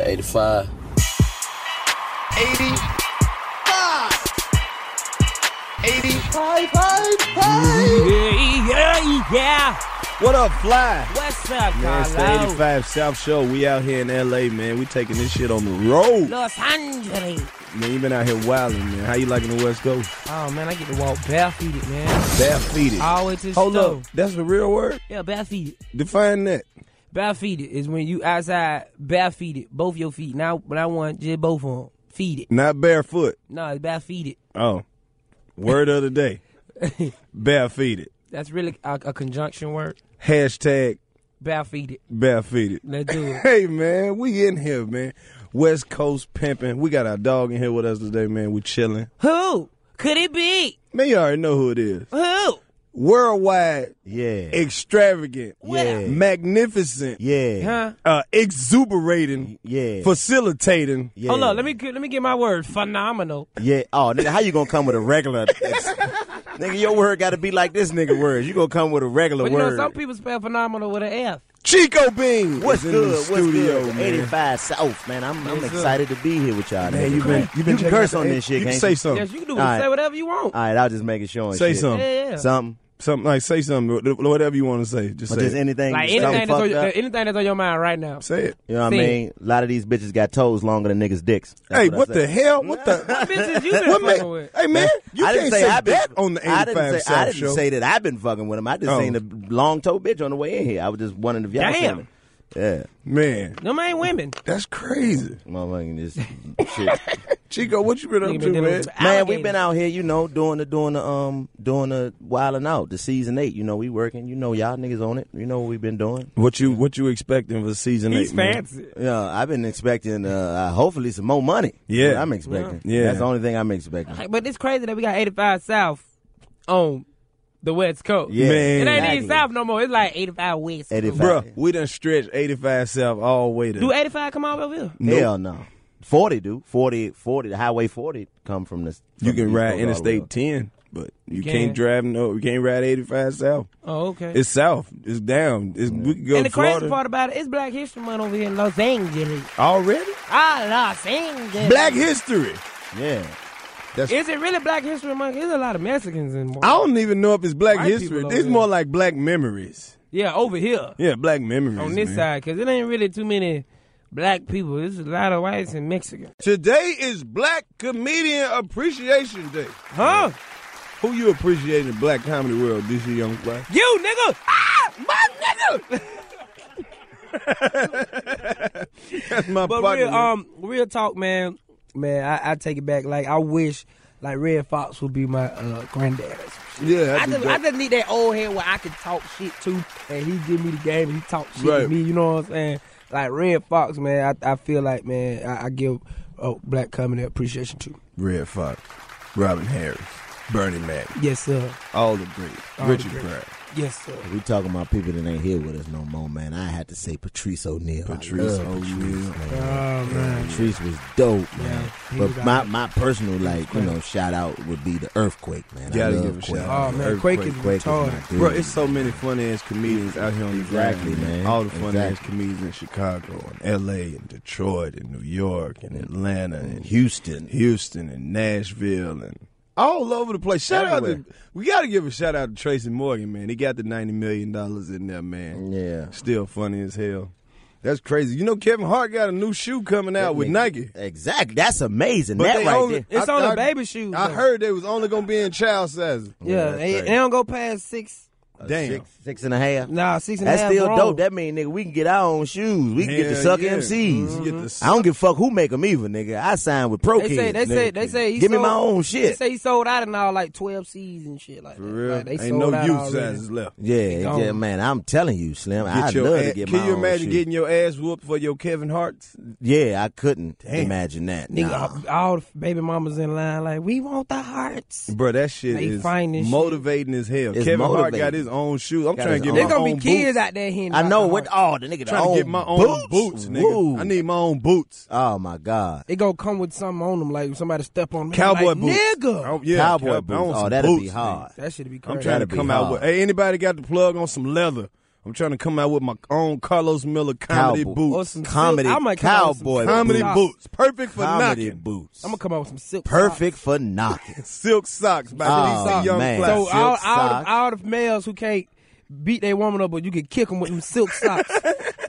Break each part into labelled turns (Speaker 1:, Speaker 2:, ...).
Speaker 1: Eight to five.
Speaker 2: 85. 85.
Speaker 3: Yeah, yeah, yeah.
Speaker 1: What up, fly?
Speaker 3: What's up,
Speaker 1: Man, it's the
Speaker 3: Carlo?
Speaker 1: 85 South Show. We out here in LA, man. We taking this shit on the road.
Speaker 3: Los Angeles.
Speaker 1: Man, you been out here wilding, man. How you liking the West Coast?
Speaker 3: Oh man, I get to walk barefooted, man.
Speaker 1: Barefooted.
Speaker 3: Always just
Speaker 1: Hold
Speaker 3: slow.
Speaker 1: up. That's the real word?
Speaker 3: Yeah, barefooted.
Speaker 1: Define that.
Speaker 3: Barefooted is when you outside barefooted, both your feet. Now, when I want just both of them, feet it.
Speaker 1: Not barefoot.
Speaker 3: No, it's barefooted.
Speaker 1: Oh. Word of the day. Barefooted.
Speaker 3: That's really a, a conjunction word.
Speaker 1: Hashtag
Speaker 3: Barefooted.
Speaker 1: barefooted.
Speaker 3: Let's do it.
Speaker 1: Hey, man. We in here, man. West Coast pimping. We got our dog in here with us today, man. We chilling.
Speaker 3: Who could it be?
Speaker 1: Man, you already know who it is.
Speaker 3: Who?
Speaker 1: Worldwide
Speaker 4: Yeah.
Speaker 1: extravagant,
Speaker 4: Yeah.
Speaker 1: magnificent,
Speaker 4: Yeah.
Speaker 3: Huh?
Speaker 1: uh, exuberating,
Speaker 4: Yeah.
Speaker 1: facilitating.
Speaker 4: yeah.
Speaker 3: Hold on, let me get- let me get my word. Phenomenal.
Speaker 4: Yeah. Oh, nigga, how you gonna come with a regular? nigga, your word got to be like this nigga word. You gonna come with a regular
Speaker 3: But you
Speaker 4: word?
Speaker 3: know, some people spell phenomenal with an F.
Speaker 1: Chico Bean
Speaker 4: What's
Speaker 1: is in
Speaker 4: good?
Speaker 1: the
Speaker 4: What's
Speaker 1: studio,
Speaker 4: good?
Speaker 1: man.
Speaker 4: 85 South, man. I'm, I'm
Speaker 3: Yes, sir.
Speaker 4: excited to be here with y'all.
Speaker 1: Man,
Speaker 4: nigga.
Speaker 1: you been you been
Speaker 4: can
Speaker 1: checking
Speaker 4: curse
Speaker 1: out
Speaker 4: on
Speaker 1: the-
Speaker 4: this shit.
Speaker 1: You
Speaker 4: can't
Speaker 1: can say something.
Speaker 3: Yes, you can do it.
Speaker 4: All right.
Speaker 3: Say whatever you want.
Speaker 4: All right, I'll just make it sure. and
Speaker 1: Say
Speaker 4: shit.
Speaker 1: something.
Speaker 3: Yeah, yeah.
Speaker 4: Something.
Speaker 1: Something like say something. wh- Whatever you want to say, just
Speaker 4: Or
Speaker 1: say
Speaker 4: just
Speaker 1: it.
Speaker 4: anything.
Speaker 3: Like
Speaker 4: something
Speaker 3: anything that's, on
Speaker 4: fucked
Speaker 3: your,
Speaker 4: up.
Speaker 3: anything that's on your mind right now.
Speaker 1: Say it.
Speaker 4: You know what I
Speaker 3: Sing.
Speaker 4: mean? A lot of these bitches got toes longer than niggas' dicks. That's
Speaker 1: hey,
Speaker 4: I
Speaker 1: what
Speaker 4: say.
Speaker 1: the hell? What the?
Speaker 3: What bitches you been
Speaker 1: What
Speaker 3: fucking
Speaker 1: man?
Speaker 3: with?
Speaker 1: Hey man, you
Speaker 4: I
Speaker 1: can't
Speaker 4: didn't say,
Speaker 1: say
Speaker 4: I've been,
Speaker 1: that on the
Speaker 4: I didn't,
Speaker 1: 85
Speaker 4: say, I
Speaker 1: South
Speaker 4: didn't
Speaker 1: show.
Speaker 4: say that I've been fucking with him. I just
Speaker 1: Oh.
Speaker 4: seen the long toe bitch on the way in here. I was just one of the y'all.
Speaker 3: Damn.
Speaker 4: seen it. Yeah.
Speaker 1: Man,
Speaker 3: Them ain't women.
Speaker 1: that's crazy.
Speaker 4: Motherfucking this shit.
Speaker 1: Chico, what you been up
Speaker 3: Nigga
Speaker 1: to,
Speaker 3: been dealing
Speaker 1: man?
Speaker 3: with some
Speaker 4: Man,
Speaker 3: alligators.
Speaker 4: we've been out here, you know, doing the doing the um doing the wilding out, the season eight. You know, we working. You know, y'all niggas on it. You know what we've been doing.
Speaker 1: What you what you expecting for season
Speaker 3: He's
Speaker 1: eight? man?
Speaker 3: fancy.
Speaker 4: Yeah, I've been expecting uh, uh hopefully some more money.
Speaker 1: Yeah.
Speaker 4: What I'm expecting.
Speaker 1: Yeah. Yeah.
Speaker 4: that's the only thing I'm expecting.
Speaker 3: Like, But it's crazy that we got 85 South on the West Coast.
Speaker 4: Yeah,
Speaker 1: Man.
Speaker 3: It ain't
Speaker 4: exactly.
Speaker 3: even South no more. It's like 85 West.
Speaker 4: 85.
Speaker 1: Bruh, we done stretched 85 South all the way to
Speaker 3: Do 85 come out over here?
Speaker 4: Hell no. Forty, dude. 40, 40, The highway forty come from this.
Speaker 1: You
Speaker 4: from
Speaker 1: can
Speaker 4: East
Speaker 1: ride
Speaker 4: Coast all the way
Speaker 1: Interstate
Speaker 4: up.
Speaker 1: 10, but you
Speaker 3: can.
Speaker 1: can't drive no. You can't ride 85 south.
Speaker 3: Oh, okay.
Speaker 1: It's south. It's down. It's, we can go
Speaker 3: and
Speaker 1: to
Speaker 3: the
Speaker 1: Florida
Speaker 3: crazy part about it, it's Black History Month over here in Los Angeles.
Speaker 1: already.
Speaker 3: Ah, Los Angeles.
Speaker 1: Black History.
Speaker 4: Yeah.
Speaker 3: Is it really Black History Month? There's a lot of Mexicans in
Speaker 1: I don't even know if it's Black
Speaker 3: White
Speaker 1: History.
Speaker 3: people over
Speaker 1: It's
Speaker 3: there.
Speaker 1: more like Black Memories.
Speaker 3: Yeah, over here
Speaker 1: Yeah, Black Memories
Speaker 3: on this
Speaker 1: man.
Speaker 3: side, because it ain't really too many black people. There's a lot of whites and Mexicans.
Speaker 1: Today is Black Comedian Appreciation Day.
Speaker 3: Huh?
Speaker 1: Who you appreciating in black comedy world this year, young fly?
Speaker 3: You, nigga! Ah! My nigga!
Speaker 1: That's my
Speaker 3: But
Speaker 1: partner.
Speaker 3: real,
Speaker 1: man.
Speaker 3: um, real talk, man. Man, I, I take it back. Like I wish, like Red Fox would be my uh, granddad. or some shit.
Speaker 1: yeah,
Speaker 3: I
Speaker 1: I
Speaker 3: just, I just need that old head where I can talk shit to, and he give me the game, and he talk shit to
Speaker 1: Right.
Speaker 3: me. You know what I'm saying? Like Red Fox, man. I, I feel like, man, I, I give oh, black comedy appreciation to.
Speaker 1: Red Fox, Robin Harris, Bernie Mac,
Speaker 3: Yes, sir.
Speaker 1: all the greats,
Speaker 3: All the
Speaker 1: Richard
Speaker 3: greats.
Speaker 1: Pryor.
Speaker 3: Yes, sir.
Speaker 4: We talking about people that ain't here with us no more, man. I had to say Patrice O'Neal.
Speaker 1: Patrice
Speaker 4: I love Patrice,
Speaker 1: O'Neal.
Speaker 4: man.
Speaker 3: Oh, man.
Speaker 4: Patrice was dope, man.
Speaker 3: he was
Speaker 4: but my,
Speaker 3: out.
Speaker 4: my personal like you know shout out would be the earthquake, man. I
Speaker 1: Gotta
Speaker 4: love
Speaker 1: give a
Speaker 4: Quake.
Speaker 1: shout
Speaker 3: Oh
Speaker 1: out.
Speaker 3: man,
Speaker 4: Earthquake,
Speaker 3: Quake is
Speaker 4: Quake is my
Speaker 3: retarded.
Speaker 4: dude,
Speaker 1: Bro, it's so many fun ass comedians out here on the
Speaker 4: Exactly,
Speaker 1: ground,
Speaker 4: man.
Speaker 1: All the fun ass
Speaker 4: Exactly.
Speaker 1: comedians in Chicago and LA and Detroit and New York
Speaker 3: Mm.
Speaker 1: and Atlanta and
Speaker 4: Houston.
Speaker 1: Houston and Nashville and all over the place. Shout out to
Speaker 4: Everywhere.
Speaker 1: we gotta give a shout out to Tracy Morgan, man. He got the ninety million dollars in there, man.
Speaker 4: Yeah.
Speaker 1: Still funny as hell. That's crazy. You know Kevin Hart got a new shoe coming out with Nike.
Speaker 4: Exactly. That's amazing.
Speaker 1: But
Speaker 4: that
Speaker 1: they
Speaker 4: right
Speaker 1: only-
Speaker 4: there.
Speaker 3: It's on the baby shoes,
Speaker 1: I
Speaker 3: though.
Speaker 1: heard they was only gonna be in child sizes.
Speaker 3: Yeah, they,
Speaker 4: right.
Speaker 3: they don't go past six.
Speaker 1: Damn.
Speaker 4: Six, six and a half.
Speaker 3: Nah, six and a
Speaker 4: That's
Speaker 3: half
Speaker 4: still
Speaker 3: grown.
Speaker 4: dope. That mean nigga, we can get our own shoes. We can get the
Speaker 1: Hell
Speaker 4: suck
Speaker 1: yeah.
Speaker 4: MCs.
Speaker 1: Mhm. Get the
Speaker 4: I don't give a fuck who make them either, nigga. I sign with Pro
Speaker 3: Mm-hmm. They
Speaker 4: Kids.
Speaker 3: say they say
Speaker 4: nigga.
Speaker 3: they say he
Speaker 4: give
Speaker 3: sold,
Speaker 4: me my own
Speaker 3: They
Speaker 4: shit.
Speaker 3: say he sold out in all like twelve C's and shit like
Speaker 1: For
Speaker 3: that.
Speaker 1: real.
Speaker 3: Like, they
Speaker 1: Ain't
Speaker 3: sold
Speaker 1: no
Speaker 3: out
Speaker 1: youth
Speaker 3: already.
Speaker 1: sizes left.
Speaker 4: yeah,
Speaker 3: gone.
Speaker 4: yeah, man. I'm telling you, Slim.
Speaker 1: Get
Speaker 4: I'd
Speaker 1: your
Speaker 4: love
Speaker 1: ass-
Speaker 4: to get
Speaker 1: Can
Speaker 4: my
Speaker 1: you
Speaker 4: own
Speaker 1: imagine
Speaker 4: shit.
Speaker 1: getting your ass whooped for your Kevin Hart's?
Speaker 4: Yeah, I couldn't imagine that.
Speaker 3: Nigga,
Speaker 4: Nah.
Speaker 3: all- all the baby mamas in line like we want the hearts.
Speaker 1: Bro, that shit
Speaker 3: They
Speaker 1: is
Speaker 3: find this shit.
Speaker 1: motivating as hell.
Speaker 4: It's
Speaker 1: Kevin Hart
Speaker 4: motivating.
Speaker 1: got his own shoes. I'm
Speaker 4: Got
Speaker 1: trying
Speaker 4: his
Speaker 1: to get
Speaker 4: own-
Speaker 3: There
Speaker 1: my
Speaker 3: gonna be
Speaker 1: own
Speaker 3: kids
Speaker 1: boots.
Speaker 3: out there hitting.
Speaker 4: I
Speaker 3: out
Speaker 4: know
Speaker 3: the
Speaker 4: what.
Speaker 3: heart.
Speaker 4: Oh, the nigga, the
Speaker 1: trying to get
Speaker 4: own
Speaker 1: my own boots,
Speaker 4: boots,
Speaker 1: nigga.
Speaker 4: Woo.
Speaker 1: I need my own boots.
Speaker 4: Oh my god.
Speaker 3: It gonna come with something on them like somebody step on them.
Speaker 1: Cowboy
Speaker 3: like,
Speaker 1: boots.
Speaker 3: Nigga,
Speaker 1: Oh, yeah,
Speaker 4: Cowboy
Speaker 1: cow- I
Speaker 4: boots.
Speaker 1: want
Speaker 4: Oh,
Speaker 1: some
Speaker 4: that'd be
Speaker 1: boots,
Speaker 4: hard.
Speaker 1: nigga.
Speaker 3: that should be crazy.
Speaker 1: I'm trying to
Speaker 4: That'd be
Speaker 1: come out
Speaker 4: hard.
Speaker 1: with. Hey, anybody got the plug on some leather? I'm trying to come out with my own Carlos Miller comedy
Speaker 4: Cowboy.
Speaker 3: Or
Speaker 1: boots.
Speaker 3: some
Speaker 4: Comedy
Speaker 3: silk- I might come out with some
Speaker 4: cowboy
Speaker 3: silk
Speaker 1: Comedy
Speaker 3: socks.
Speaker 1: boots, perfect for
Speaker 4: Comedy
Speaker 1: knocking.
Speaker 4: boots.
Speaker 3: I'm gonna come out with some silk.
Speaker 4: Perfect for knocking.
Speaker 1: Silk socks by
Speaker 4: Oh,
Speaker 1: DC Young
Speaker 4: man.
Speaker 1: Fly.
Speaker 3: socks. So
Speaker 4: Silk
Speaker 3: all, all,
Speaker 4: socks.
Speaker 3: the, all the males who can't beat their woman up, but you can kick them with them silk socks.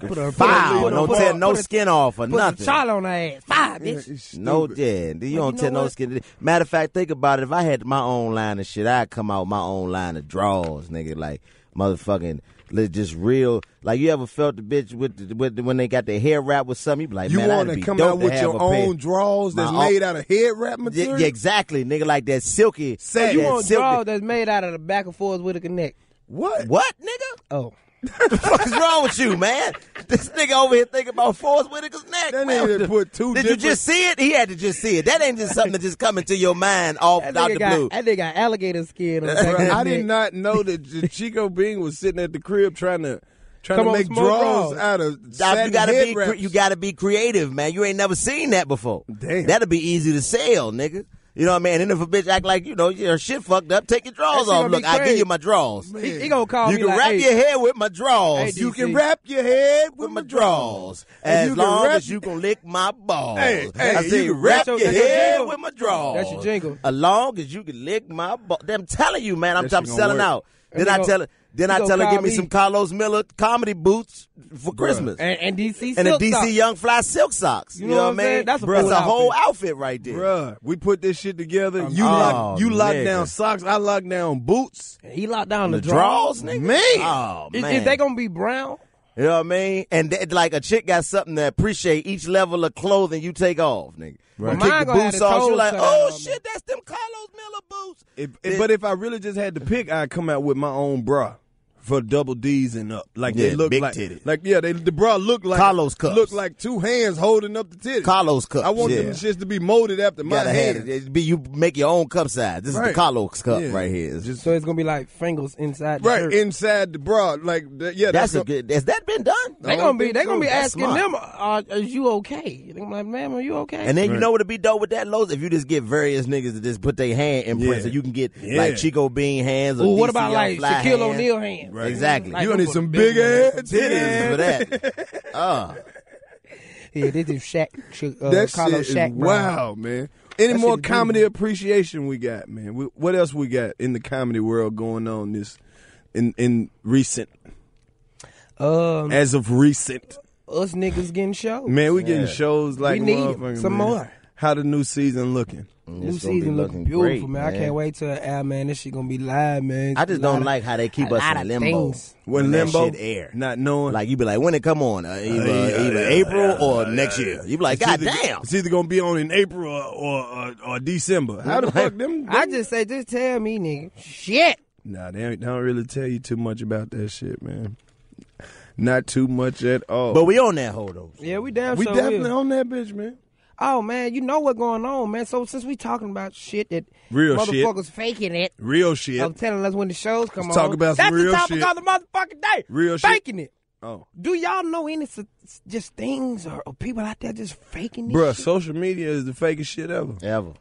Speaker 3: put a
Speaker 4: Foul.
Speaker 3: put a-
Speaker 4: Don't
Speaker 3: put a-
Speaker 4: tear no
Speaker 3: put a-
Speaker 4: skin off or
Speaker 3: Put a
Speaker 4: nothing.
Speaker 3: child on her ass. Five, bitch.
Speaker 4: No, yeah, you don't
Speaker 3: know
Speaker 4: tell no
Speaker 3: what?
Speaker 4: skin. Matter of fact, think about it. If I had my own line of shit, I'd come out with my own line of draws, nigga. Like motherfucking, li- just real. Like you ever felt the bitch with, the, with the, when they got their hair wrapped with something? You be like,
Speaker 1: You
Speaker 4: man,
Speaker 1: want
Speaker 4: that'd be
Speaker 1: to come
Speaker 4: dope
Speaker 1: out
Speaker 4: to
Speaker 1: with
Speaker 4: have
Speaker 1: your
Speaker 4: a pair-
Speaker 1: own draws that's
Speaker 4: my own-
Speaker 1: made out of head wrap
Speaker 4: Yeah,
Speaker 1: material?
Speaker 4: yeah, exactly, nigga. Like that silky.
Speaker 1: Say-
Speaker 4: that
Speaker 1: You
Speaker 3: You want
Speaker 4: silky-
Speaker 3: draws that's made out of the back and forth with a connect.
Speaker 1: What?
Speaker 4: What, nigga?
Speaker 3: Oh.
Speaker 4: the fuck is wrong with you, man? This nigga over here thinking about Forrest Whitaker's neck.
Speaker 1: That
Speaker 4: man.
Speaker 1: nigga done put two
Speaker 4: Did
Speaker 1: different-
Speaker 4: you just see it? He had to just see it. That ain't just something that just come into your mind off
Speaker 3: That
Speaker 4: out the
Speaker 3: nigga, got,
Speaker 4: blue.
Speaker 3: that nigga got alligator skin on the back
Speaker 1: Bruh,
Speaker 3: of his
Speaker 1: I did not
Speaker 3: neck.
Speaker 1: know that J- Chico Bing was sitting at the crib trying to trying
Speaker 3: Come
Speaker 1: to
Speaker 3: on,
Speaker 1: make
Speaker 3: some more
Speaker 1: draws
Speaker 3: draws.
Speaker 1: out of
Speaker 4: Doc,
Speaker 1: satin
Speaker 4: you gotta
Speaker 1: head
Speaker 4: be cre-
Speaker 1: wraps.
Speaker 4: you gotta be creative, man. You ain't never seen that before.
Speaker 1: Damn.
Speaker 4: that'd be easy to sell, nigga. You know what I mean? And if a bitch act like you know your shit fucked up, take your drawers
Speaker 3: shit
Speaker 4: off.
Speaker 3: gonna be
Speaker 4: Look, I
Speaker 3: crazy.
Speaker 4: give you my drawers.
Speaker 3: He, he gonna call
Speaker 4: you
Speaker 3: me
Speaker 4: can
Speaker 3: like,
Speaker 4: wrap
Speaker 3: hey,
Speaker 4: your hair with my drawers.
Speaker 3: Hey,
Speaker 4: you
Speaker 3: DC.
Speaker 4: can wrap
Speaker 1: wrap your head
Speaker 4: with my drawers as
Speaker 1: And you can
Speaker 4: long
Speaker 1: wrap-
Speaker 4: as you can lick my balls.
Speaker 1: Hey, hey,
Speaker 4: I
Speaker 1: you
Speaker 4: said,
Speaker 1: can-
Speaker 4: wrap
Speaker 3: that's your-
Speaker 4: your
Speaker 3: that's your
Speaker 4: head
Speaker 3: jingle.
Speaker 4: with my drawers.
Speaker 3: That's your jingle.
Speaker 4: As long as you can lick my balls. I'm telling you, man. I'm,
Speaker 1: That shit
Speaker 4: I'm
Speaker 1: gonna
Speaker 4: selling
Speaker 1: work.
Speaker 4: out. Then
Speaker 3: And
Speaker 4: I
Speaker 3: he
Speaker 4: tell
Speaker 3: gonna-
Speaker 4: her. Then I
Speaker 3: he gonna
Speaker 4: tell her,
Speaker 3: call
Speaker 4: give me
Speaker 3: me.
Speaker 4: some Carlos Miller comedy boots for Christmas
Speaker 3: and, and DC
Speaker 4: and a
Speaker 3: silk
Speaker 4: DC
Speaker 3: socks.
Speaker 4: Young Fly silk socks. You, know, what I
Speaker 3: I'm saying?
Speaker 4: mean?
Speaker 3: That's a
Speaker 4: Bruh,
Speaker 3: full
Speaker 4: whole outfit right there.
Speaker 1: Bruh, we put this shit together. You
Speaker 4: Oh,
Speaker 1: lock you lock
Speaker 4: nigga.
Speaker 1: down socks. I lock down boots.
Speaker 3: He locked down the,
Speaker 4: The draws, nigga.
Speaker 1: Man.
Speaker 4: oh
Speaker 3: Is,
Speaker 4: man,
Speaker 3: is they gonna be brown?
Speaker 4: you know what I mean? And that, like a chick got something to appreciate each level of clothing you take off, nigga.
Speaker 3: Well,
Speaker 4: You
Speaker 3: mine
Speaker 4: Kick the
Speaker 3: gonna have
Speaker 4: boots
Speaker 3: the
Speaker 4: off,
Speaker 3: toes
Speaker 4: you like,
Speaker 3: cut out
Speaker 4: oh
Speaker 3: on me.
Speaker 4: shit, that's them Carlos Miller boots.
Speaker 1: If, if- but if I really just had to pick, I'd come out with my own bra for double D's and up. Like they
Speaker 4: Yeah,
Speaker 1: look
Speaker 4: big
Speaker 1: like
Speaker 4: titty.
Speaker 1: like yeah, they the bra look like
Speaker 4: Carlos cups.
Speaker 1: look like two hands holding up the titty.
Speaker 4: Carlos cups,
Speaker 1: I want
Speaker 4: yeah.
Speaker 1: them shits to be molded after my
Speaker 4: gotta have
Speaker 1: hand.
Speaker 4: it. It'd Be you make your own cup size. This is
Speaker 1: Right.
Speaker 4: the Carlos cup
Speaker 1: Yeah.
Speaker 4: right here. It's
Speaker 3: So it's gonna be like fingers inside. The
Speaker 1: Right
Speaker 3: shirt.
Speaker 1: inside the bra, like that- yeah,
Speaker 4: that's
Speaker 1: that's,
Speaker 4: a good. Has that been done?
Speaker 3: they gonna be they gonna be
Speaker 4: That's
Speaker 3: asking
Speaker 4: smart.
Speaker 3: them, are, "Are you okay?" I'm like, "Ma'am, are you okay?"
Speaker 4: And then you know what'd be dope with that, Lowe's? If you just get various niggas to just put their hand imprints,
Speaker 1: Yeah.
Speaker 4: so you can get
Speaker 1: Yeah.
Speaker 4: like Chico Bean hands. Or
Speaker 3: Ooh, what
Speaker 4: DC
Speaker 3: about like
Speaker 4: Young Fly
Speaker 3: Shaquille
Speaker 4: hands.
Speaker 3: O'Neal hands?
Speaker 1: Right.
Speaker 4: Exactly.
Speaker 3: Like,
Speaker 1: you gonna need
Speaker 3: them
Speaker 1: some
Speaker 3: were
Speaker 1: big ass
Speaker 4: titties
Speaker 1: titties.
Speaker 4: for that. Oh,
Speaker 3: Yeah, this is Shaq. Sha- Uh,
Speaker 1: That
Speaker 3: Carlos
Speaker 1: shit is
Speaker 3: Shaq Brown.
Speaker 1: wow, man. Any more
Speaker 3: shit is
Speaker 1: comedy appreciation we got, man? We, what else we got in the comedy world going on this in in recent
Speaker 3: Um,
Speaker 1: as of recent?
Speaker 3: us niggas getting shows.
Speaker 1: Man, we getting shows like
Speaker 3: We need 'em.
Speaker 1: motherfucker,
Speaker 3: Some
Speaker 1: man.
Speaker 3: more.
Speaker 1: How the new season looking?
Speaker 3: New
Speaker 4: It's gonna be
Speaker 3: season looking
Speaker 4: looking
Speaker 3: beautiful,
Speaker 4: great,
Speaker 3: man. I
Speaker 4: man.
Speaker 3: can't wait till ah man, this shit gonna be live, man.
Speaker 4: I just
Speaker 3: A lot
Speaker 4: don't
Speaker 3: of-
Speaker 4: like how they keep
Speaker 3: a
Speaker 4: us
Speaker 3: lot
Speaker 4: in
Speaker 3: of
Speaker 4: limbo.
Speaker 3: things.
Speaker 1: When
Speaker 4: that
Speaker 1: limbo,
Speaker 4: shit air.
Speaker 1: not knowing.
Speaker 4: Like you be like, when it come on? Uh, either
Speaker 1: yeah,
Speaker 4: either
Speaker 1: yeah,
Speaker 4: April
Speaker 1: yeah,
Speaker 4: or
Speaker 1: yeah,
Speaker 4: next
Speaker 1: yeah.
Speaker 4: year. You be like,
Speaker 1: It's
Speaker 4: God
Speaker 1: either-
Speaker 4: damn.
Speaker 1: It's either gonna be on in April or or, or, or December. How the fuck them?
Speaker 3: I just say, just tell me, nigga. Shit.
Speaker 1: Nah, they, ain't- they don't really tell you too much about that shit, man. Not too much at all.
Speaker 4: But we on that hoe though.
Speaker 3: Yeah, we damn
Speaker 1: we
Speaker 3: sure
Speaker 1: definitely
Speaker 3: will.
Speaker 1: on that bitch, man.
Speaker 3: Oh man, you know what's going on, man. So since we talking about shit that
Speaker 1: Real shit.
Speaker 3: motherfuckers faking it,
Speaker 1: Real shit.
Speaker 3: I'm telling us when the shows come
Speaker 1: Let's
Speaker 3: on.
Speaker 1: talk about some
Speaker 3: that's
Speaker 1: real
Speaker 3: the topic
Speaker 1: shit.
Speaker 3: of the motherfucking day.
Speaker 1: Real shit.
Speaker 3: faking it.
Speaker 1: oh.
Speaker 3: Do y'all know any s- s- just things or, or people out there just faking this
Speaker 1: Bruh,
Speaker 3: shit?
Speaker 1: social media is the fakest shit ever.
Speaker 4: Ever.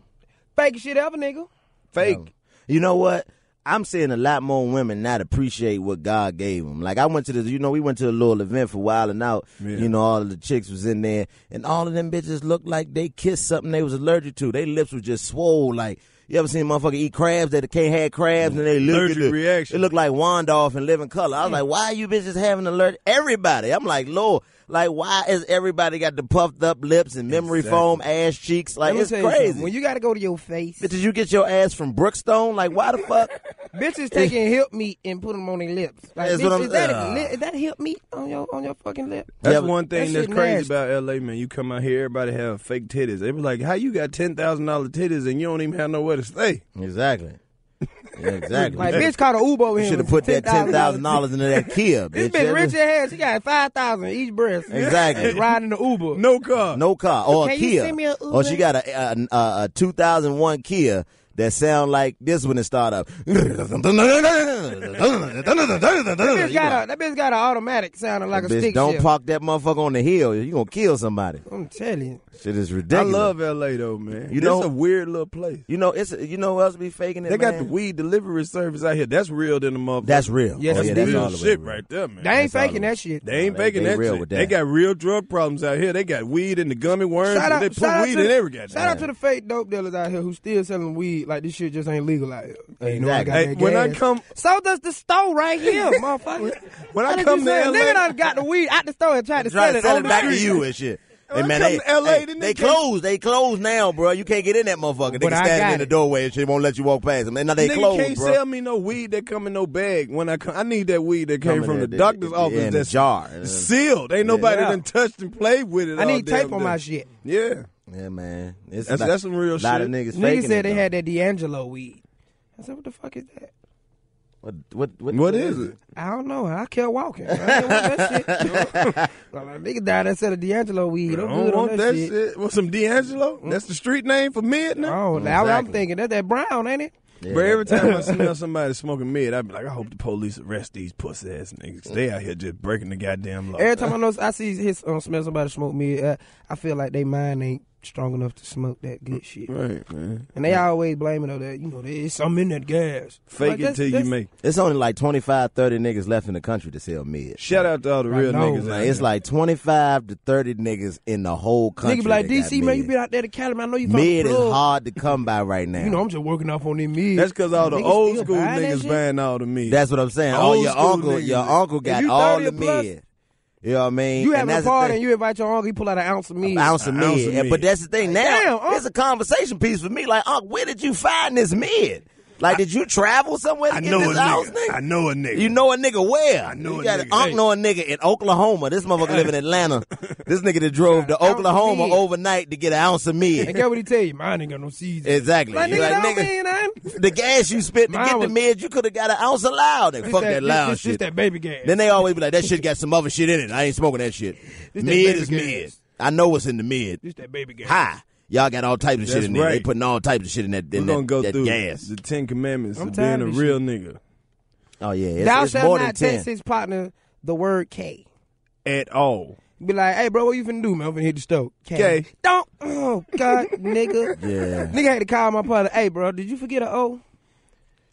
Speaker 3: faking shit ever, nigga?
Speaker 1: Fake.
Speaker 4: You know what? I'm seeing a lot more women not appreciate what God gave them. Like I went to this, you know, we went to a little event for Wild and Out. You know, all of the chicks was in there, and all of them bitches looked like they kissed something they was allergic to. Their lips was just swole. Like you ever seen a motherfucker eat crabs that can't have crabs, and they look
Speaker 1: Allergic
Speaker 4: at the-
Speaker 1: reaction.
Speaker 4: It looked like Wandoff and Living Color. I was like, why you bitches having alert everybody? I'm like, Lord, like why is everybody got the puffed up lips and memory
Speaker 1: Exactly.
Speaker 4: foam ass cheeks? Like
Speaker 3: Let me
Speaker 4: it's
Speaker 3: tell you something.
Speaker 4: crazy.
Speaker 3: When you got to go to your face,
Speaker 4: Did you get your ass from Brookstone? Like, why the fuck?
Speaker 3: bitches taking hip meat and putting them on their lips. Like,
Speaker 4: That's
Speaker 3: bitch,
Speaker 4: what I'm-
Speaker 3: is, that,
Speaker 4: Ugh.
Speaker 3: li- is that hip meat on your on your fucking lip?
Speaker 1: That's
Speaker 4: Yeah, but-
Speaker 1: one thing
Speaker 3: That
Speaker 1: that's
Speaker 3: shit
Speaker 1: crazy
Speaker 3: nasty.
Speaker 1: about LA, man. You come out here, everybody have fake titties. They be like, how you got $10,000 titties and you don't even have nowhere to stay?
Speaker 4: Exactly. Yeah, exactly.
Speaker 3: Like, bitch caught an Uber
Speaker 4: you
Speaker 3: here.
Speaker 4: should have
Speaker 3: with
Speaker 4: put that ten thousand dollars into that Kia, bitch.
Speaker 3: This
Speaker 4: That-
Speaker 3: bitch rich as hell. She got five thousand each breast.
Speaker 4: Exactly.
Speaker 3: Riding the Uber.
Speaker 1: No car.
Speaker 4: No car or a
Speaker 3: Can you
Speaker 4: Kia,
Speaker 3: send me a
Speaker 4: or she
Speaker 3: Uber?
Speaker 4: got a a, a, a two thousand one Kia that sound like this when it start up.
Speaker 3: That bitch got
Speaker 4: bitch,
Speaker 3: a, that bitch got an automatic sounding like a stick
Speaker 4: don't
Speaker 3: shift.
Speaker 4: park that motherfucker on the hill. You gonna kill somebody.
Speaker 3: I'm telling you.
Speaker 4: Shit is
Speaker 1: I
Speaker 4: ridiculous.
Speaker 1: love LA, though, man.
Speaker 4: You
Speaker 1: You know,
Speaker 4: know-
Speaker 1: it's a weird little place.
Speaker 4: You know it's you know who else be faking it.
Speaker 1: They got
Speaker 4: man?
Speaker 1: the weed delivery service out here. That's real than the motherfucker.
Speaker 4: That's real.
Speaker 3: Yes,
Speaker 4: oh,
Speaker 1: That's
Speaker 4: yeah,
Speaker 3: indeed.
Speaker 4: that's
Speaker 1: real
Speaker 4: all the way
Speaker 1: shit
Speaker 4: real.
Speaker 1: right there, man.
Speaker 3: They ain't
Speaker 4: That's all
Speaker 3: faking
Speaker 4: it
Speaker 3: that
Speaker 4: is.
Speaker 3: shit.
Speaker 1: They ain't
Speaker 4: They-
Speaker 1: faking
Speaker 4: they
Speaker 1: that
Speaker 4: real
Speaker 1: shit.
Speaker 4: with
Speaker 1: They
Speaker 4: that.
Speaker 1: got real drug problems out here. They got weed in the gummy worms.
Speaker 3: Shout
Speaker 1: and they
Speaker 3: out,
Speaker 1: put
Speaker 3: shout, out
Speaker 1: weed
Speaker 3: to,
Speaker 1: in every goddamn.
Speaker 3: shout out to the fake dope dealers out here who still selling weed like this shit just ain't legal out here. Hey, you know I got
Speaker 4: Exactly.
Speaker 1: Hey,
Speaker 3: that
Speaker 1: when I
Speaker 3: gas.
Speaker 1: come-
Speaker 3: so does the store right here, motherfucker.
Speaker 1: When I
Speaker 3: What did
Speaker 1: come
Speaker 3: you
Speaker 1: to
Speaker 3: say?
Speaker 1: LA
Speaker 3: nigga done got the weed out the store and tried to
Speaker 4: try
Speaker 3: sell
Speaker 4: to
Speaker 3: it
Speaker 4: sell
Speaker 3: on
Speaker 4: it
Speaker 3: the
Speaker 4: back to
Speaker 3: street.
Speaker 4: you and shit.
Speaker 1: When
Speaker 4: Hey
Speaker 1: I
Speaker 4: man,
Speaker 1: come
Speaker 4: they,
Speaker 1: to LA,
Speaker 4: hey,
Speaker 1: then
Speaker 4: they,
Speaker 1: they can't-
Speaker 4: closed. They closed now, bro. You can't get in that motherfucker. They
Speaker 3: But
Speaker 4: can
Speaker 3: I
Speaker 4: stand
Speaker 3: got
Speaker 4: in the
Speaker 3: it.
Speaker 4: doorway and shit. Won't let you walk past them. And now they
Speaker 1: Nigga
Speaker 4: closed,
Speaker 1: can't
Speaker 4: bro.
Speaker 1: sell me no weed that come in no bag when I come. I need that weed that came
Speaker 4: Coming
Speaker 1: from
Speaker 4: in
Speaker 1: the
Speaker 4: the-
Speaker 1: doctor's
Speaker 4: yeah,
Speaker 1: office
Speaker 4: in the
Speaker 1: that's
Speaker 4: jar.
Speaker 1: sealed. Ain't nobody
Speaker 3: Yeah.
Speaker 1: done touched and played with it.
Speaker 3: I
Speaker 1: all
Speaker 3: need tape
Speaker 1: damn
Speaker 3: on
Speaker 1: day.
Speaker 3: my shit.
Speaker 1: Yeah,
Speaker 4: Yeah, man. It's
Speaker 1: That's-
Speaker 4: like-
Speaker 1: that's some real
Speaker 4: Lot
Speaker 1: shit.
Speaker 4: of niggas
Speaker 3: Nigga
Speaker 4: faking
Speaker 3: said
Speaker 4: it,
Speaker 3: they
Speaker 4: though.
Speaker 3: had that D'Angelo weed. I said, what the fuck is that?
Speaker 4: What, what, what,
Speaker 1: what is it?
Speaker 3: I don't know. I kept walking. I didn't want that shit. I'm like, nigga died that said a D'Angelo weed.
Speaker 1: I
Speaker 3: I'm
Speaker 1: don't
Speaker 3: good
Speaker 1: want that
Speaker 3: on that Mm.
Speaker 1: shit. Want some D'Angelo? That's the street name for mid now.
Speaker 3: Oh, now I'm
Speaker 4: Exactly.
Speaker 3: thinking that's that brown, ain't it?
Speaker 1: But every time I smell somebody smoking mid, I be like, I hope the police arrest these pussy ass niggas. They out here just breaking the goddamn law.
Speaker 3: Every time I know I see his um, smell somebody smoke me, uh, I feel like they mind ain't strong enough to smoke that good shit.
Speaker 1: Right, man.
Speaker 3: And they always blame it on that. You know, there's something in that gas.
Speaker 1: Fake it
Speaker 3: Like, that's-
Speaker 1: till you
Speaker 3: that's-
Speaker 1: make.
Speaker 4: It's only like 25, 30 niggas left in the country to sell mid.
Speaker 1: Shout out to all the real
Speaker 3: no,
Speaker 1: niggas.
Speaker 3: man.
Speaker 1: out
Speaker 4: Like, it's
Speaker 1: here.
Speaker 4: like 25 to 30 niggas in the whole country.
Speaker 3: Nigga be like,
Speaker 4: that got
Speaker 3: DC, man, you
Speaker 4: mid.
Speaker 3: been out there to Cali, man. I know you found
Speaker 4: Mid
Speaker 3: the
Speaker 4: is
Speaker 3: plug.
Speaker 4: hard to come by right now.
Speaker 3: You know, I'm just working off on them mid.
Speaker 1: that's because all the
Speaker 3: Niggas
Speaker 1: old
Speaker 3: still
Speaker 1: school
Speaker 3: buying that
Speaker 1: niggas
Speaker 3: shit?
Speaker 1: buying all the mid.
Speaker 4: That's what I'm saying. Oh,
Speaker 1: Old
Speaker 4: your
Speaker 1: school
Speaker 4: uncle,
Speaker 1: niggas.
Speaker 4: your uncle got
Speaker 3: you
Speaker 4: all
Speaker 3: 30
Speaker 4: the
Speaker 3: plus,
Speaker 4: mid. You know what I mean?
Speaker 3: You
Speaker 4: And
Speaker 3: having a
Speaker 4: that's the
Speaker 3: party
Speaker 4: thing.
Speaker 3: and you invite your uncle, he pull out an ounce of mid.
Speaker 4: ounce of
Speaker 1: An
Speaker 4: mid.
Speaker 1: ounce of
Speaker 4: And- But
Speaker 1: mid.
Speaker 4: that's the thing now.
Speaker 3: Damn,
Speaker 4: it's a conversation piece for me. Like, Unc, where did you find this mid? Like, did you travel somewhere to
Speaker 1: I
Speaker 4: get
Speaker 1: know a
Speaker 4: this ounce,
Speaker 1: nigga.
Speaker 4: nigga?
Speaker 1: I know a nigga.
Speaker 4: You know a nigga where? I
Speaker 1: know
Speaker 4: you
Speaker 1: a
Speaker 4: got
Speaker 1: nigga.
Speaker 4: Unc
Speaker 1: Hey.
Speaker 4: know a nigga in Oklahoma. This motherfucker live in Atlanta. This nigga that drove to
Speaker 3: Got an ounce of
Speaker 4: Oklahoma
Speaker 3: mid.
Speaker 4: overnight to get an ounce of
Speaker 3: And
Speaker 4: mid.
Speaker 3: get what he tell you? Mine ain't got no seeds.
Speaker 4: Exactly.
Speaker 3: Like,
Speaker 4: You
Speaker 3: nigga, that
Speaker 4: like,
Speaker 3: don't
Speaker 4: nigga,
Speaker 3: mean nothing.
Speaker 4: the gas you spent to
Speaker 3: Mine
Speaker 4: get
Speaker 3: was-
Speaker 4: the mid, you could have got an ounce of loud. And fuck
Speaker 3: It's
Speaker 4: that loud
Speaker 3: it's,
Speaker 4: shit.
Speaker 3: It's that baby gas.
Speaker 4: Then they always be like, that shit got some other shit in it. I ain't smoking that shit.
Speaker 3: This that
Speaker 4: mid
Speaker 3: baby
Speaker 4: is
Speaker 3: gas.
Speaker 4: mid. I know what's in the mid.
Speaker 3: It's that baby gas.
Speaker 4: Hi. Y'all got all types of shit
Speaker 1: That's
Speaker 4: in there. They
Speaker 1: right.
Speaker 4: putting all types of shit in that,
Speaker 1: We're
Speaker 4: in
Speaker 1: gonna
Speaker 4: that,
Speaker 1: go
Speaker 4: that
Speaker 1: through
Speaker 4: gas.
Speaker 1: the Ten Commandments
Speaker 3: I'm
Speaker 1: of
Speaker 3: tired
Speaker 1: being a
Speaker 3: of this
Speaker 1: real nigga
Speaker 4: Oh yeah, it's,
Speaker 3: Thou
Speaker 4: it's
Speaker 3: shalt
Speaker 4: more than
Speaker 3: not
Speaker 4: ten.
Speaker 3: text his partner the word K.
Speaker 1: at all.
Speaker 3: Be like, hey, bro, what you finna do, man? I'm finna hit the stove. K.
Speaker 1: K.
Speaker 3: Don't. Oh, God, nigga.
Speaker 4: Yeah.
Speaker 3: Nigga had to call my partner. Hey, bro, did you forget an O?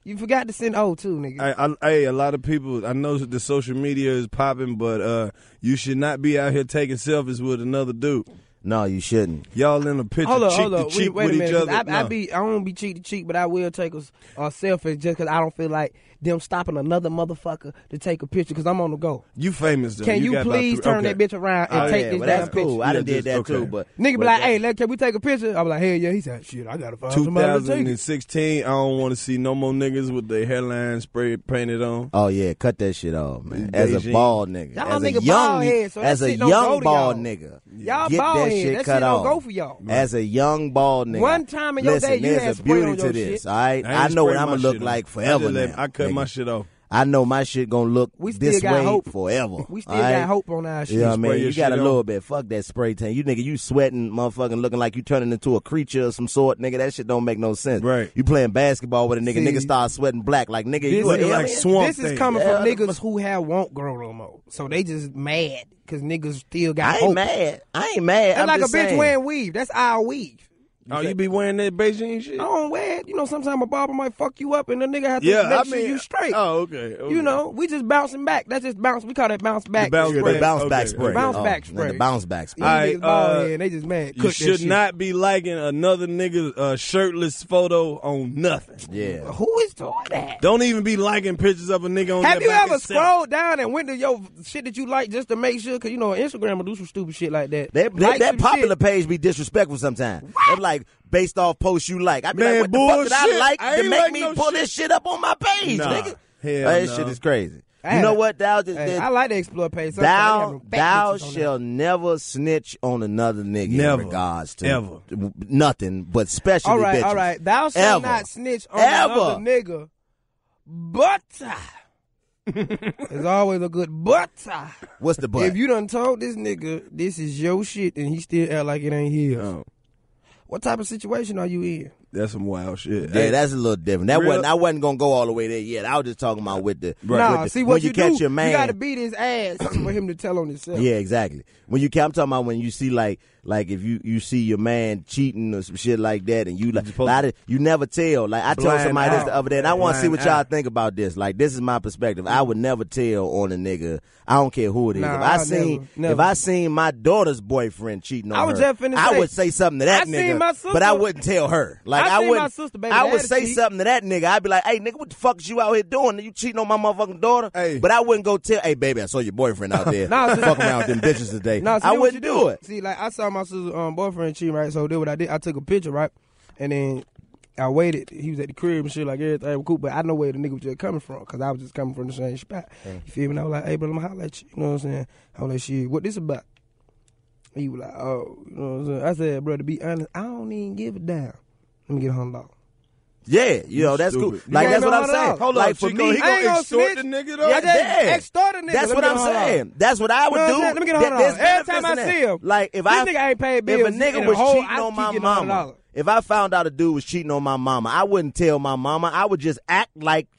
Speaker 3: You forgot to send O, too, nigga.
Speaker 1: I, I, hey, a lot of people. I know that the social media is popping, but uh, you should not be out here taking selfies with another dude.
Speaker 4: No, you shouldn't.
Speaker 1: Y'all in a picture,
Speaker 3: Hold up,
Speaker 1: cheek
Speaker 3: hold up.
Speaker 1: to cheek
Speaker 3: wait, wait
Speaker 1: with
Speaker 3: a minute.
Speaker 1: each
Speaker 3: 'cause
Speaker 1: other.
Speaker 3: I, I
Speaker 1: No.
Speaker 3: be, I won't be cheek to cheek, but I will take a, s- a selfie just because I don't feel like them stopping another motherfucker to take a picture because I'm on the go.
Speaker 1: you famous though.
Speaker 3: Can you,
Speaker 1: got about
Speaker 3: please
Speaker 1: three-
Speaker 3: turn
Speaker 1: okay.
Speaker 3: that bitch around and
Speaker 1: Oh,
Speaker 3: take
Speaker 4: yeah,
Speaker 3: this
Speaker 4: well,
Speaker 3: damn
Speaker 4: that's
Speaker 3: picture?
Speaker 4: cool. I done
Speaker 1: Yeah,
Speaker 4: did
Speaker 1: just-
Speaker 4: that
Speaker 1: okay.
Speaker 4: too, but
Speaker 3: Nigga be
Speaker 4: but
Speaker 3: like,
Speaker 4: that-
Speaker 3: hey, let, can we take a picture? I'm like, hell yeah. He said, shit, I gotta find somebody to take it.
Speaker 1: 2016. I don't want to see no more niggas with their hairline spray painted on.
Speaker 4: Oh yeah, cut that shit off, man.
Speaker 1: These
Speaker 4: As a
Speaker 1: Beijing-
Speaker 4: bald nigga,
Speaker 3: Y'all
Speaker 4: as a
Speaker 3: nigga
Speaker 4: young,
Speaker 3: bald head, so that
Speaker 4: as a
Speaker 3: shit don't go
Speaker 4: young
Speaker 3: to
Speaker 4: bald
Speaker 3: y'all.
Speaker 4: nigga,
Speaker 3: Y'all
Speaker 4: get
Speaker 3: bald
Speaker 4: that
Speaker 3: head.
Speaker 4: shit
Speaker 3: That
Speaker 4: cut
Speaker 3: shit don't
Speaker 4: off.
Speaker 3: go for y'all.
Speaker 4: As a young bald nigga,
Speaker 3: One time in your
Speaker 4: listen,
Speaker 3: day, you
Speaker 4: there's
Speaker 3: had
Speaker 4: a
Speaker 3: spray on
Speaker 4: beauty to
Speaker 3: your
Speaker 4: this.
Speaker 3: shit.
Speaker 4: All right,
Speaker 1: ain't
Speaker 4: I, know what
Speaker 1: spray
Speaker 4: I'm
Speaker 1: my
Speaker 4: gonna look
Speaker 1: shit on.
Speaker 4: like
Speaker 1: I,
Speaker 4: forever
Speaker 1: just let-
Speaker 4: now.
Speaker 1: I cut
Speaker 4: nigga.
Speaker 1: my shit off.
Speaker 4: I know my shit gonna look
Speaker 3: We still
Speaker 4: this
Speaker 3: got
Speaker 4: way
Speaker 3: hope.
Speaker 4: forever.
Speaker 3: We still
Speaker 4: alright?
Speaker 3: got hope on our shit.
Speaker 4: You know what I
Speaker 1: Spray
Speaker 4: mean?
Speaker 1: your
Speaker 4: You got a
Speaker 1: shit
Speaker 4: little
Speaker 1: on.
Speaker 4: bit. Fuck that spray tan. You nigga, you sweating, motherfucking looking like you turning into a creature of some sort, nigga. That shit don't make no sense.
Speaker 1: Right.
Speaker 4: You playing basketball with a nigga,
Speaker 3: See.
Speaker 4: nigga start sweating black. Like nigga, you
Speaker 1: Looking
Speaker 4: a
Speaker 1: like
Speaker 4: alien?
Speaker 1: swamp
Speaker 3: This
Speaker 1: thing.
Speaker 3: is coming
Speaker 4: Yeah,
Speaker 3: from niggas who have won't grow no more. So they just mad because niggas still got
Speaker 4: I ain't
Speaker 3: hope.
Speaker 4: mad. I ain't mad.
Speaker 3: That's
Speaker 4: I'm
Speaker 3: Oh. like a bitch
Speaker 4: just saying.
Speaker 3: wearing weave. That's our weave.
Speaker 1: Oh, you be wearing that Beijing shit?
Speaker 3: I don't wear it. You know, sometimes a barber might fuck you up and the nigga has to
Speaker 1: yeah,
Speaker 3: make
Speaker 1: I
Speaker 3: sure
Speaker 1: mean
Speaker 3: you straight.
Speaker 1: Oh, okay. okay.
Speaker 3: You know, we just bouncing back. That's just bounce. We call that bounce back.
Speaker 1: bounce
Speaker 4: Nigga,
Speaker 1: back.
Speaker 4: The bounce
Speaker 1: Okay.
Speaker 4: back spray.
Speaker 3: Bounce
Speaker 4: Oh,
Speaker 3: back
Speaker 4: nigga,
Speaker 3: spray.
Speaker 4: The bounce back spray.
Speaker 3: These
Speaker 1: All right,
Speaker 3: niggas bald
Speaker 1: uh,
Speaker 3: head and they just mad.
Speaker 1: You
Speaker 3: Cook that
Speaker 1: should
Speaker 3: shit.
Speaker 1: not be liking another nigga's uh, shirtless photo on nothing.
Speaker 4: Yeah.
Speaker 3: Who is doing that?
Speaker 1: Don't even be liking pictures of a nigga on
Speaker 3: Have
Speaker 1: that
Speaker 3: you
Speaker 1: back
Speaker 3: ever
Speaker 1: and self.
Speaker 3: scrolled down and went to your shit that you like just to make sure? Because you know Instagram will do some stupid shit like that.
Speaker 4: That, that,
Speaker 3: Like
Speaker 4: that
Speaker 3: some
Speaker 4: popular
Speaker 3: shit.
Speaker 4: page be disrespectful sometimes. They're like based off posts you like. I be
Speaker 1: Man,
Speaker 4: like, what the fuck did I
Speaker 1: bullshit.
Speaker 4: like
Speaker 1: I
Speaker 4: to
Speaker 1: ain't
Speaker 4: make
Speaker 1: like
Speaker 4: me
Speaker 1: no
Speaker 4: pull
Speaker 1: shit.
Speaker 4: this shit up on my page,
Speaker 1: Nah.
Speaker 4: nigga?
Speaker 1: Hell
Speaker 4: that
Speaker 1: no.
Speaker 4: shit is crazy.
Speaker 3: I
Speaker 4: you
Speaker 3: had
Speaker 4: know
Speaker 3: a-
Speaker 4: what? Thou just
Speaker 3: Hey,
Speaker 4: that-
Speaker 3: I like the explore page. Sometimes they have
Speaker 4: Thou,
Speaker 3: them fat bitches
Speaker 4: thou
Speaker 3: on there.
Speaker 4: shall never snitch on another nigga
Speaker 1: Never.
Speaker 4: in regards to
Speaker 1: Ever.
Speaker 4: nothing, but especially
Speaker 3: All right,
Speaker 4: bitches.
Speaker 3: all right. Thou shalt
Speaker 4: Ever.
Speaker 3: not snitch on
Speaker 4: Ever.
Speaker 3: another nigga. But there's always a good but. uh,
Speaker 4: What's the but?
Speaker 3: If you done told this nigga this is your shit and he still act like it ain't his,
Speaker 1: Oh,
Speaker 3: what type of situation are you in?
Speaker 1: that's some wild shit.
Speaker 4: yeah,
Speaker 1: Hey,
Speaker 4: that's a little different. That
Speaker 1: Real-
Speaker 4: wasn't. I wasn't gonna go all the way there yet. I was just talking about with the. with
Speaker 3: Nah,
Speaker 4: the-
Speaker 3: see what
Speaker 4: when you,
Speaker 3: you,
Speaker 4: catch
Speaker 3: do,
Speaker 4: your man.
Speaker 3: You gotta beat his ass for him to tell on himself.
Speaker 4: Yeah, exactly. When you, ca- I'm talking about when you see like, like if you you see your man cheating or some shit like that, and you like,
Speaker 1: supposed
Speaker 4: I di- you never tell. Like I told
Speaker 1: Blind
Speaker 4: somebody this
Speaker 1: out.
Speaker 4: the other day, and I want to see
Speaker 1: Blind
Speaker 4: what y'all
Speaker 1: out.
Speaker 4: think about this. Like this is my perspective. I would never tell on a nigga. I don't care who it is.
Speaker 3: Nah,
Speaker 4: if I
Speaker 3: I'll
Speaker 4: seen
Speaker 3: never,
Speaker 4: if
Speaker 3: never.
Speaker 4: I seen my daughter's boyfriend cheating on
Speaker 3: I was
Speaker 4: her,
Speaker 3: just finna
Speaker 4: I
Speaker 3: say-
Speaker 4: would say something to that
Speaker 3: I
Speaker 4: nigga,
Speaker 3: seen my
Speaker 4: but I
Speaker 3: sister-
Speaker 4: wouldn't tell her. Like
Speaker 3: I
Speaker 4: I,
Speaker 3: seen my
Speaker 4: wouldn't.
Speaker 3: sister, baby,
Speaker 4: I would
Speaker 3: that'd
Speaker 4: say
Speaker 3: cheat.
Speaker 4: something to that nigga. I'd be like, "Hey, nigga, what the fuck is you out here doing? You cheating on my motherfucking daughter?"
Speaker 1: Hey.
Speaker 4: But I wouldn't go tell. Hey, baby, I saw your boyfriend out there
Speaker 3: Nah, so-
Speaker 4: fucking around with them bitches today.
Speaker 3: No,
Speaker 4: I wouldn't do, it.
Speaker 3: See, like I saw my sister's um, boyfriend cheat, right? So did what I did. I took a picture, right? And then I waited. He was at the crib and shit, like everything was cool. But I know where the nigga was just coming from, cause I was just coming from the same spot. You feel me? And I was like, hey, bro, I'ma holler at you. You know what I'm saying? I was like, shit, what this about? And He was like, oh, you know what I'm saying? I said, bro, to be honest, I don't even give a damn. Let me get a hundred dollars.
Speaker 4: Yeah, you know that's
Speaker 1: stupid.
Speaker 4: cool. Like
Speaker 3: You
Speaker 4: that's
Speaker 3: ain't
Speaker 4: what I'm
Speaker 3: gonna
Speaker 4: saying.
Speaker 3: hold on.
Speaker 4: like
Speaker 1: Hold
Speaker 4: for
Speaker 1: on, Chico,
Speaker 4: me,
Speaker 1: he
Speaker 3: I
Speaker 1: gonna
Speaker 3: ain't gonna
Speaker 1: extort
Speaker 3: snitch.
Speaker 1: the nigga though.
Speaker 3: Yeah, that-
Speaker 4: Yeah.
Speaker 3: extort a nigga.
Speaker 4: That's
Speaker 3: Let
Speaker 4: what
Speaker 3: me
Speaker 4: I'm
Speaker 3: get a hundred
Speaker 4: saying. That's what I would
Speaker 3: You know
Speaker 4: do.
Speaker 3: what I'm saying? Let me get a
Speaker 4: That-
Speaker 3: hundred
Speaker 4: there's
Speaker 3: dollars. Every time
Speaker 4: benefits
Speaker 3: I
Speaker 4: in
Speaker 3: see
Speaker 4: that.
Speaker 3: him,
Speaker 4: like if
Speaker 3: this
Speaker 4: I
Speaker 3: nigga ain't paid
Speaker 4: if
Speaker 3: bills
Speaker 4: a
Speaker 3: in the
Speaker 4: nigga was
Speaker 3: hole,
Speaker 4: cheating
Speaker 3: I
Speaker 4: on
Speaker 3: keep
Speaker 4: my
Speaker 3: getting a hundred
Speaker 4: mama,
Speaker 3: dollars.
Speaker 4: if I found out a dude was cheating on my mama, I wouldn't tell my mama. I would just act like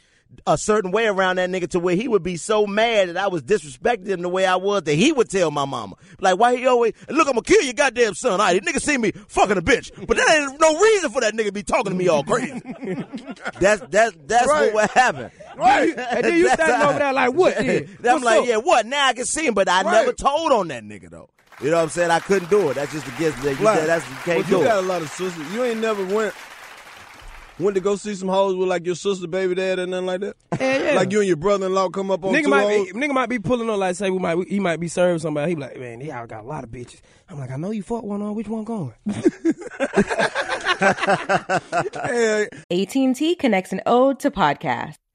Speaker 4: a certain way around that nigga to where he would be so mad that I was disrespecting him the way I was that he would tell my mama. Like why he always look, I'm gonna kill your goddamn son. All right, nigga see me fucking a bitch. But that ain't no reason for that nigga to be talking to me all crazy. that's that's that's what
Speaker 1: Right.
Speaker 4: would happen.
Speaker 1: Right.
Speaker 3: And then you
Speaker 4: That's
Speaker 3: standing
Speaker 4: how-
Speaker 3: over there like, what? Yeah.
Speaker 4: I'm
Speaker 3: What's
Speaker 4: like,
Speaker 3: up?
Speaker 4: yeah, what? Now I can see him, but I
Speaker 1: Right.
Speaker 4: never told on that nigga though. You know what I'm saying? I couldn't do it. That's just against that. You
Speaker 1: Like,
Speaker 4: said that's you
Speaker 1: well,
Speaker 4: can't
Speaker 1: you
Speaker 4: do
Speaker 1: got
Speaker 4: it.
Speaker 1: a lot of sisters. You ain't never went went to go see some hoes with like your sister, baby dad, and nothing like that.
Speaker 3: Hell yeah.
Speaker 1: Like you and your brother in law come up on
Speaker 4: Oh,
Speaker 3: Nigga
Speaker 1: two
Speaker 3: might,
Speaker 1: hoes.
Speaker 3: be, nigga might be pulling on like say we might he might be serving somebody. He be like, man, yeah, I got a lot of bitches. I'm like, I know you fought one on. Which one going?
Speaker 5: AT&T connects an ode to podcast.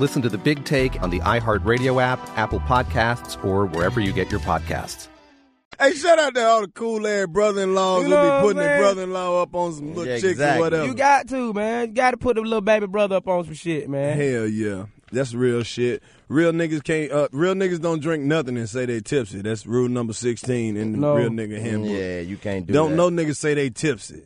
Speaker 6: Listen to the big take on the iHeartRadio app, Apple Podcasts, or wherever you get your podcasts.
Speaker 1: Hey, shout out to all the cool ass brother in laws
Speaker 3: You
Speaker 1: who
Speaker 3: know
Speaker 1: be
Speaker 3: what
Speaker 1: putting
Speaker 3: I'm
Speaker 1: their
Speaker 3: saying?
Speaker 1: brother in law up on some little chicks or whatever.
Speaker 3: You got to, man. You got to put the little baby brother up on some shit, man.
Speaker 1: Hell yeah. That's real shit. Real niggas can't uh, real niggas don't drink nothing and say they tipsy. That's rule number sixteen in the
Speaker 4: No.
Speaker 1: real nigga handbook.
Speaker 4: Yeah, you can't do
Speaker 1: Don't
Speaker 4: that.
Speaker 1: no niggas say they tipsy.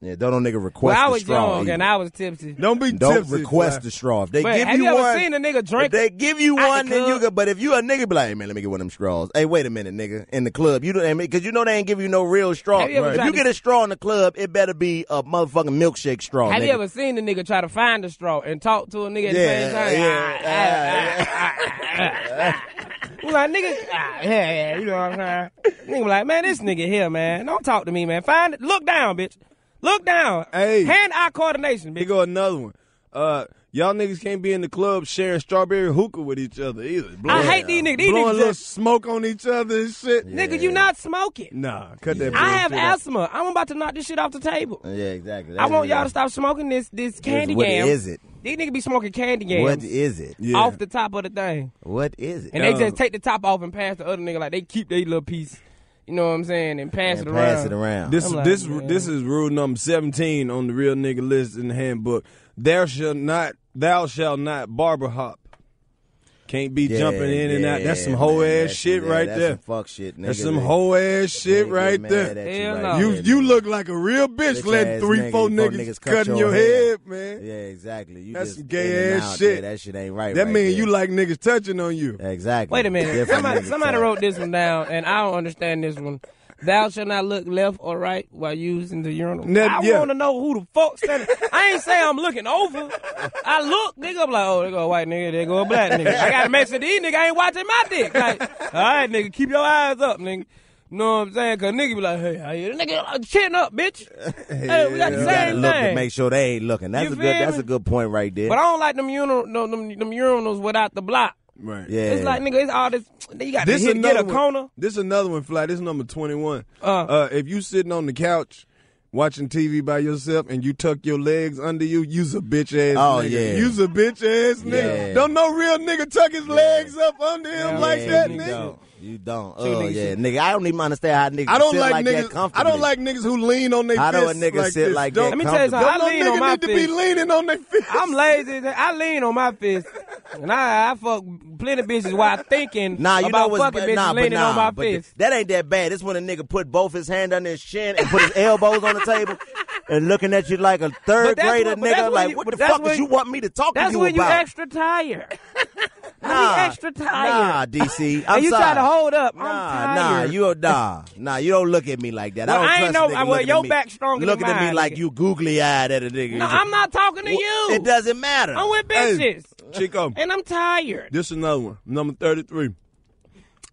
Speaker 4: Yeah, don't no nigga request
Speaker 3: Well, I
Speaker 4: the
Speaker 3: was
Speaker 4: straw.
Speaker 3: young
Speaker 4: either.
Speaker 3: and I was tipsy.
Speaker 1: Don't be
Speaker 4: Don't request the
Speaker 3: the
Speaker 4: straw. If they
Speaker 3: But
Speaker 4: give
Speaker 3: have
Speaker 4: you,
Speaker 3: you ever
Speaker 4: one,
Speaker 3: seen a nigga drink
Speaker 4: If they give you
Speaker 3: out the
Speaker 4: one, then you
Speaker 3: club?
Speaker 4: can. But if you a nigga, be like, hey, man, let me get one of them straws. Hey, wait a minute, nigga, in the club, you don't because you know they ain't give you no real straw.
Speaker 3: Have you ever
Speaker 4: If
Speaker 3: tried
Speaker 4: you
Speaker 3: to-
Speaker 4: get a straw in the club, it better be a motherfucking milkshake straw.
Speaker 3: Have
Speaker 4: nigga.
Speaker 3: you ever seen a nigga try to find a straw and talk to a nigga at
Speaker 4: Yeah,
Speaker 3: the same time? ah,
Speaker 1: ah,
Speaker 3: You like nigga, ah, yeah, yeah, you know what I'm saying. Nigga, be like man, this nigga here, man, don't talk to me, man. Find, look down, bitch, look down. Hey, hand eye coordination, bitch.
Speaker 1: Here go another one. Uh, y'all niggas can't be in the club sharing strawberry hookah with each other either.
Speaker 3: I hate these niggas. These
Speaker 1: blowing
Speaker 3: niggas
Speaker 1: little
Speaker 3: just-
Speaker 1: smoke on each other and shit.
Speaker 3: Nigga, you not smoking.
Speaker 1: Nah, cut that.
Speaker 3: I have
Speaker 1: bullshit out.
Speaker 3: asthma. I'm about to knock this shit off the table.
Speaker 4: Yeah, exactly.
Speaker 3: ah. I want y'all to stop smoking this this candy
Speaker 4: what
Speaker 3: yam.
Speaker 4: is it?
Speaker 3: These niggas be smoking candy yams.
Speaker 4: What is it?
Speaker 3: Off the top of the thing.
Speaker 4: What is it?
Speaker 3: And they just take the top off and pass the other nigga like they keep their little piece. You know what I'm saying? And pass it around.
Speaker 1: This
Speaker 3: I'm like,
Speaker 1: this
Speaker 3: man.
Speaker 1: this is rule number seventeen on the real nigga list in the handbook. Thou shall not thou shall not barber hop. Can't be
Speaker 4: Yeah,
Speaker 1: jumping in and out. That's some
Speaker 4: yeah,
Speaker 1: whole
Speaker 4: man,
Speaker 1: ass
Speaker 4: that's-
Speaker 1: shit
Speaker 4: yeah,
Speaker 1: right
Speaker 4: that's
Speaker 1: there.
Speaker 4: some fuck shit,
Speaker 1: That's
Speaker 4: nigga,
Speaker 1: some
Speaker 4: that-
Speaker 1: whole ass shit
Speaker 4: They get
Speaker 1: right
Speaker 4: mad
Speaker 1: there.
Speaker 4: at you Hell right no.
Speaker 1: You
Speaker 4: there,
Speaker 1: you look like a real bitch
Speaker 4: Bitch
Speaker 1: letting
Speaker 4: ass
Speaker 1: three
Speaker 4: nigga,
Speaker 1: four
Speaker 4: four
Speaker 1: niggas,
Speaker 4: niggas cut
Speaker 1: cutting
Speaker 4: your
Speaker 1: your
Speaker 4: hair.
Speaker 1: head, man.
Speaker 4: Yeah, exactly. You
Speaker 1: That's
Speaker 4: just
Speaker 1: some
Speaker 4: in
Speaker 1: gay
Speaker 4: and
Speaker 1: ass
Speaker 4: out,
Speaker 1: shit.
Speaker 4: yeah, that shit ain't right
Speaker 1: That
Speaker 4: right
Speaker 1: means
Speaker 4: there.
Speaker 1: you like niggas touching on you.
Speaker 4: Exactly.
Speaker 3: Wait a minute.
Speaker 4: Different
Speaker 3: Somebody,
Speaker 4: niggas
Speaker 3: somebody
Speaker 4: talk.
Speaker 3: wrote this one down, and I don't understand this one. Thou shall not look left or right while using the urinal.
Speaker 1: Now,
Speaker 3: I
Speaker 1: yeah.
Speaker 3: want to know who the fuck standing. I ain't saying I'm looking over. I look, nigga. I'm like, oh, there go a white nigga, there go a black nigga. I gotta make sure these nigga ain't watching my dick. Like, all right, nigga, keep your eyes up, nigga. Know what I'm saying? Cause nigga be like, hey, I hear the nigga uh, chin up, bitch. Hey, we got
Speaker 4: You gotta
Speaker 3: the same
Speaker 4: look to
Speaker 3: thing.
Speaker 4: make sure they ain't looking. That's
Speaker 3: You
Speaker 4: a good.
Speaker 3: feel
Speaker 4: That's
Speaker 3: me?
Speaker 4: a good point right there.
Speaker 3: But I don't like them, urinal, no, them, them urinals without the block.
Speaker 1: Right.
Speaker 4: Yeah.
Speaker 3: It's like, nigga, it's all this. You got to
Speaker 1: This
Speaker 3: hit, get
Speaker 1: another
Speaker 3: a
Speaker 1: one-
Speaker 3: corner.
Speaker 1: This another one, fly. This number twenty one.
Speaker 3: Uh.
Speaker 1: Uh, if you sitting on the couch watching TV by yourself and you tuck your legs under you, you's a bitch ass.
Speaker 4: Oh,
Speaker 1: nigga.
Speaker 4: yeah.
Speaker 1: you's a bitch ass nigga.
Speaker 4: Yeah.
Speaker 1: Don't no real nigga tuck his legs up under him
Speaker 4: Yeah,
Speaker 1: like that,
Speaker 4: you
Speaker 1: nigga.
Speaker 4: Don't. You don't.
Speaker 1: Two
Speaker 4: Oh
Speaker 1: niggas
Speaker 4: yeah,
Speaker 1: sit-
Speaker 4: nigga. I don't even understand how niggas.
Speaker 1: I don't
Speaker 4: sit
Speaker 1: like,
Speaker 4: like that
Speaker 1: niggas. I
Speaker 4: comfortably.
Speaker 1: don't like niggas who lean on their.
Speaker 4: How do a
Speaker 1: fists
Speaker 4: nigga
Speaker 1: like
Speaker 4: sit
Speaker 1: this.
Speaker 4: like that
Speaker 1: Don't,
Speaker 3: Let me tell you something.
Speaker 1: Don't
Speaker 3: I
Speaker 1: no
Speaker 3: lean on
Speaker 1: nigga
Speaker 3: my
Speaker 1: need to
Speaker 3: fist.
Speaker 1: be leaning on their fist.
Speaker 3: I'm lazy. I lean on my fist, and I, I fuck plenty of bitches while thinking
Speaker 4: Nah, you know
Speaker 3: about
Speaker 4: what's
Speaker 3: fucking
Speaker 4: good?
Speaker 3: bitches
Speaker 4: Nah, but
Speaker 3: leaning
Speaker 4: nah,
Speaker 3: on my
Speaker 4: but th-
Speaker 3: fist.
Speaker 4: that ain't that bad. It's when a nigga put both his hand under his chin and put his elbows on the table and looking at you like a third
Speaker 3: But that's
Speaker 4: grader
Speaker 3: when- but that's
Speaker 4: nigga.
Speaker 3: when
Speaker 4: Like,
Speaker 3: you-
Speaker 4: what
Speaker 3: but
Speaker 4: the
Speaker 3: that's
Speaker 4: fuck
Speaker 3: when-
Speaker 4: did you want me to talk
Speaker 3: That's
Speaker 4: to you
Speaker 3: when you
Speaker 4: about?
Speaker 3: extra tired.
Speaker 4: Nah.
Speaker 3: I be extra
Speaker 4: Nah,
Speaker 3: tired.
Speaker 4: DC. I'm
Speaker 3: and you
Speaker 4: sorry.
Speaker 3: try to hold up. I'm
Speaker 4: Nah, nah,
Speaker 3: tired.
Speaker 4: you a nah, nah. You don't look at me like that.
Speaker 3: Well,
Speaker 4: I
Speaker 3: I
Speaker 4: don't
Speaker 3: ain't
Speaker 4: trust
Speaker 3: know-
Speaker 4: a
Speaker 3: I-
Speaker 4: nigga
Speaker 3: well,
Speaker 4: looking
Speaker 3: your
Speaker 4: at me,
Speaker 3: back stronger than
Speaker 4: looking at me
Speaker 3: mine,
Speaker 4: like
Speaker 3: nigga.
Speaker 4: you googly eyed at a nigga.
Speaker 3: no, I'm not talking to you.
Speaker 4: It doesn't matter.
Speaker 3: I'm with bitches,
Speaker 1: Chico.
Speaker 3: and I'm tired.
Speaker 1: This another one, number thirty three.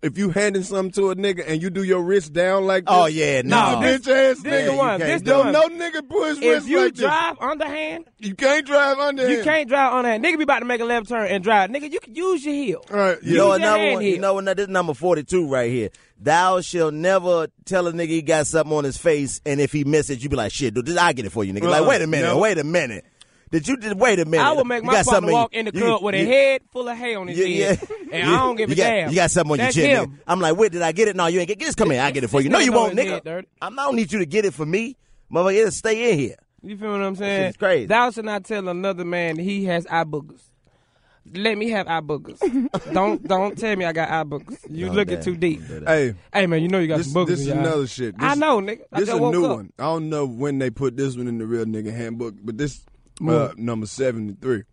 Speaker 1: If you handing something to a nigga and you do your wrist down like this,
Speaker 4: Oh, yeah,
Speaker 1: nah,
Speaker 4: no.
Speaker 1: bitch ass
Speaker 3: This
Speaker 1: nigga.
Speaker 3: the one.
Speaker 4: you
Speaker 3: This
Speaker 4: can't
Speaker 3: the
Speaker 1: Don't
Speaker 3: one.
Speaker 1: no nigga put his
Speaker 3: If
Speaker 1: wrist
Speaker 3: you
Speaker 1: like this.
Speaker 3: drive underhand,
Speaker 1: You can't drive under
Speaker 3: you
Speaker 1: him.
Speaker 3: can't drive underhand. Nigga be about to make a left turn and drive. Nigga, you can use your heel.
Speaker 1: All right,
Speaker 4: You know
Speaker 3: Use your
Speaker 4: another
Speaker 3: hand
Speaker 4: one.
Speaker 3: here.
Speaker 4: You know another. This is number forty-two right here. Thou shall never tell a nigga he got something on his face, and if he miss it, you be like, "Shit, dude, did I get it for you, nigga?" Like,
Speaker 3: Uh-uh.
Speaker 4: wait a minute,
Speaker 3: No.
Speaker 4: wait a minute. Did you just wait a minute?
Speaker 3: I would make
Speaker 4: You
Speaker 3: my
Speaker 4: got something
Speaker 3: partner
Speaker 4: on
Speaker 3: walk
Speaker 4: you-
Speaker 3: in the
Speaker 4: you-
Speaker 3: club with a
Speaker 4: you-
Speaker 3: head full of hay on his head, and I don't give
Speaker 4: you
Speaker 3: a
Speaker 4: got,
Speaker 3: damn.
Speaker 4: You got something on
Speaker 3: That's
Speaker 4: your chin.
Speaker 3: him.
Speaker 4: Nigga. I'm like, wait, did I get it? No, you ain't get. Get this. Come here. I get it for you. No,
Speaker 3: nigga
Speaker 4: you
Speaker 3: know
Speaker 4: won't,
Speaker 3: his head
Speaker 4: nigga.
Speaker 3: dirty.
Speaker 4: I'm, I don't need you to get it for me, motherfucker. It'll stay in here.
Speaker 3: You feel what I'm saying?
Speaker 4: shit's crazy.
Speaker 3: Thou shalt not tell another man that he has eye boogers. Let me have eye boogers. don't don't tell me I got eye boogers. You
Speaker 1: Don't
Speaker 4: Oh,
Speaker 3: looking
Speaker 1: dare.
Speaker 3: too deep.
Speaker 1: Hey,
Speaker 3: hey man, you know you got
Speaker 1: this,
Speaker 3: some boogers.
Speaker 1: This is
Speaker 3: in your eye.
Speaker 1: another shit. This,
Speaker 3: I know, nigga. I
Speaker 1: This
Speaker 3: just
Speaker 1: a
Speaker 3: woke
Speaker 1: new
Speaker 3: up.
Speaker 1: one. I don't know when they put this one in the real nigga handbook, but this uh,
Speaker 3: Move.
Speaker 1: number seventy three.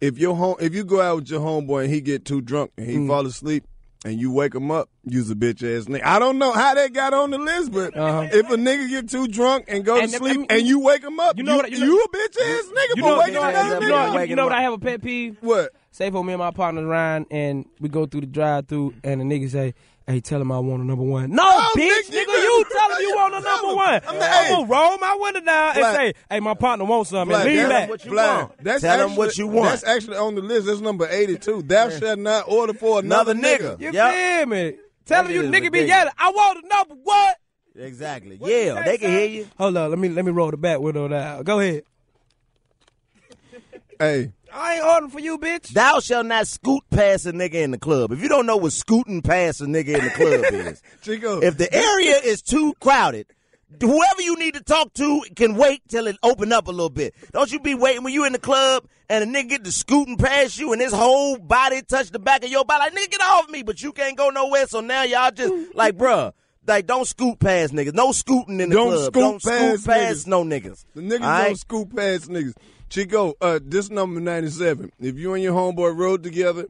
Speaker 1: If your home, if you go out with your homeboy and he get too drunk and he
Speaker 3: Mm.
Speaker 1: fall asleep. And you wake him up, use a bitch ass nigga. I don't know how that got on the list, but if a nigga get too drunk and go
Speaker 3: Uh-huh. And
Speaker 1: to
Speaker 3: if-
Speaker 1: sleep
Speaker 3: I mean,
Speaker 1: and you wake him up, you,
Speaker 3: you
Speaker 1: know
Speaker 3: know
Speaker 1: you,
Speaker 3: what- you know-
Speaker 1: a bitch ass nigga
Speaker 3: You
Speaker 1: for
Speaker 3: know,
Speaker 1: waking
Speaker 3: you know,
Speaker 1: another
Speaker 3: you
Speaker 1: nigga
Speaker 3: know-
Speaker 1: up.
Speaker 3: you know what I have a pet peeve?
Speaker 1: What?
Speaker 3: Say for me and my partner Ryan, and we go through the drive through, and the nigga say, "Hey, tell him I want a number one." No,
Speaker 1: Oh, nigga,
Speaker 3: bitch,
Speaker 1: you
Speaker 3: nigga,
Speaker 1: better-
Speaker 3: you tell him you
Speaker 1: you
Speaker 3: want a
Speaker 1: tell
Speaker 3: number
Speaker 1: him.
Speaker 3: one.
Speaker 1: I'm
Speaker 3: I'm,
Speaker 1: the-
Speaker 3: gonna roll my window down
Speaker 1: Vlad.
Speaker 3: and say, "Hey, my partner wants something."
Speaker 1: Vlad,
Speaker 3: and lean
Speaker 1: that's-
Speaker 3: back.
Speaker 1: Vlad, That's
Speaker 4: Tell 'em
Speaker 1: actually,
Speaker 4: what you want.
Speaker 1: That's actually on the list. That's number 82. Thou shalt not order for another, nigga.
Speaker 3: You feel me? Tell him
Speaker 1: That
Speaker 3: you
Speaker 1: shit is
Speaker 3: nigga be
Speaker 1: ridiculous.
Speaker 3: yelling. I want a number one.
Speaker 4: Exactly. yeah, they can hear you.
Speaker 3: Hold on, let me let me roll the back window down. Go ahead.
Speaker 1: Hey,
Speaker 3: I ain't ordering for you, bitch.
Speaker 4: Thou shalt not scoot past a nigga in the club. If you don't know what scooting past a nigga in the club is,
Speaker 1: Chico.
Speaker 4: if the area is too crowded, whoever you need to talk to can wait till it open up a little bit. Don't you be waiting when you in the club and a nigga get to scooting past you and his whole body touch the back of your body. Like, nigga, get off me, but you can't go nowhere. So now y'all just like, bruh. Like, don't scoot past niggas. No scooting in the
Speaker 1: Don't
Speaker 4: club.
Speaker 1: scoot
Speaker 4: don't
Speaker 1: past
Speaker 4: scoot past
Speaker 1: niggas.
Speaker 4: no niggas.
Speaker 1: The niggas
Speaker 4: All right?
Speaker 1: don't scoop past niggas. Chico, uh, this number 97. If you and your homeboy rode together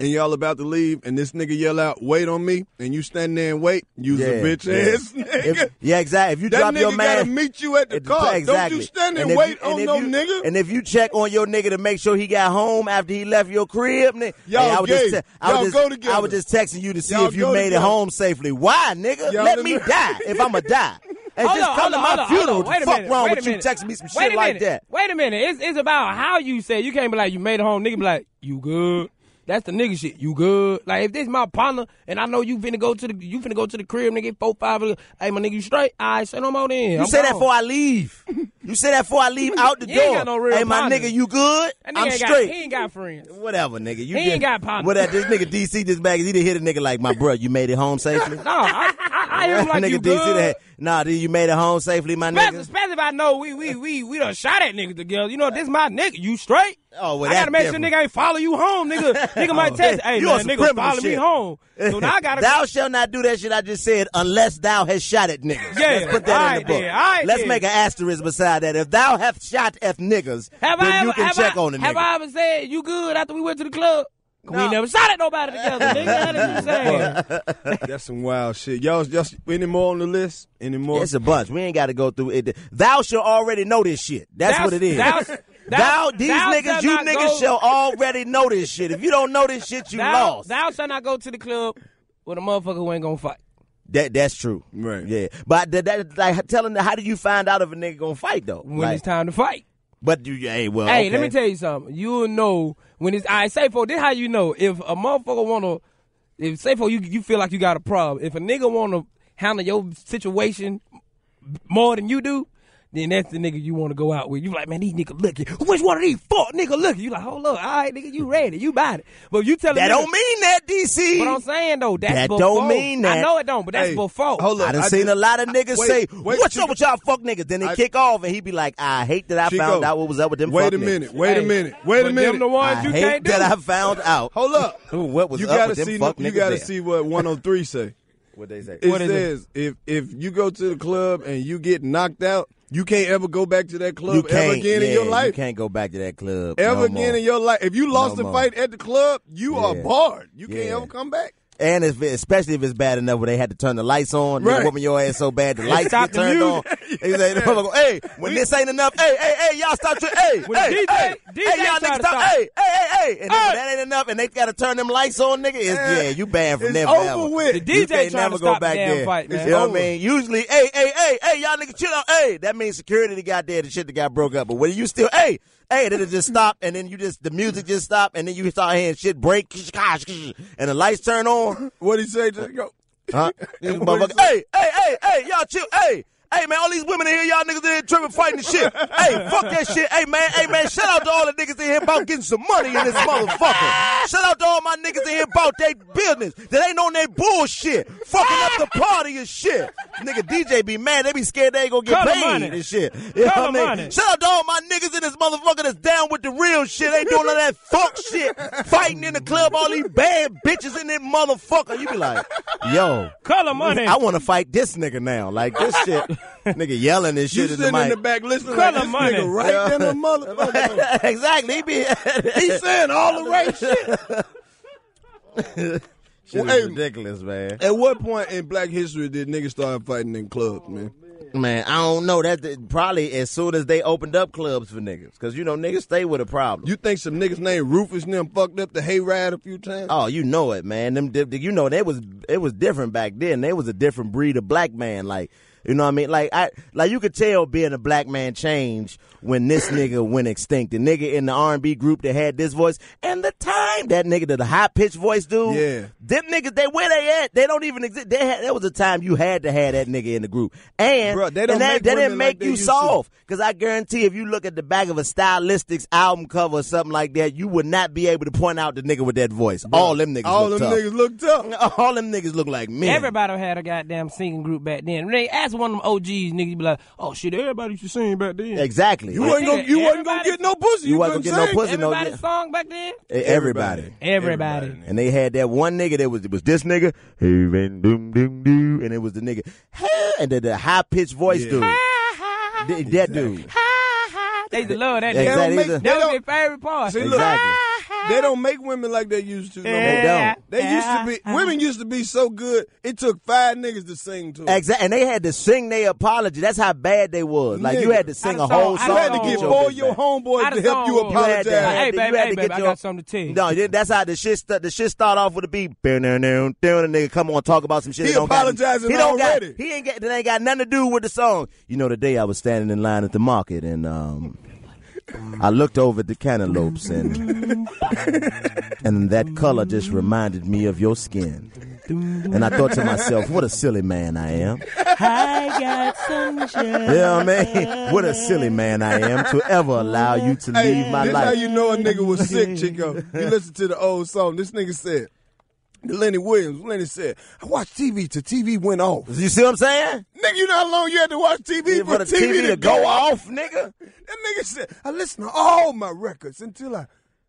Speaker 1: and y'all about to leave and this nigga yell out, wait on me, and you stand there and wait, use a
Speaker 4: Yeah,
Speaker 1: bitch
Speaker 4: yeah.
Speaker 1: ass nigga.
Speaker 4: If- yeah, exactly. If you
Speaker 1: That
Speaker 4: drop your
Speaker 1: nigga
Speaker 4: man,
Speaker 1: gotta meet you at the car. Don't you stand and
Speaker 4: if
Speaker 1: wait on
Speaker 4: if
Speaker 1: no
Speaker 4: you-
Speaker 1: nigga?
Speaker 4: And if you check on your nigga to make sure he got home after he left your crib, nigga,
Speaker 1: Y'all
Speaker 4: hey, I was
Speaker 1: gay.
Speaker 4: just, te- I
Speaker 1: Y'all
Speaker 4: was
Speaker 1: go
Speaker 4: just,
Speaker 1: together.
Speaker 4: I was just texting you to see
Speaker 1: Y'all
Speaker 4: if you
Speaker 1: go
Speaker 4: made
Speaker 1: together.
Speaker 4: it home safely. Why, nigga?
Speaker 1: Y'all
Speaker 4: Let
Speaker 1: in
Speaker 4: me
Speaker 1: the-
Speaker 4: die if I'ma die. And
Speaker 3: Hold
Speaker 4: just
Speaker 3: on,
Speaker 4: come to
Speaker 3: hold
Speaker 4: my
Speaker 3: on, hold on,
Speaker 4: funeral.
Speaker 3: hold on.
Speaker 4: What
Speaker 3: Wait
Speaker 4: the
Speaker 3: a
Speaker 4: fuck
Speaker 3: minute,
Speaker 4: wrong
Speaker 3: wait
Speaker 4: with
Speaker 3: a
Speaker 4: you
Speaker 3: minute.
Speaker 4: texting me some
Speaker 3: Wait
Speaker 4: shit
Speaker 3: a
Speaker 4: like
Speaker 3: minute.
Speaker 4: that?
Speaker 3: Wait a minute. It's it's about how you say it. you can't be like you made it home. Nigga be like you good. That's the nigga shit. You good? Like if this my partner and I know you finna go to the you finna go to the crib, nigga four five. uh, Hey my nigga, you straight? I say no more then.
Speaker 4: You
Speaker 3: I'm
Speaker 4: say that
Speaker 3: gone.
Speaker 4: before I leave. You say that before I leave out the
Speaker 3: He ain't
Speaker 4: door.
Speaker 3: got no real
Speaker 4: hey, my
Speaker 3: partner.
Speaker 4: nigga, you good?
Speaker 3: That nigga
Speaker 4: I'm
Speaker 3: ain't got-
Speaker 4: straight.
Speaker 3: he ain't got friends.
Speaker 4: Whatever, nigga. You
Speaker 3: He ain't
Speaker 4: just-
Speaker 3: got partners.
Speaker 4: What that this nigga DC just back? He done hit a nigga like my bro. You made it home safely.
Speaker 3: No, I, I, I hear him like
Speaker 4: nigga
Speaker 3: you
Speaker 4: DC
Speaker 3: good.
Speaker 4: that. Nah, dude, you made it home safely, my
Speaker 3: Especially,
Speaker 4: nigga.
Speaker 3: especially if I know we we we we done shot at niggas together. You know this my nigga. You straight?
Speaker 4: Oh, well,
Speaker 3: I
Speaker 4: that's
Speaker 3: gotta make sure
Speaker 4: different.
Speaker 3: nigga ain't follow you home, nigga. Nigga might
Speaker 4: Oh,
Speaker 3: text, hey
Speaker 4: you on
Speaker 3: man,
Speaker 4: some
Speaker 3: nigga
Speaker 4: criminal
Speaker 3: follow me
Speaker 4: shit.
Speaker 3: home. So now I gotta
Speaker 4: thou shall not do that shit I just said unless thou hast shot at niggas.
Speaker 3: Yeah,
Speaker 4: Let's put that in
Speaker 3: alright
Speaker 4: the book.
Speaker 3: then, alright
Speaker 4: Let's
Speaker 3: then.
Speaker 4: make an asterisk beside that. If thou hast shot at niggas,
Speaker 3: Have
Speaker 4: then
Speaker 3: I ever,
Speaker 4: you can
Speaker 3: have
Speaker 4: check
Speaker 3: I,
Speaker 4: on the nigga.
Speaker 3: Have I ever said you good after we went to the club? We never shot at nobody together, nigga. That's what I'm saying.
Speaker 1: That's some wild shit. Y'all, just any more on the list? Any more?
Speaker 4: It's a bunch. We ain't got to go through it. Thou shall already know this shit. That's,
Speaker 3: Thou-
Speaker 4: what it is.
Speaker 3: thou-
Speaker 4: Thou,
Speaker 3: thou-
Speaker 4: these
Speaker 3: thou
Speaker 4: niggas,
Speaker 3: shall
Speaker 4: you
Speaker 3: not
Speaker 4: niggas
Speaker 3: go-
Speaker 4: shall already know this shit. If you don't know this shit, you
Speaker 3: thou,
Speaker 4: lost.
Speaker 3: Thou shall not go to the club with a motherfucker who ain't gonna fight.
Speaker 4: That that's true. Right. Yeah. But that, that like telling how do you find out if a nigga gonna fight though?
Speaker 3: When
Speaker 4: Like,
Speaker 3: it's time to fight.
Speaker 4: but you hey well
Speaker 3: hey, let
Speaker 4: Uh, okay.
Speaker 3: me tell you something. You'll know when it's. I say for this, how you know if a motherfucker wanna. If say for you, you feel like you got a problem. If a nigga wanna handle your situation more than you do. Then that's the nigga you want to go out with. You like, man, these nigga looking. Which one of these fuck nigga looking? You like, hold up, all right, nigga, you ready? You about it? But you telling
Speaker 4: That
Speaker 3: me
Speaker 4: don't mean that DC.
Speaker 3: But I'm saying though, that's
Speaker 4: That
Speaker 3: before.
Speaker 4: don't mean that.
Speaker 3: I know it don't, but that's
Speaker 4: Hey,
Speaker 3: before.
Speaker 1: hold
Speaker 4: I done seen a lot of niggas
Speaker 1: wait,
Speaker 4: say,
Speaker 1: wait,
Speaker 4: "What's
Speaker 1: Chico.
Speaker 4: up with y'all fuck niggas?" Then they
Speaker 1: I-
Speaker 4: kick off, and he be like, "I hate that I
Speaker 1: Chico,
Speaker 4: found out what was up with them."
Speaker 1: wait
Speaker 4: fuck
Speaker 1: a
Speaker 4: niggas.
Speaker 1: minute, wait a Hey, minute, wait a but them minute. the ones
Speaker 4: I
Speaker 1: you
Speaker 4: hate
Speaker 1: can't do.
Speaker 4: that I found out.
Speaker 1: Hold up.
Speaker 4: what was
Speaker 1: you
Speaker 4: up
Speaker 1: gotta
Speaker 4: with them
Speaker 1: see,
Speaker 4: fuck
Speaker 1: You
Speaker 4: niggas
Speaker 1: gotta
Speaker 4: there.
Speaker 1: see what 103 say.
Speaker 4: What they say?
Speaker 1: It
Speaker 4: What is it?
Speaker 1: says if if you go to the club and you get knocked out, you can't ever go back to that club
Speaker 4: you can't,
Speaker 1: ever again
Speaker 4: yeah,
Speaker 1: in your
Speaker 4: You
Speaker 1: life.
Speaker 4: can't go back to that club
Speaker 1: Ever
Speaker 4: no
Speaker 1: again
Speaker 4: more.
Speaker 1: in your life. If you lost
Speaker 4: No
Speaker 1: a
Speaker 4: more.
Speaker 1: fight at the club, you are
Speaker 4: Yeah.
Speaker 1: barred. You can't
Speaker 4: Yeah.
Speaker 1: ever come back.
Speaker 4: And if, especially if it's bad enough where they had to turn the lights on,
Speaker 1: Right.
Speaker 4: they whooping your ass so bad the lights
Speaker 1: Stop
Speaker 4: get
Speaker 1: the
Speaker 4: turned on.
Speaker 1: music.
Speaker 4: They say, the motherfucker go, hey, when this ain't enough, hey, hey, hey, y'all stop, tri- hey,
Speaker 3: When
Speaker 4: hey,
Speaker 3: DJ
Speaker 4: hey,
Speaker 3: DJ
Speaker 4: hey, y'all niggas
Speaker 3: try to
Speaker 4: stop,
Speaker 3: stop.
Speaker 4: hey, hey, hey, hey, and then when that ain't enough, and they gotta turn them lights on, nigga. It's,
Speaker 1: Yeah.
Speaker 4: yeah, you banned from
Speaker 1: It's
Speaker 4: there
Speaker 1: over
Speaker 4: forever.
Speaker 1: with. The
Speaker 4: you
Speaker 3: DJ
Speaker 4: can't
Speaker 3: trying
Speaker 4: never
Speaker 3: to
Speaker 4: go
Speaker 3: stop
Speaker 4: back
Speaker 3: the damn
Speaker 4: there.
Speaker 3: fight, man.
Speaker 4: You know what
Speaker 3: Over.
Speaker 4: I mean? Usually, hey, hey, hey, hey, y'all niggas chill out, hey, that means security that got there, the shit that got broke up. But when you still, hey, hey, then it just stopped, and then you just the music just stopped, and then you start hearing shit break, and the lights turn on.
Speaker 1: What he say? Just go.
Speaker 4: Huh? This motherfucker- hey, hey, hey, hey, y'all chill. Hey, hey, man, all these women in here, y'all niggas in here tripping, fighting and shit. hey, fuck that shit. Hey, man, hey, man, shout out to all the niggas in here about getting some money in this motherfucker. shout out to all my niggas in here about their business that ain't on their bullshit, fucking up the party and shit. Nigga, DJ be mad. They be scared they ain't gonna get
Speaker 3: Cut the
Speaker 4: paid
Speaker 3: money.
Speaker 4: and shit. You know what
Speaker 3: Cut the
Speaker 4: I mean?
Speaker 3: money.
Speaker 4: Shout out to all my niggas in this motherfucker that's down with the real
Speaker 7: real shit. Ain't doing all that fuck shit. Fighting in the club, all these bad bitches in that motherfucker. You be like,
Speaker 4: Yo,
Speaker 7: color money.
Speaker 4: I want to fight this nigga now. Like this shit, nigga yelling and shit
Speaker 1: you
Speaker 4: in the
Speaker 1: sitting in
Speaker 4: mic.
Speaker 1: the back listening
Speaker 4: Color
Speaker 1: like this
Speaker 4: money.
Speaker 1: nigga right in the motherfucker.
Speaker 4: exactly. He be
Speaker 1: He's saying all the right shit.
Speaker 4: shit
Speaker 1: Well, hey,
Speaker 4: is ridiculous, man.
Speaker 1: At what point in black history did niggas start fighting in clubs, man?
Speaker 4: Man, I don't know. That that- probably as soon as they opened up clubs for niggas, because you know niggas stay with a problem.
Speaker 1: You think some niggas named Rufus and them fucked up the hayride a few times?
Speaker 4: Oh, you know it, man. Them, dip- you know, they was it was different back then. They was a different breed of black man. Like, you know what I mean? Like, I like you could tell being a black man changed when this nigga went extinct. The nigga in the R and B group that had this voice and the time that nigga did the high pitched voice, dude.
Speaker 1: Yeah.
Speaker 4: them niggas, they where they at? They don't even exist. They had, there was a time you had to have that nigga in the group, and
Speaker 1: Bruh, they don't
Speaker 4: and that, that
Speaker 1: make
Speaker 4: didn't
Speaker 1: women
Speaker 4: make
Speaker 1: like they
Speaker 4: you
Speaker 1: used to.
Speaker 4: soft. Because I guarantee if you look at the back of a stylistics album cover or something like that, you would not be able to point out the nigga with that voice. all them niggas
Speaker 3: all
Speaker 4: look
Speaker 3: them
Speaker 4: tough.
Speaker 3: niggas
Speaker 1: look
Speaker 4: tough. All them niggas look like men.
Speaker 3: Everybody had a goddamn singing group back then. When they asked one of them OGs, nigga, you be like, "Oh shit, everybody used to sing back then."
Speaker 4: Exactly.
Speaker 1: You wasn't gonna, you wasn't gonna get no pussy.
Speaker 4: You wasn't
Speaker 1: couldn't
Speaker 4: gonna get no
Speaker 1: sing.
Speaker 4: pussy, no- Everybody yeah.
Speaker 3: song back then.
Speaker 4: E- Everybody.
Speaker 3: Everybody.
Speaker 4: And they had that one nigga that was it was this nigga, hey, man, doom, doom, doom, and it was the nigga, "Huh," and the, the high pitched voice dude. Th- That dude.
Speaker 3: They used to love that.
Speaker 4: Exactly.
Speaker 3: Exactly.
Speaker 4: They don't
Speaker 3: That was their favorite part.
Speaker 1: See, look,
Speaker 4: Exactly.
Speaker 1: they don't make women like they used to. no more.
Speaker 4: They don't.
Speaker 1: They used to be women used to be so good. It took five niggas to sing to. 'em.
Speaker 4: Exactly, and they had to sing their apology. That's how bad they was. Like you
Speaker 1: Nigga.
Speaker 4: had to sing a
Speaker 1: I'd've
Speaker 4: whole
Speaker 1: sold- I'd've
Speaker 4: song.
Speaker 1: had to
Speaker 4: get
Speaker 1: get
Speaker 4: your
Speaker 1: all
Speaker 4: bitch
Speaker 1: your
Speaker 4: back.
Speaker 1: homeboys I'd've to help you sold-
Speaker 4: You had to-
Speaker 1: apologize. Hey,
Speaker 4: you
Speaker 1: baby,
Speaker 4: had
Speaker 1: hey,
Speaker 4: to
Speaker 1: baby,
Speaker 4: get
Speaker 1: I
Speaker 4: your-
Speaker 1: got something to tell you.
Speaker 4: No, then that's how the shit. St- the shit start off with a beat. Bam, bam, bam, bam, and nigga come on talk about some shit.
Speaker 1: He
Speaker 4: that don't got-
Speaker 1: apologizing
Speaker 4: he don't
Speaker 1: already.
Speaker 4: Got, he ain't got. That ain't got nothing to do with the song. You know, today I was standing in line at the market and um, I looked over at the cantaloupes and and that color just reminded me of your skin. And I thought to myself, what a silly man I am.
Speaker 8: I got sunshine.
Speaker 4: Yeah, man. What a silly man I am to ever allow you to
Speaker 1: Hey,
Speaker 4: leave my
Speaker 1: this
Speaker 4: life.
Speaker 1: how you know a nigga was sick, Chico. You listen to the old song. This nigga said, Lenny Williams. Lenny said, I watched TV till TV went off.
Speaker 4: You see what I'm saying?
Speaker 1: Nigga, you know how long you had to watch TV
Speaker 4: Yeah,
Speaker 1: for, the TV, to, go, off,
Speaker 4: nigga?
Speaker 1: That nigga said, I listened to all my records until I,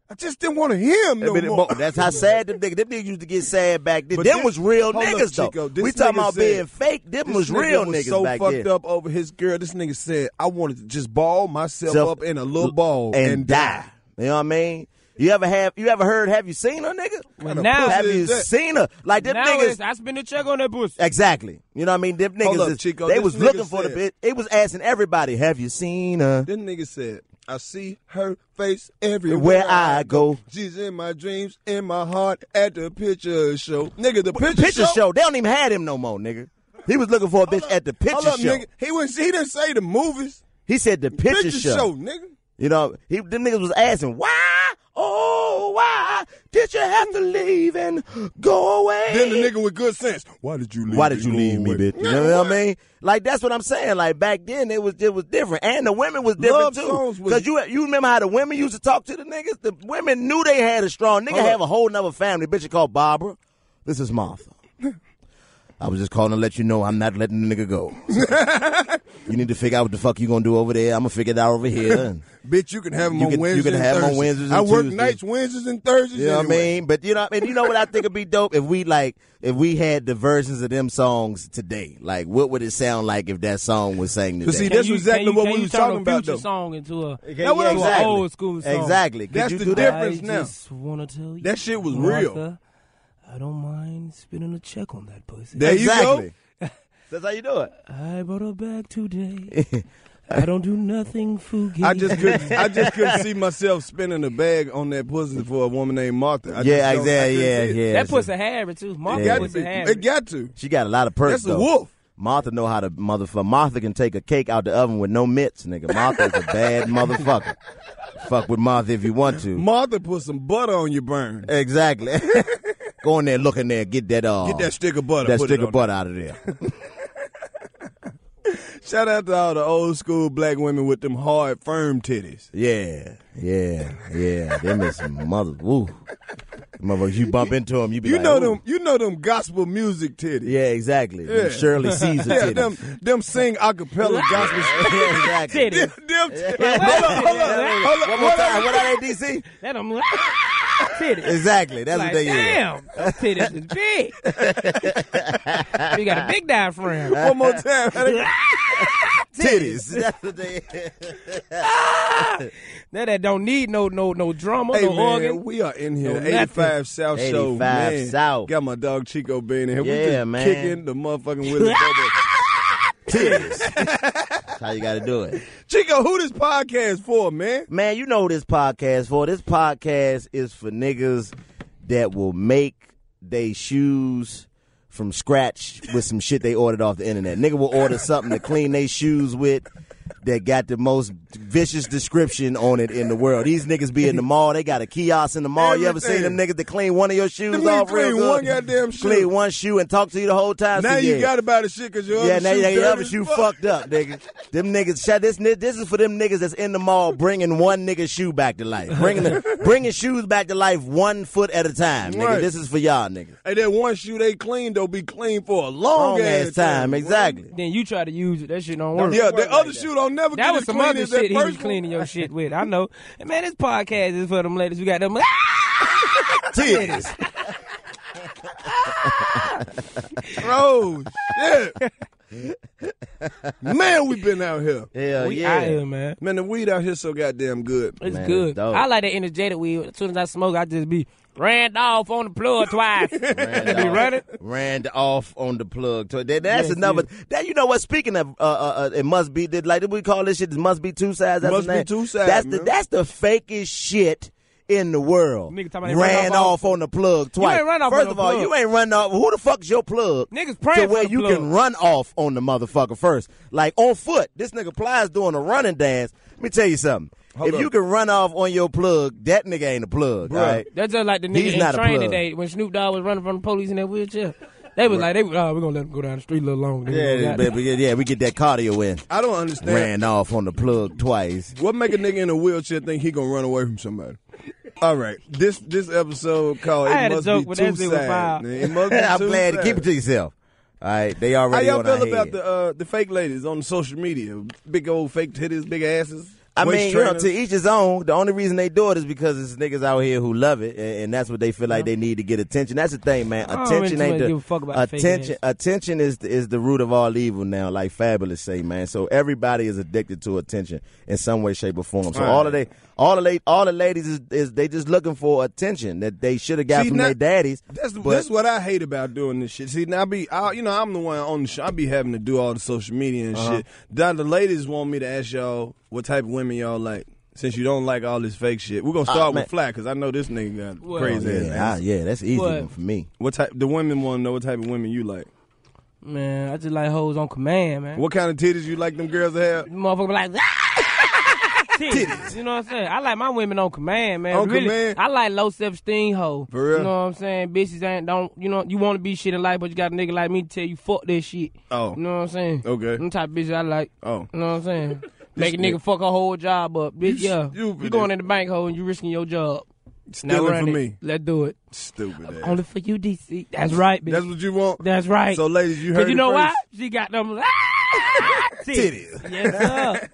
Speaker 1: I just didn't want to hear him
Speaker 4: I
Speaker 1: no
Speaker 4: mean,
Speaker 1: more.
Speaker 4: but That's how sad them niggas. Them niggas used to get sad back then.
Speaker 1: But
Speaker 4: them
Speaker 1: this-
Speaker 4: was real
Speaker 1: hold up,
Speaker 4: niggas
Speaker 1: Chico.
Speaker 4: though.
Speaker 1: This
Speaker 4: We talking
Speaker 1: nigga
Speaker 4: about
Speaker 1: said-
Speaker 4: being fake. Them
Speaker 1: this
Speaker 4: was
Speaker 1: nigga
Speaker 4: real
Speaker 1: was
Speaker 4: niggas
Speaker 1: so
Speaker 4: back
Speaker 1: fucked
Speaker 4: then.
Speaker 1: up over his girl. This nigga said, "I wanted to just ball myself
Speaker 4: Self-
Speaker 1: up in a little ball
Speaker 4: and,
Speaker 1: and,
Speaker 4: die. You know what I mean? You ever have? You ever heard? Have you seen her, nigga?
Speaker 1: Well, now-
Speaker 4: have you
Speaker 1: is that?
Speaker 4: seen her? Like them
Speaker 8: Now
Speaker 4: niggas.
Speaker 8: it's, I spend a check on that pussy.
Speaker 4: Exactly. You know what I mean? Them
Speaker 1: Hold
Speaker 4: niggas,
Speaker 1: up,
Speaker 4: is-
Speaker 1: Chico.
Speaker 4: they
Speaker 1: This
Speaker 4: was
Speaker 1: nigga
Speaker 4: looking for the
Speaker 1: said-
Speaker 4: bitch. They was asking everybody, "Have you seen her?"
Speaker 1: This nigga said, I see her face everywhere
Speaker 4: Where I go.
Speaker 1: She's in my dreams, in my heart, at the picture show. Nigga, the picture,
Speaker 4: Picture show. They don't even have him no more, nigga. He was looking for a bitch at the picture
Speaker 1: Hold up,
Speaker 4: show.
Speaker 1: nigga. He, was, he didn't say the movies.
Speaker 4: He said the picture,
Speaker 1: Picture
Speaker 4: show.
Speaker 1: show, nigga.
Speaker 4: You know, he them niggas was asking why, oh why did you have to leave and go away?
Speaker 1: Then the nigga with good sense. Why did you leave
Speaker 4: Why did
Speaker 1: me?
Speaker 4: you
Speaker 1: Go
Speaker 4: leave me,
Speaker 1: away.
Speaker 4: bitch? You know what I mean? Like that's what I'm saying. Like back then, it was it was different, and the women was different
Speaker 1: Love
Speaker 4: too.
Speaker 1: songs was-
Speaker 4: Because you you remember how the women used to talk to the niggas? The women knew they had a strong nigga.
Speaker 1: Hold
Speaker 4: Have a whole nother family. Bitch, you called Barbara. This is Martha. I was just calling to let you know I'm not letting the nigga go. you need to figure out what the fuck you gonna do over there. I'm gonna figure it out over here. And
Speaker 1: Bitch, you can have him
Speaker 4: You
Speaker 1: on
Speaker 4: can- you
Speaker 1: Wednesdays.
Speaker 4: can
Speaker 1: and
Speaker 4: have 'em on
Speaker 1: Thursdays.
Speaker 4: Wednesdays
Speaker 1: I
Speaker 4: and
Speaker 1: work
Speaker 4: Tuesdays.
Speaker 1: nights, Wednesdays, and Thursdays.
Speaker 4: You know what I
Speaker 1: anyway.
Speaker 4: mean? But you know, what I mean, you know what I think would be dope if we like if we had the versions of them songs today. Like, what would it sound like if that song was sang today?
Speaker 1: But see, that's exactly what we was talking about,
Speaker 8: Future
Speaker 1: though.
Speaker 8: song into a,
Speaker 4: Yeah,
Speaker 8: to
Speaker 4: yeah,
Speaker 8: an
Speaker 4: exactly.
Speaker 8: old school song.
Speaker 4: Exactly. Could
Speaker 1: That's
Speaker 4: you
Speaker 1: the
Speaker 4: do that?
Speaker 1: difference
Speaker 8: I
Speaker 1: now.
Speaker 8: just wanna tell you,
Speaker 1: That shit was
Speaker 8: Martha,
Speaker 1: real.
Speaker 8: I don't mind spending a check on that pussy.
Speaker 1: There you go.
Speaker 4: exactly. That's how you do it.
Speaker 8: I brought her back today. I don't do nothing fugazi.
Speaker 1: I just couldn't, I just couldn't see myself spinning a bag on that pussy for a woman named Martha. I
Speaker 4: Yeah,
Speaker 1: just don't- I
Speaker 4: exactly.
Speaker 1: couldn't
Speaker 4: Yeah,
Speaker 1: see it.
Speaker 4: yeah.
Speaker 8: that pussy had it too. Martha
Speaker 1: It got to
Speaker 8: pussy
Speaker 1: be.
Speaker 8: had
Speaker 1: It got to.
Speaker 4: She got a lot of perks.
Speaker 1: That's a
Speaker 4: though.
Speaker 1: wolf.
Speaker 4: Martha know how to motherfucker. Martha can take a cake out the oven with no mitts, nigga. Martha's a bad motherfucker. Fuck with Martha if you want to.
Speaker 1: Martha put some butter on your burn.
Speaker 4: exactly. Go in there, look in there, get that uh,
Speaker 1: Get that stick of butter.
Speaker 4: that
Speaker 1: put
Speaker 4: stick
Speaker 1: it
Speaker 4: of
Speaker 1: on
Speaker 4: butter out of there.
Speaker 1: there. Shout out to all the old school black women with them hard, firm titties.
Speaker 4: Yeah, yeah, yeah. Them is some mother. Woo. Mother, you bump into them, you be
Speaker 1: You
Speaker 4: like,
Speaker 1: know
Speaker 4: "Ooh."
Speaker 1: them. You know them gospel music titties.
Speaker 4: Yeah, exactly. Them Shirley Caesar
Speaker 1: yeah,
Speaker 4: titties.
Speaker 1: them them sing acapella gospel.
Speaker 4: Yeah, exactly.
Speaker 1: Them, them, hold on, hold on, hold
Speaker 4: One more time. What are they, DC?
Speaker 3: That I'm like, titties.
Speaker 4: Exactly. That's
Speaker 3: like,
Speaker 4: what they
Speaker 3: damn,
Speaker 4: use.
Speaker 3: those titties is big. you got a big diaphragm.
Speaker 1: One more time.
Speaker 4: Titties. That's what they.
Speaker 3: Now that don't need no no no drama,
Speaker 1: Hey
Speaker 3: no
Speaker 1: man,
Speaker 3: organ.
Speaker 1: we are in here.
Speaker 3: No nothing.
Speaker 1: 85 South Show.
Speaker 4: 85
Speaker 1: man.
Speaker 4: South.
Speaker 1: Got my dog Chico being in here. we
Speaker 4: Yeah,
Speaker 1: just
Speaker 4: man.
Speaker 1: kicking the motherfucking Willie Bobo.
Speaker 4: That's how you got to do it.
Speaker 1: Chico, who this podcast for, man?
Speaker 4: Man, you know who this podcast for. This podcast is for niggas that will make they shoes from scratch with some shit they ordered off the internet. Nigga will order something to clean they shoes with that got the most vicious description on it in the world. These niggas be in the mall, they got a kiosk in the mall. You ever seen them niggas that clean one of your shoes
Speaker 1: Them niggas
Speaker 4: off real
Speaker 1: clean
Speaker 4: good?
Speaker 1: one goddamn shoe.
Speaker 4: Clean one shoe and talk to you the whole time.
Speaker 1: Now
Speaker 4: So,
Speaker 1: you
Speaker 4: yeah.
Speaker 1: got about a shit because your
Speaker 4: Yeah,
Speaker 1: other
Speaker 4: now
Speaker 1: shoe
Speaker 4: your
Speaker 1: dirty
Speaker 4: other
Speaker 1: as
Speaker 4: shoe
Speaker 1: fuck.
Speaker 4: fucked up, nigga. Them niggas, shut this. ni- This is for them niggas that's in the mall bringing one nigga's shoe back to life, bringing the, bringing shoes back to life one foot at a time, nigga.
Speaker 1: Right.
Speaker 4: This is for y'all, nigga.
Speaker 1: Hey, that one shoe they clean, they'll be clean for a long,
Speaker 4: Long ass time, exactly.
Speaker 3: Then you try to use it. That shit don't work.
Speaker 1: Yeah, the other shoe don't never
Speaker 3: That
Speaker 1: get
Speaker 3: was
Speaker 1: as
Speaker 3: some
Speaker 1: clean
Speaker 3: other
Speaker 1: as that
Speaker 3: shit he was
Speaker 1: first one.
Speaker 3: cleaning your shit with. I know. And man, this podcast is for them ladies. We got
Speaker 1: Uh,
Speaker 3: them.
Speaker 4: Titties.
Speaker 1: Oh shit. man, we been out here.
Speaker 4: Hell
Speaker 3: We
Speaker 4: yeah.
Speaker 3: out here, man.
Speaker 1: Man, the weed out here so goddamn good.
Speaker 3: It's good. I like that energetic weed. As soon as I smoke, I just be Randolph on the plug twice.
Speaker 4: Rand
Speaker 3: be
Speaker 4: off-
Speaker 3: running.
Speaker 4: Rand off on the plug. To- that- that's
Speaker 3: Yes,
Speaker 4: another. That you know what? Speaking of, uh, uh, uh, it must be that like we call this shit. It must be two sides. That's
Speaker 1: Must
Speaker 4: the
Speaker 1: Be
Speaker 4: name.
Speaker 1: Two Sides,
Speaker 4: That's the
Speaker 1: man.
Speaker 4: that's the fakest shit. In the world,
Speaker 3: Nigga talking about they
Speaker 4: ran,
Speaker 3: run off
Speaker 4: off on the plug twice.
Speaker 3: ain't run off
Speaker 4: first
Speaker 3: on
Speaker 4: of
Speaker 3: the
Speaker 4: all,
Speaker 3: plug.
Speaker 4: you ain't run off. Who the fuck's your plug?
Speaker 3: Niggas praying
Speaker 4: to where
Speaker 3: for the
Speaker 4: you
Speaker 3: plug.
Speaker 4: can run off on the motherfucker first, like on foot. This nigga Plies doing a running dance. Let me tell you something.
Speaker 1: Hold
Speaker 4: if
Speaker 1: up.
Speaker 4: you can run off on your plug, that nigga ain't a plug. all right?
Speaker 3: That's just like the nigga
Speaker 4: He's
Speaker 3: in
Speaker 4: not a
Speaker 3: train
Speaker 4: plug.
Speaker 3: today when Snoop Dogg was running from the police in that wheelchair. They was like, they was, oh, we're gonna let him go down the street a little longer. They
Speaker 4: Yeah,
Speaker 3: gonna
Speaker 4: yeah,
Speaker 3: go down-
Speaker 4: baby, yeah, yeah, we get that cardio in.
Speaker 1: I don't understand.
Speaker 4: Ran off on the plug twice.
Speaker 1: What make a nigga in a wheelchair think he gonna run away from somebody? All right, this this episode called
Speaker 3: I
Speaker 1: "It
Speaker 3: had a
Speaker 1: Must
Speaker 3: joke,
Speaker 1: Be
Speaker 3: but that
Speaker 1: Two
Speaker 3: shit was
Speaker 1: Sides."
Speaker 3: foul.
Speaker 1: man. It must be
Speaker 4: I'm
Speaker 1: two
Speaker 4: glad to
Speaker 1: sides.
Speaker 4: keep it to yourself. All right, they
Speaker 1: How
Speaker 4: already
Speaker 1: y'all
Speaker 4: on our
Speaker 1: feel about
Speaker 4: head.
Speaker 1: the uh, the fake ladies on social media? Big old fake titties, big asses.
Speaker 4: I
Speaker 1: waist
Speaker 4: mean, you know,
Speaker 1: trainers?
Speaker 4: to each his own. The only reason they do it is because it's niggas out here who love it, and, and that's what they feel like they need to get attention. That's the thing, man.
Speaker 3: I don't
Speaker 4: Attention
Speaker 3: really
Speaker 4: ain't the
Speaker 3: give a fuck about fake
Speaker 4: attention. Attention is the, is the root of all evil now, like Fabulous say, man. So everybody is addicted to attention in some way, shape, or form. So
Speaker 1: Right.
Speaker 4: all of they, all of they, all the ladies is, is they just looking for attention that they should have got
Speaker 1: See,
Speaker 4: from
Speaker 1: now-
Speaker 4: their daddies.
Speaker 1: That's
Speaker 4: but-
Speaker 1: that's what I hate about doing this shit. See, now I be, I, you know, I'm the one on the show. I be having to do all the social media and
Speaker 4: Uh-huh.
Speaker 1: shit. Down the ladies want me to ask y'all what type of women y'all like. Since you don't like all this fake shit, we're gonna start with
Speaker 4: Ah, man.
Speaker 1: Fly because I know this nigga got
Speaker 3: Well-
Speaker 1: crazy ass.
Speaker 4: yeah,
Speaker 1: ass.
Speaker 4: I- yeah, that's an easy
Speaker 3: What?
Speaker 4: one for me.
Speaker 1: What type? The women want to know what type of women you like.
Speaker 3: Man, I just like hoes on command, man.
Speaker 1: What kind of titties you like them girls to have?
Speaker 3: Motherfucker be like, "Ah!" titties. You know what I'm saying? I like my women on command, man.
Speaker 1: On
Speaker 3: really,
Speaker 1: command?
Speaker 3: I like low self esteem hoe.
Speaker 1: For real?
Speaker 3: You know what I'm saying? Bitches ain't don't you know you want to be shit in life, but you got a nigga like me to tell you fuck that shit.
Speaker 1: Oh.
Speaker 3: You know what I'm saying?
Speaker 1: Okay.
Speaker 3: Them type of bitches I like.
Speaker 1: Oh.
Speaker 3: You know what I'm saying? Make a
Speaker 1: This
Speaker 3: nigga fuck her whole job up, bitch.
Speaker 1: You
Speaker 3: yeah,
Speaker 1: stupid.
Speaker 3: you going in the bank hole and you risking your job. Now
Speaker 1: Stealing
Speaker 3: run
Speaker 1: from
Speaker 3: it.
Speaker 1: me.
Speaker 3: Let's do it.
Speaker 1: Stupid ass.
Speaker 3: Only for you, DC. That's right, bitch.
Speaker 1: That's what you want.
Speaker 3: That's right.
Speaker 1: So, ladies, you heard
Speaker 3: you
Speaker 1: it
Speaker 3: know why?
Speaker 1: first.
Speaker 3: She got them Ah! titties.
Speaker 1: Titties.
Speaker 3: Yes, sir.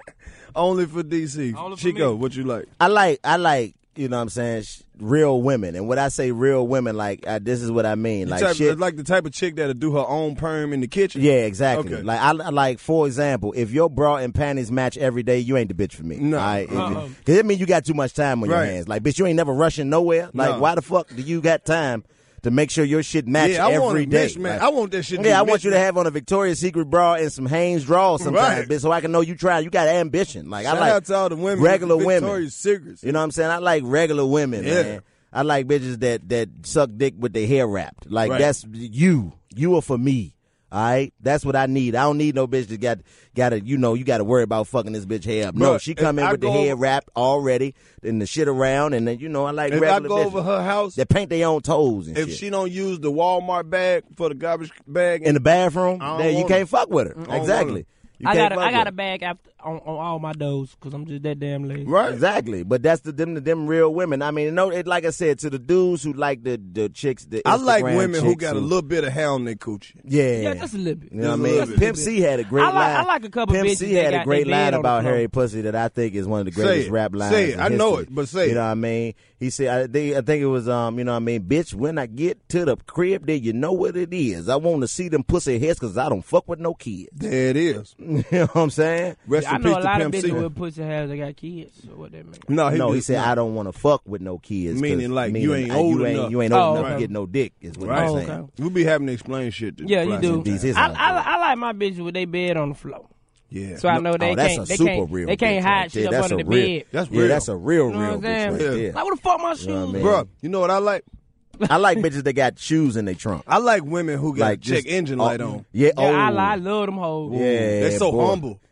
Speaker 1: Only for DC.
Speaker 3: Only for
Speaker 1: Chico,
Speaker 3: me.
Speaker 1: what you like?
Speaker 4: I like I like you know what I'm saying sh- real women, and when I say real women, like I, this is what I mean,
Speaker 1: You
Speaker 4: like
Speaker 1: type-
Speaker 4: shit.
Speaker 1: like the type of chick that'll do her own perm in the kitchen.
Speaker 4: yeah, exactly.
Speaker 1: Okay.
Speaker 4: Like I I like for example, if your bra and panties match every day, you ain't the bitch for me.
Speaker 1: No.
Speaker 4: All right? If you-
Speaker 3: Uh-uh.
Speaker 4: cause that mean you got too much time on
Speaker 1: Right.
Speaker 4: your hands. Like bitch, you ain't never rushing nowhere. Like
Speaker 1: No.
Speaker 4: why the fuck do you got time? To make sure your shit match
Speaker 1: Yeah, I want
Speaker 4: every
Speaker 1: a
Speaker 4: day?
Speaker 1: mismatch.
Speaker 4: Like-
Speaker 1: I want that shit to be
Speaker 4: Yeah, I want you to
Speaker 1: mismatched.
Speaker 4: have on a Victoria's Secret bra and some Hanes draws sometimes,
Speaker 1: Right.
Speaker 4: bitch, so I can know you try. You got ambition. Like
Speaker 1: Shout
Speaker 4: I like
Speaker 1: out to all the women. with
Speaker 4: regular
Speaker 1: Victoria's
Speaker 4: women.
Speaker 1: Secrets.
Speaker 4: You know what I'm saying? I like regular women,
Speaker 1: Yeah.
Speaker 4: man. I like bitches that that suck dick with their hair wrapped. Like
Speaker 1: Right.
Speaker 4: that's you. You are for me. All right, that's what I need. I don't need no bitch that got got to you know you got to worry about fucking this bitch hair up. no,
Speaker 1: Bruh,
Speaker 4: she come
Speaker 1: if
Speaker 4: in
Speaker 1: I
Speaker 4: with the
Speaker 1: go
Speaker 4: hair
Speaker 1: over-
Speaker 4: wrapped already and the shit around, and then you know I like
Speaker 1: If I
Speaker 4: regular
Speaker 1: go
Speaker 4: bitches.
Speaker 1: over her house,
Speaker 4: They paint their own toes and
Speaker 1: if
Speaker 4: shit
Speaker 1: she don't use the Walmart bag for the garbage bag,
Speaker 4: in the bathroom.
Speaker 1: I don't
Speaker 4: There, you
Speaker 1: want
Speaker 4: can't
Speaker 1: it.
Speaker 4: fuck with
Speaker 1: I don't
Speaker 4: her.
Speaker 1: want
Speaker 4: Exactly.
Speaker 1: it.
Speaker 4: You
Speaker 3: I
Speaker 4: can't
Speaker 3: got a,
Speaker 4: fuck
Speaker 3: I
Speaker 4: with
Speaker 3: got a
Speaker 4: her.
Speaker 3: bag after on, on all my doughs because I'm just that damn lazy.
Speaker 4: Right. Exactly. But that's the them them real women. I mean, no, it like I said to the dudes who like the the chicks. The
Speaker 1: I like
Speaker 4: Instagram
Speaker 1: women who
Speaker 4: chicks
Speaker 1: got a little bit of hair on their coochie.
Speaker 4: Yeah.
Speaker 3: Yeah, just a little bit.
Speaker 4: You know what I
Speaker 3: Just a
Speaker 4: mean?
Speaker 3: little bit.
Speaker 4: Pimp C had a great
Speaker 3: I like-
Speaker 4: line.
Speaker 3: I like a couple
Speaker 4: Pimp
Speaker 3: bitches
Speaker 4: C
Speaker 3: that
Speaker 4: had a
Speaker 3: got
Speaker 4: great
Speaker 3: their bed
Speaker 4: line
Speaker 3: on the
Speaker 4: about
Speaker 3: floor.
Speaker 4: Harry Pussy that I think is one of the
Speaker 1: Say
Speaker 4: greatest
Speaker 1: it.
Speaker 4: rap lines.
Speaker 1: Say it.
Speaker 4: in
Speaker 1: I know
Speaker 4: history.
Speaker 1: it, but say
Speaker 4: You
Speaker 1: it.
Speaker 4: know what I mean? He said, I think, I think it was, um, you know what I mean? Bitch, when I get to the crib, then you know what it is. I want to see them pussy heads because I don't fuck with no kids.
Speaker 1: There it is.
Speaker 4: you know what I'm saying?
Speaker 1: Rest
Speaker 3: I know a lot of bitches with pussy hairs that got kids. So what that mean?
Speaker 4: No,
Speaker 1: No,
Speaker 4: he,
Speaker 1: he just-
Speaker 4: said I don't want to fuck with no kids. 'cause-
Speaker 1: Meaning like you ain't
Speaker 4: I-
Speaker 1: old
Speaker 4: you ain't,
Speaker 1: enough.
Speaker 4: You ain't old
Speaker 3: Oh,
Speaker 4: enough to
Speaker 3: okay.
Speaker 4: get no dick. Is what
Speaker 1: Right.
Speaker 4: I'm saying.
Speaker 1: We be having to explain shit. To
Speaker 3: Oh, Yeah, you do.
Speaker 4: These is
Speaker 3: I,
Speaker 4: all
Speaker 3: I, I like my bitches with their bed on the floor.
Speaker 1: Yeah.
Speaker 3: So I know
Speaker 4: No,
Speaker 3: they
Speaker 4: oh, that's
Speaker 3: can't.
Speaker 4: a
Speaker 3: they
Speaker 4: super
Speaker 3: can't,
Speaker 4: real
Speaker 3: They can't
Speaker 4: bitch
Speaker 3: hide
Speaker 4: right
Speaker 3: shit
Speaker 4: there.
Speaker 3: up
Speaker 4: That's
Speaker 3: under
Speaker 4: a
Speaker 3: the
Speaker 4: real-
Speaker 3: bed.
Speaker 4: that's Yeah, real. that's a real,
Speaker 3: You know what
Speaker 4: real
Speaker 3: I'm
Speaker 4: bitch right
Speaker 3: saying?
Speaker 4: there.
Speaker 3: Like what the fuck my
Speaker 4: You
Speaker 3: shoes?
Speaker 4: know what I mean?
Speaker 1: Bruh, you know what I like?
Speaker 4: I like bitches that got shoes in their trunk.
Speaker 1: I like women who got
Speaker 4: Like
Speaker 1: check
Speaker 4: just-
Speaker 1: engine
Speaker 4: oh,
Speaker 1: light on.
Speaker 4: Yeah,
Speaker 3: Yeah, I,
Speaker 4: oh,
Speaker 3: li- I love them hoes.
Speaker 4: Yeah,
Speaker 1: they so
Speaker 4: boy.
Speaker 1: humble.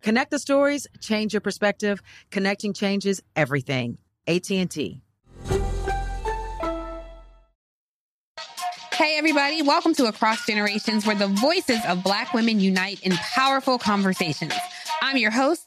Speaker 9: Connect the stories, change your perspective. Connecting changes everything. AT&T.
Speaker 10: Hey, everybody, welcome to Across Generations, where the voices of Black women unite in powerful conversations. I'm your host,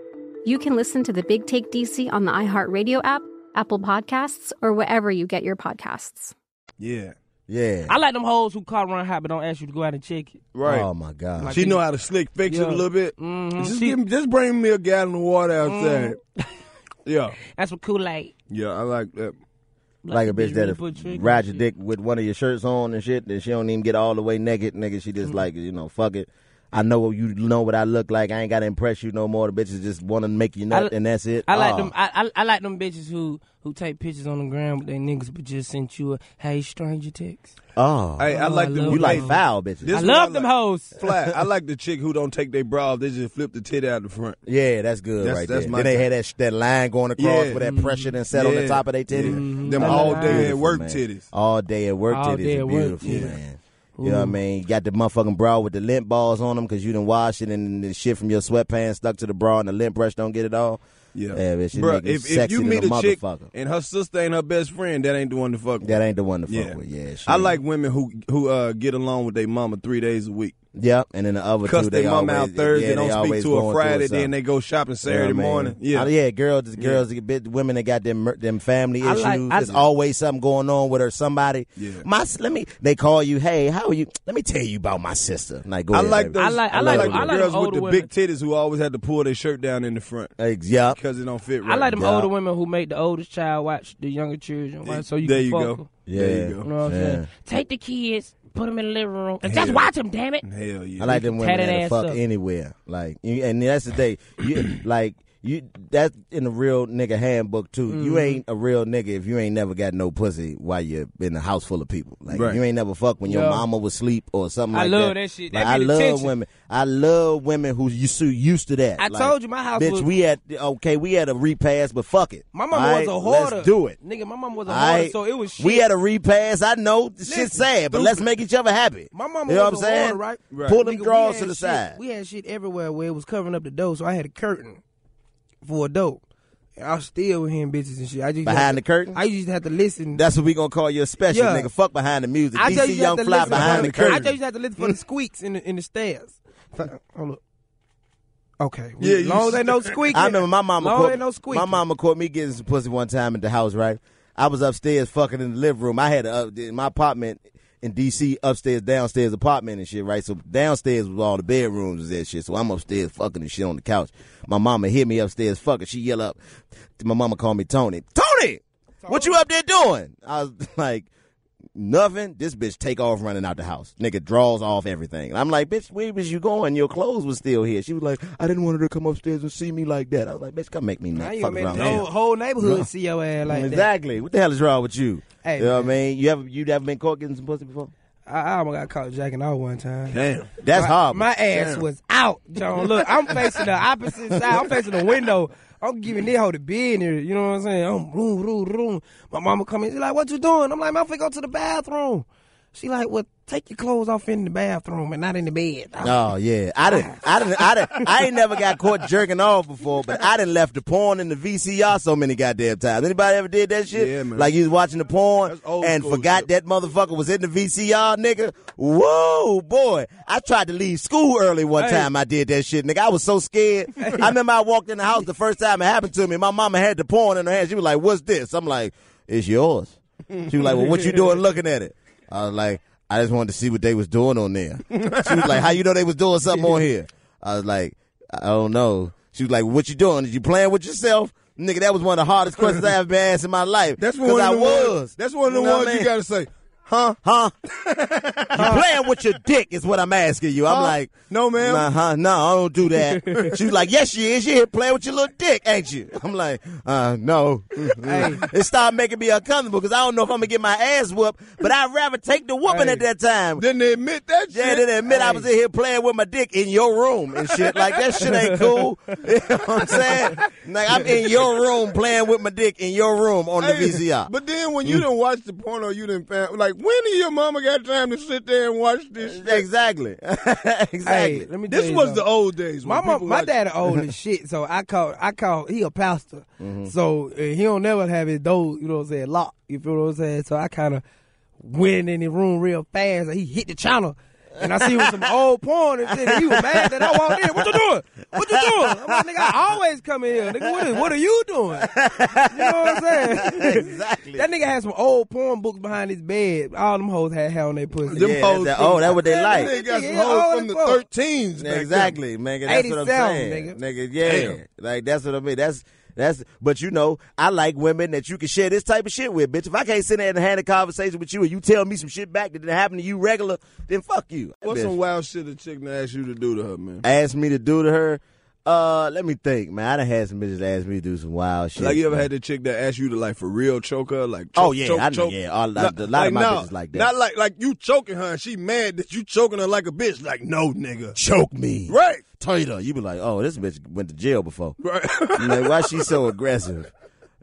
Speaker 11: you can listen to The Big Take DC on the iHeartRadio app, Apple Podcasts, or wherever you get your podcasts.
Speaker 1: Yeah.
Speaker 4: Yeah.
Speaker 3: I like them hoes who call run hot but don't ask you to go out and check it.
Speaker 1: Right.
Speaker 4: Oh my Mm-hmm. God.
Speaker 1: She know how to slick fix it
Speaker 3: Yeah.
Speaker 1: a little bit.
Speaker 3: Mhm.
Speaker 1: Just,
Speaker 3: She-
Speaker 1: give me, just bring me a gallon of water outside.
Speaker 4: Mm.
Speaker 1: yeah.
Speaker 3: That's what Kool Aid.
Speaker 1: Yeah, I like that.
Speaker 4: Like a bitch
Speaker 3: bitch
Speaker 4: that
Speaker 3: really
Speaker 4: if
Speaker 3: put trick
Speaker 4: ride your dick with one of your shirts on and shit, that she don't even get all the way naked, nigga. She just like, you know, fuck it. I know what you know what I look like. I ain't gotta impress you no more. The bitches just wanna make you
Speaker 3: I
Speaker 4: nut
Speaker 3: li-
Speaker 4: and that's it.
Speaker 3: I like
Speaker 4: Oh.
Speaker 3: them. I, I I like them bitches who who take pictures on the ground with they niggas, but just sent you a hey stranger text.
Speaker 4: Oh,
Speaker 1: Hey, I
Speaker 3: Oh,
Speaker 1: like
Speaker 3: I
Speaker 1: them.
Speaker 3: love You like them. foul bitches. I love them hoes.
Speaker 1: Flat. I like the chick who don't take their bra off. They just flip the tit out the front.
Speaker 4: Yeah, that's good
Speaker 1: That's-
Speaker 4: right
Speaker 1: that's
Speaker 4: there.
Speaker 1: my
Speaker 4: then they
Speaker 1: type.
Speaker 4: had that sh- that line going across
Speaker 1: Yeah.
Speaker 4: with that pressure then set on the
Speaker 1: Yeah.
Speaker 4: top of their titties.
Speaker 1: Yeah. Them
Speaker 4: I
Speaker 1: all
Speaker 4: love
Speaker 1: day at
Speaker 4: beautiful,
Speaker 1: work
Speaker 4: man.
Speaker 1: titties.
Speaker 4: All day at work
Speaker 1: Mm-hmm. All
Speaker 4: titties
Speaker 1: day
Speaker 4: are
Speaker 1: at work,
Speaker 4: beautiful,
Speaker 1: yeah.
Speaker 4: man. You know what I
Speaker 1: Ooh.
Speaker 4: mean? You got the motherfucking bra with the lint balls on them because you done washed it and the shit from your sweatpants stuck to the bra and the lint brush don't get it all.
Speaker 1: Yeah,
Speaker 4: bitch, it
Speaker 1: Bruh,
Speaker 4: make you
Speaker 1: if, if
Speaker 4: sexy
Speaker 1: you
Speaker 4: than
Speaker 1: meet
Speaker 4: a
Speaker 1: a, chick
Speaker 4: motherfucker.
Speaker 1: and her sister ain't her best friend, that ain't the one to fuck with.
Speaker 4: That ain't the one to fuck with, yeah,
Speaker 1: I
Speaker 4: shit.
Speaker 1: like women who who uh, get along with their mama three days a week.
Speaker 4: Yep, and then the other
Speaker 1: Cuss
Speaker 4: two
Speaker 1: their
Speaker 4: they
Speaker 1: mama
Speaker 4: always,
Speaker 1: out Thursday,
Speaker 4: yeah, they
Speaker 1: don't speak
Speaker 4: always
Speaker 1: to her
Speaker 4: going through
Speaker 1: Friday,
Speaker 4: something.
Speaker 1: then they go shopping
Speaker 4: You know
Speaker 1: Saturday
Speaker 4: what I mean?
Speaker 1: morning. Yeah.
Speaker 4: Uh, yeah, girls,
Speaker 1: Yeah.
Speaker 4: girls, bit- women that got them them family
Speaker 1: I
Speaker 4: issues.
Speaker 1: like- I-
Speaker 4: There's always something going on with her. Somebody,
Speaker 1: Yeah.
Speaker 4: my s- let me. They call you, hey, how are you? Let me tell you about my sister. Like, go
Speaker 1: I
Speaker 4: ahead,
Speaker 1: like
Speaker 4: baby.
Speaker 1: those. the
Speaker 8: I like
Speaker 1: girls
Speaker 8: the
Speaker 1: with
Speaker 8: older
Speaker 1: the
Speaker 8: women.
Speaker 1: big titties who always had to pull their shirt down in the front.
Speaker 4: yeah,
Speaker 1: because it don't fit right.
Speaker 8: I like them older women who make the oldest child watch the younger children. Right? So you
Speaker 1: there
Speaker 8: can
Speaker 1: you
Speaker 8: fuck
Speaker 1: go.
Speaker 8: them.
Speaker 1: There you Yeah. go.
Speaker 8: You know what I'm
Speaker 4: Yeah.
Speaker 8: saying? Take the kids, put them in the living room, and just watch them. Damn it.
Speaker 1: Hell yeah.
Speaker 4: I like them women
Speaker 8: Tatted
Speaker 4: that
Speaker 8: ass
Speaker 4: fuck
Speaker 8: up.
Speaker 4: anywhere. Like, you, and that's the thing. You like you that's in the real nigga handbook too. You
Speaker 8: Mhm.
Speaker 4: ain't a real nigga if you ain't never got no pussy while you're in a house full of people. Like
Speaker 8: Right.
Speaker 4: you ain't never fuck when your
Speaker 8: Yeah.
Speaker 4: mama was asleep or something
Speaker 8: I
Speaker 4: like
Speaker 8: love
Speaker 4: that.
Speaker 8: that shit.
Speaker 4: Like,
Speaker 8: That
Speaker 4: I
Speaker 8: be the
Speaker 4: love
Speaker 8: tension.
Speaker 4: women. I love women who you so used to that.
Speaker 8: I
Speaker 4: Like,
Speaker 8: told you my house
Speaker 4: Bitch,
Speaker 8: was-
Speaker 4: we had okay, we had a repass, but fuck it.
Speaker 8: My mama
Speaker 4: All
Speaker 8: was a
Speaker 4: right?
Speaker 8: hoarder.
Speaker 4: Let's do it.
Speaker 8: Nigga, my mama was a
Speaker 4: All
Speaker 8: hoarder,
Speaker 4: right?
Speaker 8: so it was shit.
Speaker 4: We had a repass. I know this shit's sad, but let's
Speaker 8: stupid.
Speaker 4: make each other happy.
Speaker 8: My mama
Speaker 4: you know
Speaker 8: was
Speaker 4: what
Speaker 8: a
Speaker 4: I'm saying?
Speaker 8: hoarder, right? Right.
Speaker 4: Pull them
Speaker 8: Nigga, we
Speaker 4: drawers
Speaker 8: had
Speaker 4: to the
Speaker 8: shit.
Speaker 4: side.
Speaker 3: We had shit everywhere where it was covering up the door, so I had a curtain for a dope. And I was still with him bitches and shit. I just
Speaker 4: Behind the curtain?
Speaker 3: I used to have to listen.
Speaker 4: That's what we gonna call your special,
Speaker 3: Yeah.
Speaker 4: nigga. Fuck behind the music.
Speaker 3: I
Speaker 4: DC
Speaker 3: just used to
Speaker 4: Young
Speaker 3: have to
Speaker 4: Fly
Speaker 3: listen
Speaker 4: behind the
Speaker 3: I
Speaker 4: curtain.
Speaker 3: just used to have to listen for the squeaks in the in the stairs. Fuck, Hold up. Okay.
Speaker 4: Yeah,
Speaker 3: as long as ain't no squeaking.
Speaker 4: I remember my mama.
Speaker 3: Long
Speaker 4: caught,
Speaker 3: ain't no
Speaker 4: My
Speaker 3: squeaking.
Speaker 4: mama caught me getting some pussy one time at the house. Right, I was upstairs fucking in the living room. I had a, up, in my apartment in D.C. upstairs, downstairs apartment and shit. Right, so downstairs was all the bedrooms and that shit. So I'm upstairs fucking and shit on the couch. My mama hear me upstairs fucking. She yell up. My mama called me Tony. Tony, what you up there doing? I was like. Nothing. This bitch take off running out the house. Nigga draws off everything. And I'm like, bitch, where was you going? Your clothes was still here. She was like, I didn't want her to come upstairs and see me like that. I was like, bitch, come make me
Speaker 3: Now
Speaker 4: nuts.
Speaker 3: you
Speaker 4: Fuck
Speaker 3: gonna
Speaker 4: around
Speaker 3: make the whole,
Speaker 4: here.
Speaker 3: whole neighborhood
Speaker 4: No.
Speaker 3: see your ass like that.
Speaker 4: exactly. What the hell is wrong with you?
Speaker 3: Hey,
Speaker 4: you know what I mean? You ever you ever been caught getting some pussy before?
Speaker 3: I, I almost got caught jacking off one time.
Speaker 4: Damn. That's
Speaker 3: my,
Speaker 4: horrible.
Speaker 3: My ass
Speaker 4: Damn.
Speaker 3: was out, John. Look, I'm facing the opposite side. I'm facing the window. I'm giving this hoe the business. You know what I'm saying? I'm room, room, room. My mama come in. She like, what you doing? I'm like, I'm finna go to the bathroom. She like, well, take your clothes off in the bathroom and not in the bed.
Speaker 4: Oh yeah, I didn't, I didn't, I didn't, I ain't never got caught jerking off before, but I didn't left the porn in the VCR so many goddamn times. Anybody ever did that shit?
Speaker 1: Yeah, man.
Speaker 4: Like you was watching the porn
Speaker 1: old
Speaker 4: and
Speaker 1: school
Speaker 4: forgot that motherfucker was in the VCR, nigga. Whoa, boy! I tried to leave school early one
Speaker 1: Hey.
Speaker 4: time. I did that shit, nigga. I was so scared. I remember I walked in the house the first time it happened to me. My mama had the porn in her hand. She was like, "What's this?" I'm like, "It's yours." She was like, "Well, what you doing looking at it?" I was like, "I just wanted to see what they was doing on there." She was like, "How you know they was doing something on here?" I was like, "I don't know." She was like, "What you doing? Did you playing with yourself?" Nigga, that was one of the hardest questions I ever been asked in my life.
Speaker 1: That's one
Speaker 4: 'Cause
Speaker 1: of
Speaker 4: I
Speaker 1: the
Speaker 4: was.
Speaker 1: ones- that's one of the
Speaker 4: know
Speaker 1: ones
Speaker 4: what I
Speaker 1: you
Speaker 4: mean?
Speaker 1: gotta say, huh?
Speaker 4: Huh? you playing with your dick is what I'm asking you. I'm
Speaker 1: Huh?
Speaker 4: like,
Speaker 1: No, ma'am.
Speaker 4: Nah, huh? No, I don't do that. she was like, yes, she is. You here playing with your little dick, ain't you? I'm like, uh, no. it started making me uncomfortable because I don't know if I'm gonna get my ass whooped, but I'd rather take the whooping at that time.
Speaker 1: Didn't admit that shit.
Speaker 4: Yeah, didn't admit I was in here playing with my dick in your room and shit. Like that shit ain't cool. You know what I'm saying? Like I'm in your room playing with my dick in your room on the
Speaker 1: Hey,
Speaker 4: VCR.
Speaker 1: But then
Speaker 4: Mm.
Speaker 1: when you didn't watch the porno, you didn't found, like when did your mama got time to sit there and watch this? Shit?
Speaker 4: Uh, Exactly. exactly.
Speaker 3: Hey, let me tell
Speaker 1: This
Speaker 3: you
Speaker 1: was
Speaker 3: something.
Speaker 1: the old days.
Speaker 3: My
Speaker 1: when
Speaker 3: mom,
Speaker 1: people
Speaker 3: my
Speaker 1: watched-
Speaker 3: dad old as shit, so I call I call he a pastor,
Speaker 1: Mm-hmm.
Speaker 3: so uh, he don't never have his door, you know what I'm saying, locked. You feel what I'm saying? So I kind of went in the room real fast, and he hit the channel, and I see with some old porn and shit. And he was mad that I walked in. What you doing? What you doing? I'm like, nigga, I always come in here. Nigga, what, is, what are you doing? You know what I'm saying?
Speaker 4: Exactly.
Speaker 3: that nigga had some old porn books behind his bed. All them hoes had hair on their pussy.
Speaker 4: Them Yeah, hoes that- from- oh, that what they
Speaker 3: Yeah,
Speaker 4: like.
Speaker 1: They got some
Speaker 3: Yeah,
Speaker 1: hoes
Speaker 3: old
Speaker 1: from
Speaker 3: as
Speaker 1: the
Speaker 3: fuck.
Speaker 1: thirteens. back then.
Speaker 4: Exactly, nigga. That's what I'm
Speaker 3: 87,
Speaker 4: saying,
Speaker 3: nigga.
Speaker 4: yeah,
Speaker 1: Damn.
Speaker 4: like that's what I mean. That's that's. But you know, I like women that you can share this type of shit with, bitch. If I can't sit there and have a conversation with you, and you tell me some shit back that didn't happen to you regular, then fuck you.
Speaker 1: What's
Speaker 4: Bitch.
Speaker 1: some wild shit a chick to ask you to do to her, man?
Speaker 4: asked me to do to her. Uh, let me think, man. I done had some bitches that asked me to do some wild shit.
Speaker 1: Like you ever
Speaker 4: man.
Speaker 1: had the chick that asked you to like for real choke her? Like choke,
Speaker 4: Oh, yeah,
Speaker 1: choke,
Speaker 4: I know,
Speaker 1: choke.
Speaker 4: yeah. All- a lot- a lot of my bitches like that.
Speaker 1: Not like like you choking her and she mad that you choking her like a bitch. Like no nigga,
Speaker 4: choke me
Speaker 1: right.
Speaker 4: tighter? You be like, oh, this bitch went to jail before. Right? like, why she so aggressive?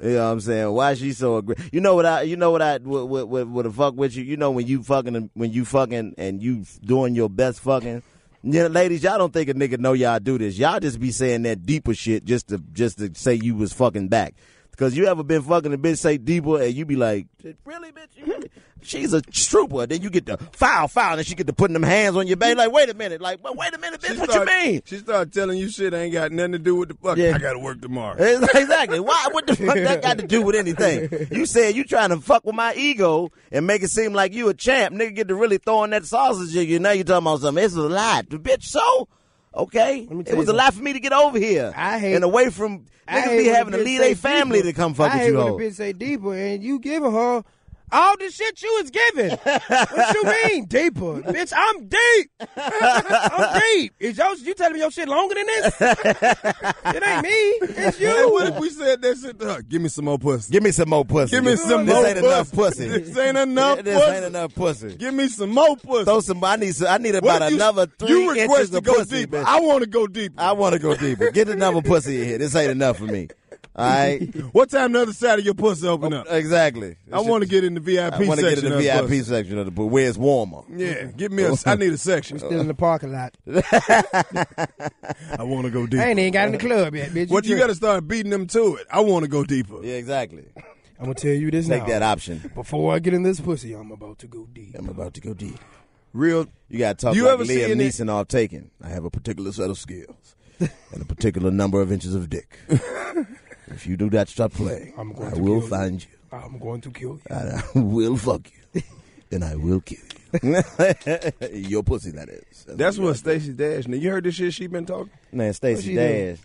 Speaker 4: You know what I'm saying? Why she so aggressive? You know what I? You know what I? What what what, what the fuck with you? You know when you fucking when you fucking and you doing your best fucking. Yeah, ladies, y'all don't think a nigga know y'all do this. Y'all just be saying that deeper shit just to just to say you was fucking back. Cause you ever been fucking a bitch say D boy and you be like, really, bitch? She's a strooper. Then you get to foul, foul, and then she get to putting them hands on your back. Like, wait a minute, like, well, wait a minute, bitch, what
Speaker 1: start-
Speaker 4: you mean?
Speaker 1: She started telling you shit ain't got nothing to do with the fuck.
Speaker 4: Yeah.
Speaker 1: I gotta work tomorrow.
Speaker 4: exactly. Why? What the fuck that got to do with anything? You said you trying to fuck with my ego and make it seem like you a champ. Nigga get to really throwing that sausage at you. Now you talking about something. It's a lie. The bitch so? Okay.
Speaker 3: tell
Speaker 4: It was
Speaker 3: you
Speaker 4: a lie for me to get over here. I
Speaker 3: hate-
Speaker 4: And away from
Speaker 3: I
Speaker 4: niggas
Speaker 3: hate
Speaker 4: be
Speaker 3: when
Speaker 4: having
Speaker 3: a
Speaker 4: to
Speaker 3: bitch
Speaker 4: leave
Speaker 3: say
Speaker 4: their family
Speaker 3: deeper.
Speaker 4: to come fuck
Speaker 3: I
Speaker 4: with
Speaker 3: hate
Speaker 4: you
Speaker 3: when a
Speaker 4: hoes.
Speaker 3: bitch say deeper, and you giving her all the shit you was giving. what you mean deeper, bitch? I'm deep. I'm deep. Is your you telling me your shit longer than this? it ain't me. It's you.
Speaker 1: what if we said that shit to her? Give me some more pussy.
Speaker 4: Give me some more pussy.
Speaker 1: Give me
Speaker 4: This-
Speaker 1: some
Speaker 4: this
Speaker 1: more
Speaker 4: ain't enough
Speaker 1: pussy.
Speaker 4: pussy.
Speaker 1: This ain't enough
Speaker 4: This
Speaker 1: pussy.
Speaker 4: ain't enough pussy.
Speaker 1: Give me some more pussy.
Speaker 4: Throw some. I need. Some, I need about
Speaker 1: What you-
Speaker 4: another
Speaker 1: you
Speaker 4: three
Speaker 1: request
Speaker 4: inches
Speaker 1: to
Speaker 4: of
Speaker 1: go
Speaker 4: pussy.
Speaker 1: deeper.
Speaker 4: bitch.
Speaker 1: I wanna go deeper.
Speaker 4: I want to go deeper. Get another pussy in here. This ain't enough for me. All right.
Speaker 1: What time the other side of your pussy open
Speaker 4: Oh,
Speaker 1: up?
Speaker 4: Exactly.
Speaker 1: I want to get in the VIP
Speaker 4: I want to get
Speaker 1: section.
Speaker 4: in the
Speaker 1: of
Speaker 4: VIP
Speaker 1: pussy.
Speaker 4: section of the book where it's warmer.
Speaker 1: Yeah, give me a. I need a section.
Speaker 3: Still in the parking lot.
Speaker 1: I want to go deeper.
Speaker 3: I ain't even got in the club yet, bitch.
Speaker 1: What you
Speaker 3: tripping.
Speaker 1: got to start beating them to it? I want to go deeper.
Speaker 4: Yeah, exactly.
Speaker 3: I'm gonna tell you this
Speaker 4: Take
Speaker 3: now.
Speaker 4: that option.
Speaker 3: Before I get in this pussy, I'm about to go deep.
Speaker 4: I'm about to go deep.
Speaker 1: Real.
Speaker 4: You got to talk
Speaker 1: You
Speaker 4: like
Speaker 1: ever
Speaker 4: Liam
Speaker 1: seen it-
Speaker 4: Neeson off taken. I have a particular set of skills and a particular number of inches of dick. if you do not stop playing,
Speaker 3: I'm going
Speaker 4: I
Speaker 3: to
Speaker 4: will
Speaker 3: kill you.
Speaker 4: find you.
Speaker 3: I'm going to kill you.
Speaker 4: I, I will fuck you. and I will kill you. Your pussy, that is.
Speaker 1: That's what Stacey Dash. Now you heard this shit she been talking.
Speaker 4: Man,
Speaker 1: she
Speaker 4: Stacey
Speaker 1: do?
Speaker 4: Dash.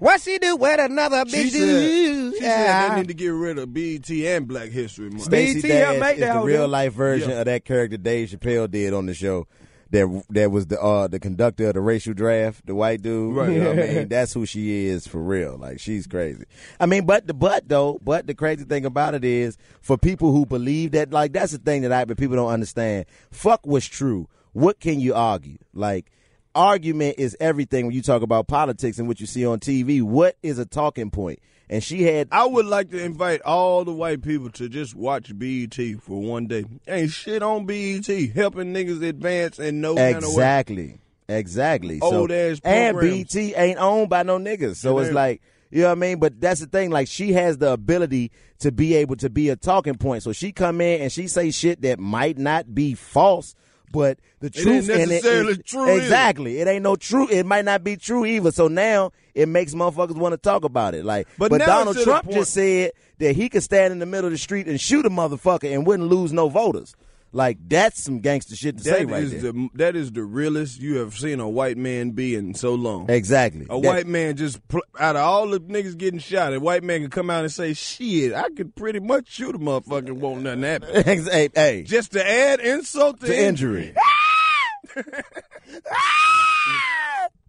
Speaker 3: What she do with another bitch?
Speaker 1: She
Speaker 3: do
Speaker 1: said,
Speaker 3: you?
Speaker 1: she said they
Speaker 3: yeah.
Speaker 1: need to get rid of BET and Black History Month.
Speaker 4: Stacey Dash is the
Speaker 1: hoe,
Speaker 4: real
Speaker 1: dude.
Speaker 4: life version
Speaker 1: Yeah.
Speaker 4: of that character Dave Chappelle did on the show. That that was the uh, the conductor of the racial draft, the white dude.
Speaker 1: Right.
Speaker 4: You know what I mean? That's who she is for real. Like she's crazy. I mean, but the but though, but the crazy thing about it is for people who believe that, like that's the thing that I but people don't understand. Fuck what's true. What can you argue? Like argument is everything when you talk about politics and what you see on TV. What is a talking point? And she had
Speaker 1: I would like to invite all the white people to just watch BET for one day. Ain't shit on BET helping niggas advance in no kind of way.
Speaker 4: Exactly. Exactly.
Speaker 1: Old
Speaker 4: so,
Speaker 1: ass
Speaker 4: and
Speaker 1: programs.
Speaker 4: BT ain't owned by no niggas. So
Speaker 1: It
Speaker 4: it's
Speaker 1: ain't.
Speaker 4: like, you know what I mean? But that's the thing. Like she has the ability to be able to be a talking point. So she come in and she say shit that might not be false, but the
Speaker 1: ain't
Speaker 4: truth in it
Speaker 1: necessarily
Speaker 4: is-
Speaker 1: true either.
Speaker 4: Exactly. It ain't no true. It might not be true either. So now it makes motherfuckers want to talk about it. Like,
Speaker 1: But
Speaker 4: but,
Speaker 1: now
Speaker 4: Donald
Speaker 1: it's to the
Speaker 4: Trump
Speaker 1: point-
Speaker 4: just said that he could stand in the middle of the street and shoot a motherfucker and wouldn't lose no voters. Like that's some gangster shit to
Speaker 1: That
Speaker 4: say right
Speaker 1: is
Speaker 4: there.
Speaker 1: the that is the realest you have seen a white man be in so long.
Speaker 4: Exactly.
Speaker 1: A
Speaker 4: That-
Speaker 1: white man just pl- out of all the niggas getting shot, a white man can come out and say, "Shit, I could pretty much shoot a motherfucker, and won't nothing happen."
Speaker 4: Ex- hey, hey,
Speaker 1: Just to add insult to,
Speaker 4: to injury.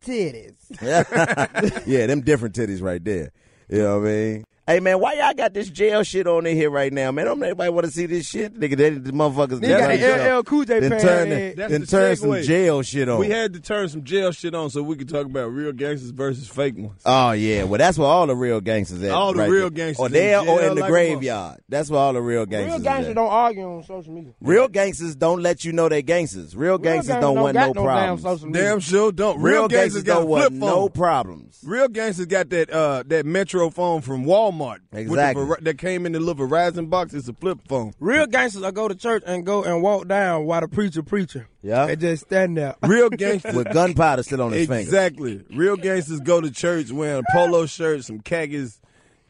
Speaker 3: Titties.
Speaker 4: yeah, them different titties right there. You know what I mean? Hey man, why y'all got this jail shit on in here right now, man? Don't nobody want to see this shit, nigga. They, the motherfuckers
Speaker 3: Nigga got
Speaker 4: got
Speaker 3: the LL Cool J
Speaker 4: Then
Speaker 3: fan
Speaker 4: turn,
Speaker 3: head.
Speaker 4: the,
Speaker 1: That's
Speaker 4: then
Speaker 1: the
Speaker 4: turn some
Speaker 1: segue.
Speaker 4: jail shit on.
Speaker 1: We had to turn some jail shit on so we could talk about real gangsters versus fake ones.
Speaker 4: oh yeah, well that's where all the real gangsters at.
Speaker 1: All the
Speaker 4: right
Speaker 1: real
Speaker 4: there.
Speaker 1: gangsters
Speaker 4: or
Speaker 1: in
Speaker 4: there or
Speaker 1: jail
Speaker 4: in the
Speaker 1: like a
Speaker 4: graveyard. That's where all the real gangsters.
Speaker 3: Real
Speaker 4: is
Speaker 3: gangsters
Speaker 4: at.
Speaker 3: don't argue on social media.
Speaker 4: Real gangsters don't let you know they gangsters. Real gangsters
Speaker 3: gangsters
Speaker 4: don't
Speaker 3: don't
Speaker 4: want
Speaker 3: got
Speaker 4: no
Speaker 3: no damn
Speaker 4: problems.
Speaker 3: social media.
Speaker 1: Damn sure don't. Real,
Speaker 4: Real gangsters
Speaker 1: gangsters, got
Speaker 4: don't
Speaker 1: a flip
Speaker 4: want
Speaker 1: phone.
Speaker 4: no problems.
Speaker 1: Real gangsters got that uh, that Metro phone from Walmart. with the
Speaker 4: Exactly.
Speaker 1: Ver- that came in the little Verizon box. It's a flip phone.
Speaker 3: Real gangsters, I go to church and go and walk down while the preacher preacher.
Speaker 4: Yeah.
Speaker 3: They just stand there.
Speaker 1: Real gangsters
Speaker 4: With gunpowder still on his finger.
Speaker 1: exactly. Real gangsters go to church wearing polo shirts, some khakis,